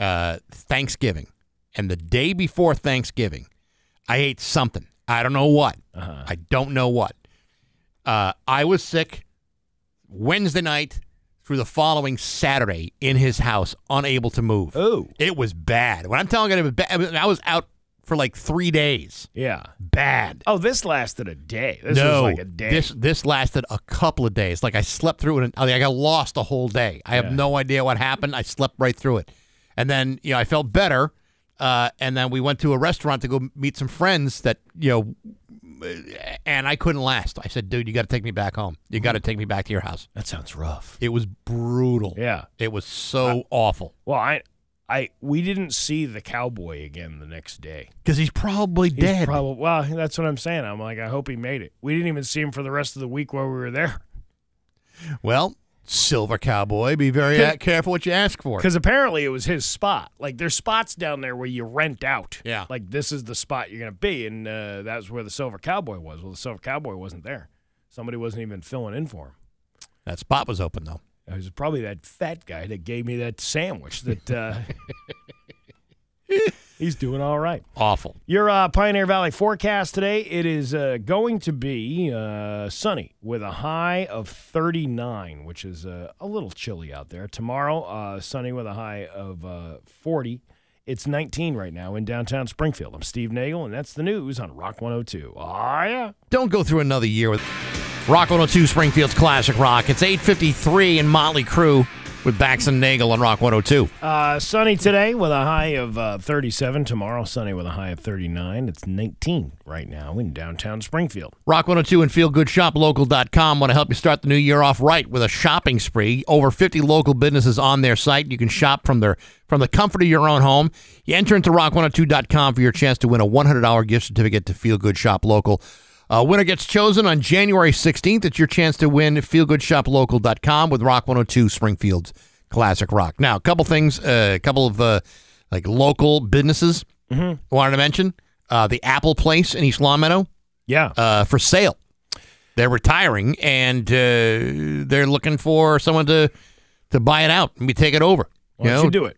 uh, Thanksgiving. And the day before Thanksgiving, I ate something. I don't know what. I don't know what. Uh, I was sick Wednesday night through the following Saturday in his house, unable to move.
Oh,
It was bad. When I'm telling you, it was bad. I was out for like three days.
Yeah.
Bad.
Oh, this lasted a day. This
no,
was like a day.
this this lasted a couple of days. Like I slept through it. And, I got lost a whole day. I have no idea what happened. I slept right through it, and then you know I felt better. Uh, and then we went to a restaurant to go meet some friends that you know, uh, and I couldn't last. I said, "Dude, you got to take me back home. You
Mm-hmm.
got to take me back to your house."
that sounds rough.
It was brutal.
Yeah.
it was so awful
Well, I, I, we didn't see the cowboy again the next day.
because he's probably
He's
dead.
probably- well, that's what I'm saying. I'm like, I hope he made it. We didn't even see him for the rest of the week while we were there.
well, Silver Cowboy, be very
'Cause-
uh, careful what you ask for.
Because apparently it was his spot. Like there's spots down there where you rent out.
Yeah.
Like this is the spot you're gonna be, and uh, that was where the Silver Cowboy was. Well, the Silver Cowboy wasn't there. Somebody wasn't even filling in for him.
That spot was open though.
It was probably that fat guy that gave me that sandwich.
[laughs]
That uh, he's doing all right.
Awful.
Your uh, Pioneer Valley forecast today, it is uh, going to be uh, sunny with a high of 39, which is uh, a little chilly out there. Tomorrow, uh, sunny with a high of uh, 40. It's 19 right now in downtown Springfield. I'm Steve Nagel, and that's the news on Rock 102. Ah, yeah.
Don't go through another year with Rock 102 Springfield's Classic Rock. It's 853 in Motley Crue with Bax and Nagel on Rock 102.
Uh, sunny today with a high of uh, 37. Tomorrow, sunny with a high of 39. It's 19 right now in downtown Springfield.
Rock 102 and feelgoodshoplocal.com want to help you start the new year off right with a shopping spree. Over 50 local businesses on their site. You can shop from their from the comfort of your own home. You enter into rock102.com for your chance to win a $100 gift certificate to Feel Good Shop Local. Uh, winner gets chosen on January 16th. It's your chance to win feelgoodshoplocal.com with Rock 102 Springfield's Classic Rock. Now, a couple things, uh, a couple of uh, like local businesses I wanted to mention. Uh, the Apple Place in East Long Meadow
Yeah.
uh, for sale. They're retiring and uh, they're looking for someone to to buy it out and we take it over.
Why
oh,
don't you do it?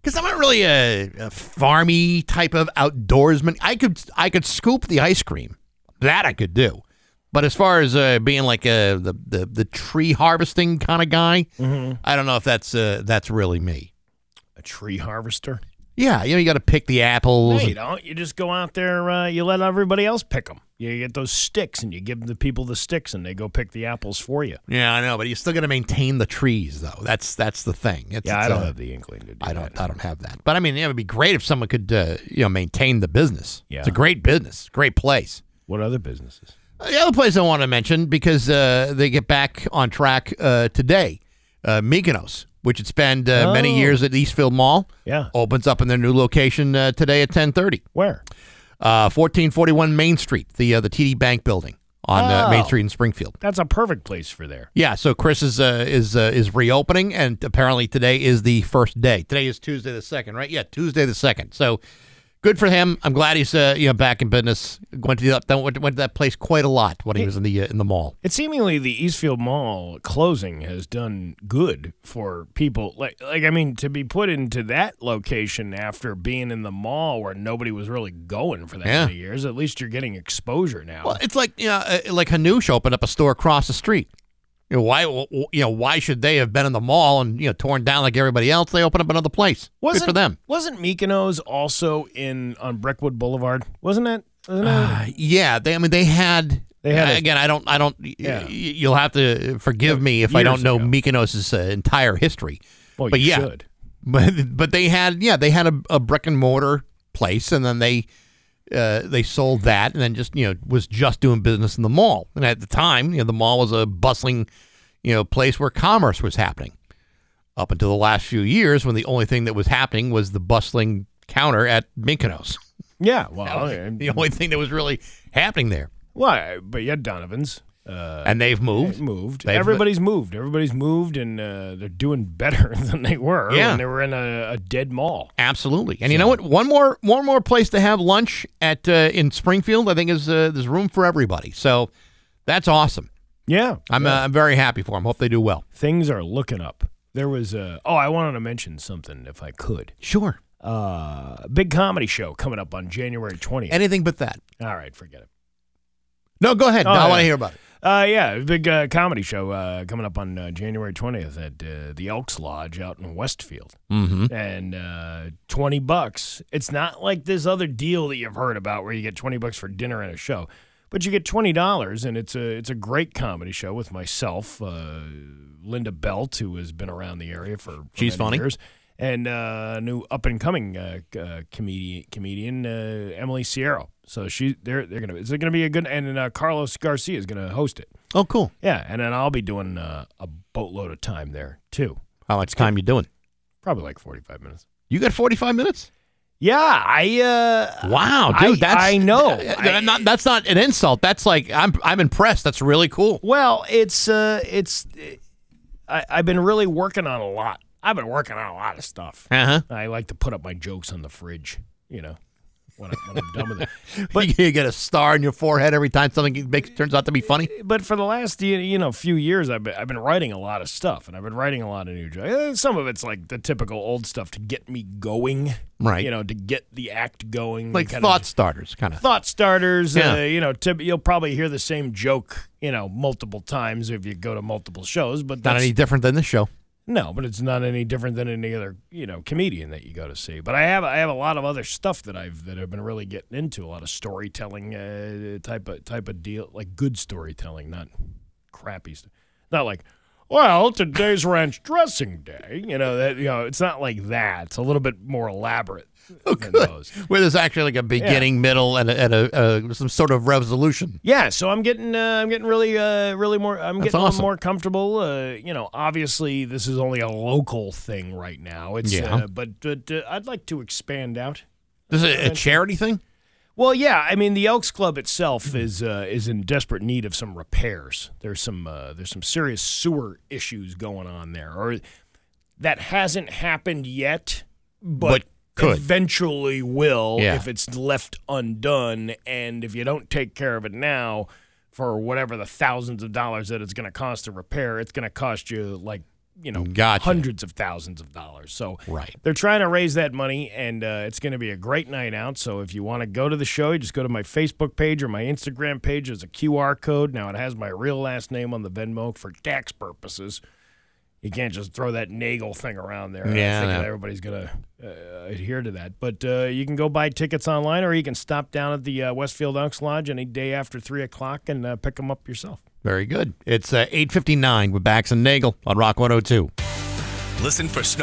because I'm not really a, a farmy type of outdoorsman. I could I could scoop the ice cream that I could do, but as far as uh, being like a, the, the the tree harvesting kind of guy,
Mm-hmm.
I don't know if that's uh, that's really me.
A tree harvester.
Yeah, you know you got to pick the
No,
apples.
you don't. You just go out there. Uh, you let everybody else pick them. You get those sticks, and you give the people the sticks, and they go pick the apples for you.
yeah, I know, but you still got to maintain the trees though. That's that's the thing. It's,
Yeah, I
it's
don't
a-
have the inkling to do
I don't.
that.
I don't have that. But I mean, it would be great if someone could, uh, you know, maintain the business.
Yeah.
it's a great business, great place.
What other businesses?
Uh, The other place I want to mention because uh, they get back on track uh, today, uh, Mykonos, which had spent uh, many
Oh.
years at Eastfield Mall.
Yeah.
opens up in their new location uh, today at ten thirty.
Where?
Uh, fourteen forty one Main Street, the uh, the TD Bank building on uh, Main
Oh.
Street in Springfield.
That's a perfect place for there.
Yeah, so Chris is uh, is uh, is reopening, and apparently today is the first day. Today is Tuesday the second, right? Yeah, Tuesday the second. So good for him. I'm glad he's uh, you know back in business. Went to that went, went to that place quite a lot when he was in the uh, in the mall.
It seemingly the Eastfield Mall closing has done good for people. Like, like I mean, to be put into that location after being in the mall where nobody was really going for that
Yeah.
many years, at least you're getting exposure now.
Well, it's like you know, uh, like Hanush opened up a store across the street. You know, why w- w- you know why should they have been in the mall and you know torn down like everybody else? They opened up another place. good for them.
Wasn't Mykonos also in on Brickwood Boulevard? Wasn't that? Wasn't that
Uh, yeah, they. I mean, they had.
They had a-
again. I don't. I don't. y-
Yeah.
y- you'll have to forgive me if I
Years
don't know
ago.
Mykonos' uh, entire history. [laughs]
well,
but
you
yeah.
should.
But but they had yeah they had a, a brick and mortar place and then they uh, they sold that and then just you know was just doing business in the mall and at the time you know the mall was a bustling you know place where commerce was happening up until the last few years when the only thing that was happening was the bustling counter at Mykonos [laughs]
Yeah. Well,
the only thing that was really happening there
why? But yeah, Donovan's uh,
and they've moved
moved.
They've-
Everybody's moved. Everybody's moved, and uh, they're doing better [laughs] than they were
Yeah.
when they were in a, a dead mall.
Absolutely, and you know what? One more, one more place to have lunch at uh, in Springfield. I think is uh, there's room for everybody, so that's awesome.
Yeah.
I'm uh, I'm very happy for them. Hope they do well.
Things are looking up. There was a. Oh, I wanted to mention something if I could.
Sure,
Uh, a big comedy show coming up on January 20th.
anything but that.
All right, forget it.
No, go ahead.
Oh,
No, I
yeah.
want to hear about it.
Uh, yeah, big uh, comedy show uh, coming up on uh, January 20th at uh, the Elks Lodge out in Westfield. Mm-hmm. And uh, 20 bucks. It's not like this other deal that you've heard about where you get 20 bucks for dinner and a show. But you get twenty dollars, and it's a it's a great comedy show with myself, uh, Linda Belt, who has been around the area for, for
She's
many
funny.
years, and uh, new up and coming uh, c- uh, comedian comedian uh, Emily Sierra. So she they're they're gonna it's gonna be a good and then, uh, Carlos Garcia is gonna host it.
Oh, cool.
Yeah, and then I'll be doing uh, a boatload of time there too,
How much time you doing?
probably like forty five minutes.
You got 45 minutes?
Yeah, I uh,
Wow,
I-
dude, that's
I
[laughs]
know.
Uh, I'm not, that's not an insult. That's like I'm I'm impressed. That's really cool.
Well, it's uh, it's I, I've been really working on a lot. I've been working on a lot of stuff.
Uh huh.
I like to put up my jokes on the fridge, you know, when, I, when I'm done with it.
[laughs]
[laughs]
But you get a star in your forehead every time something makes, turns out to be funny.
But for the last you you know few years, I've been, I've been writing a lot of stuff, and I've been writing a lot of new jokes. Eh, Some of it's like the typical old stuff to get me going,
Right.
You know, to get the act going,
Like
kind of-
thought starters, kind of.
thought starters. Uh,
Yeah.
you know, tip, you'll probably hear the same joke, you know, multiple times if you go to multiple shows. But
Not
that's,
any different than this show.
No, but it's not any different than any other you know comedian that you go to see. But I have I have a lot of other stuff that I've that I've been really getting into a lot of storytelling uh, type of type of deal, like good storytelling, not crappy stuff. Not like, well, today's ranch dressing day. You know that you know it's not like that. It's a little bit more elaborate
Oh,
than those.
Where there's actually like a beginning, middle, and a, and a, uh some sort of resolution.
Yeah, so I'm getting uh, I'm getting really uh, really more I'm
That's
getting a little
awesome.
more comfortable. Uh, you know, obviously this is only a local thing right now. It's
Yeah.
uh, but but uh, I'd like to expand out.
This is a, a charity thing.
Well, yeah, I mean the Elks Club itself is uh, is in desperate need of some repairs. There's some uh, there's some serious sewer issues going on there, or that hasn't happened yet, but,
But could.
eventually will
Yeah.
if it's left undone, and if you don't take care of it now, for whatever the thousands of dollars that it's going to cost to repair, it's going to cost you like you know
Gotcha.
hundreds of thousands of dollars. So
Right.
they're trying to raise that money, and uh, it's going to be a great night out. So if you want to go to the show, you just go to my Facebook page or my Instagram page. There's a QR code. Now it has my real last name on the Venmo for tax purposes. You can't just throw that Nagel thing around there.
Yeah,
I
I
think
know.
that everybody's going to uh, adhere to that. But uh, you can go buy tickets online, or you can stop down at the uh, Westfield Unks Lodge any day after three o'clock and uh, pick them up yourself.
Very good. It's uh, 8:59 with Bax and Nagel on Rock 102.
Listen for snow.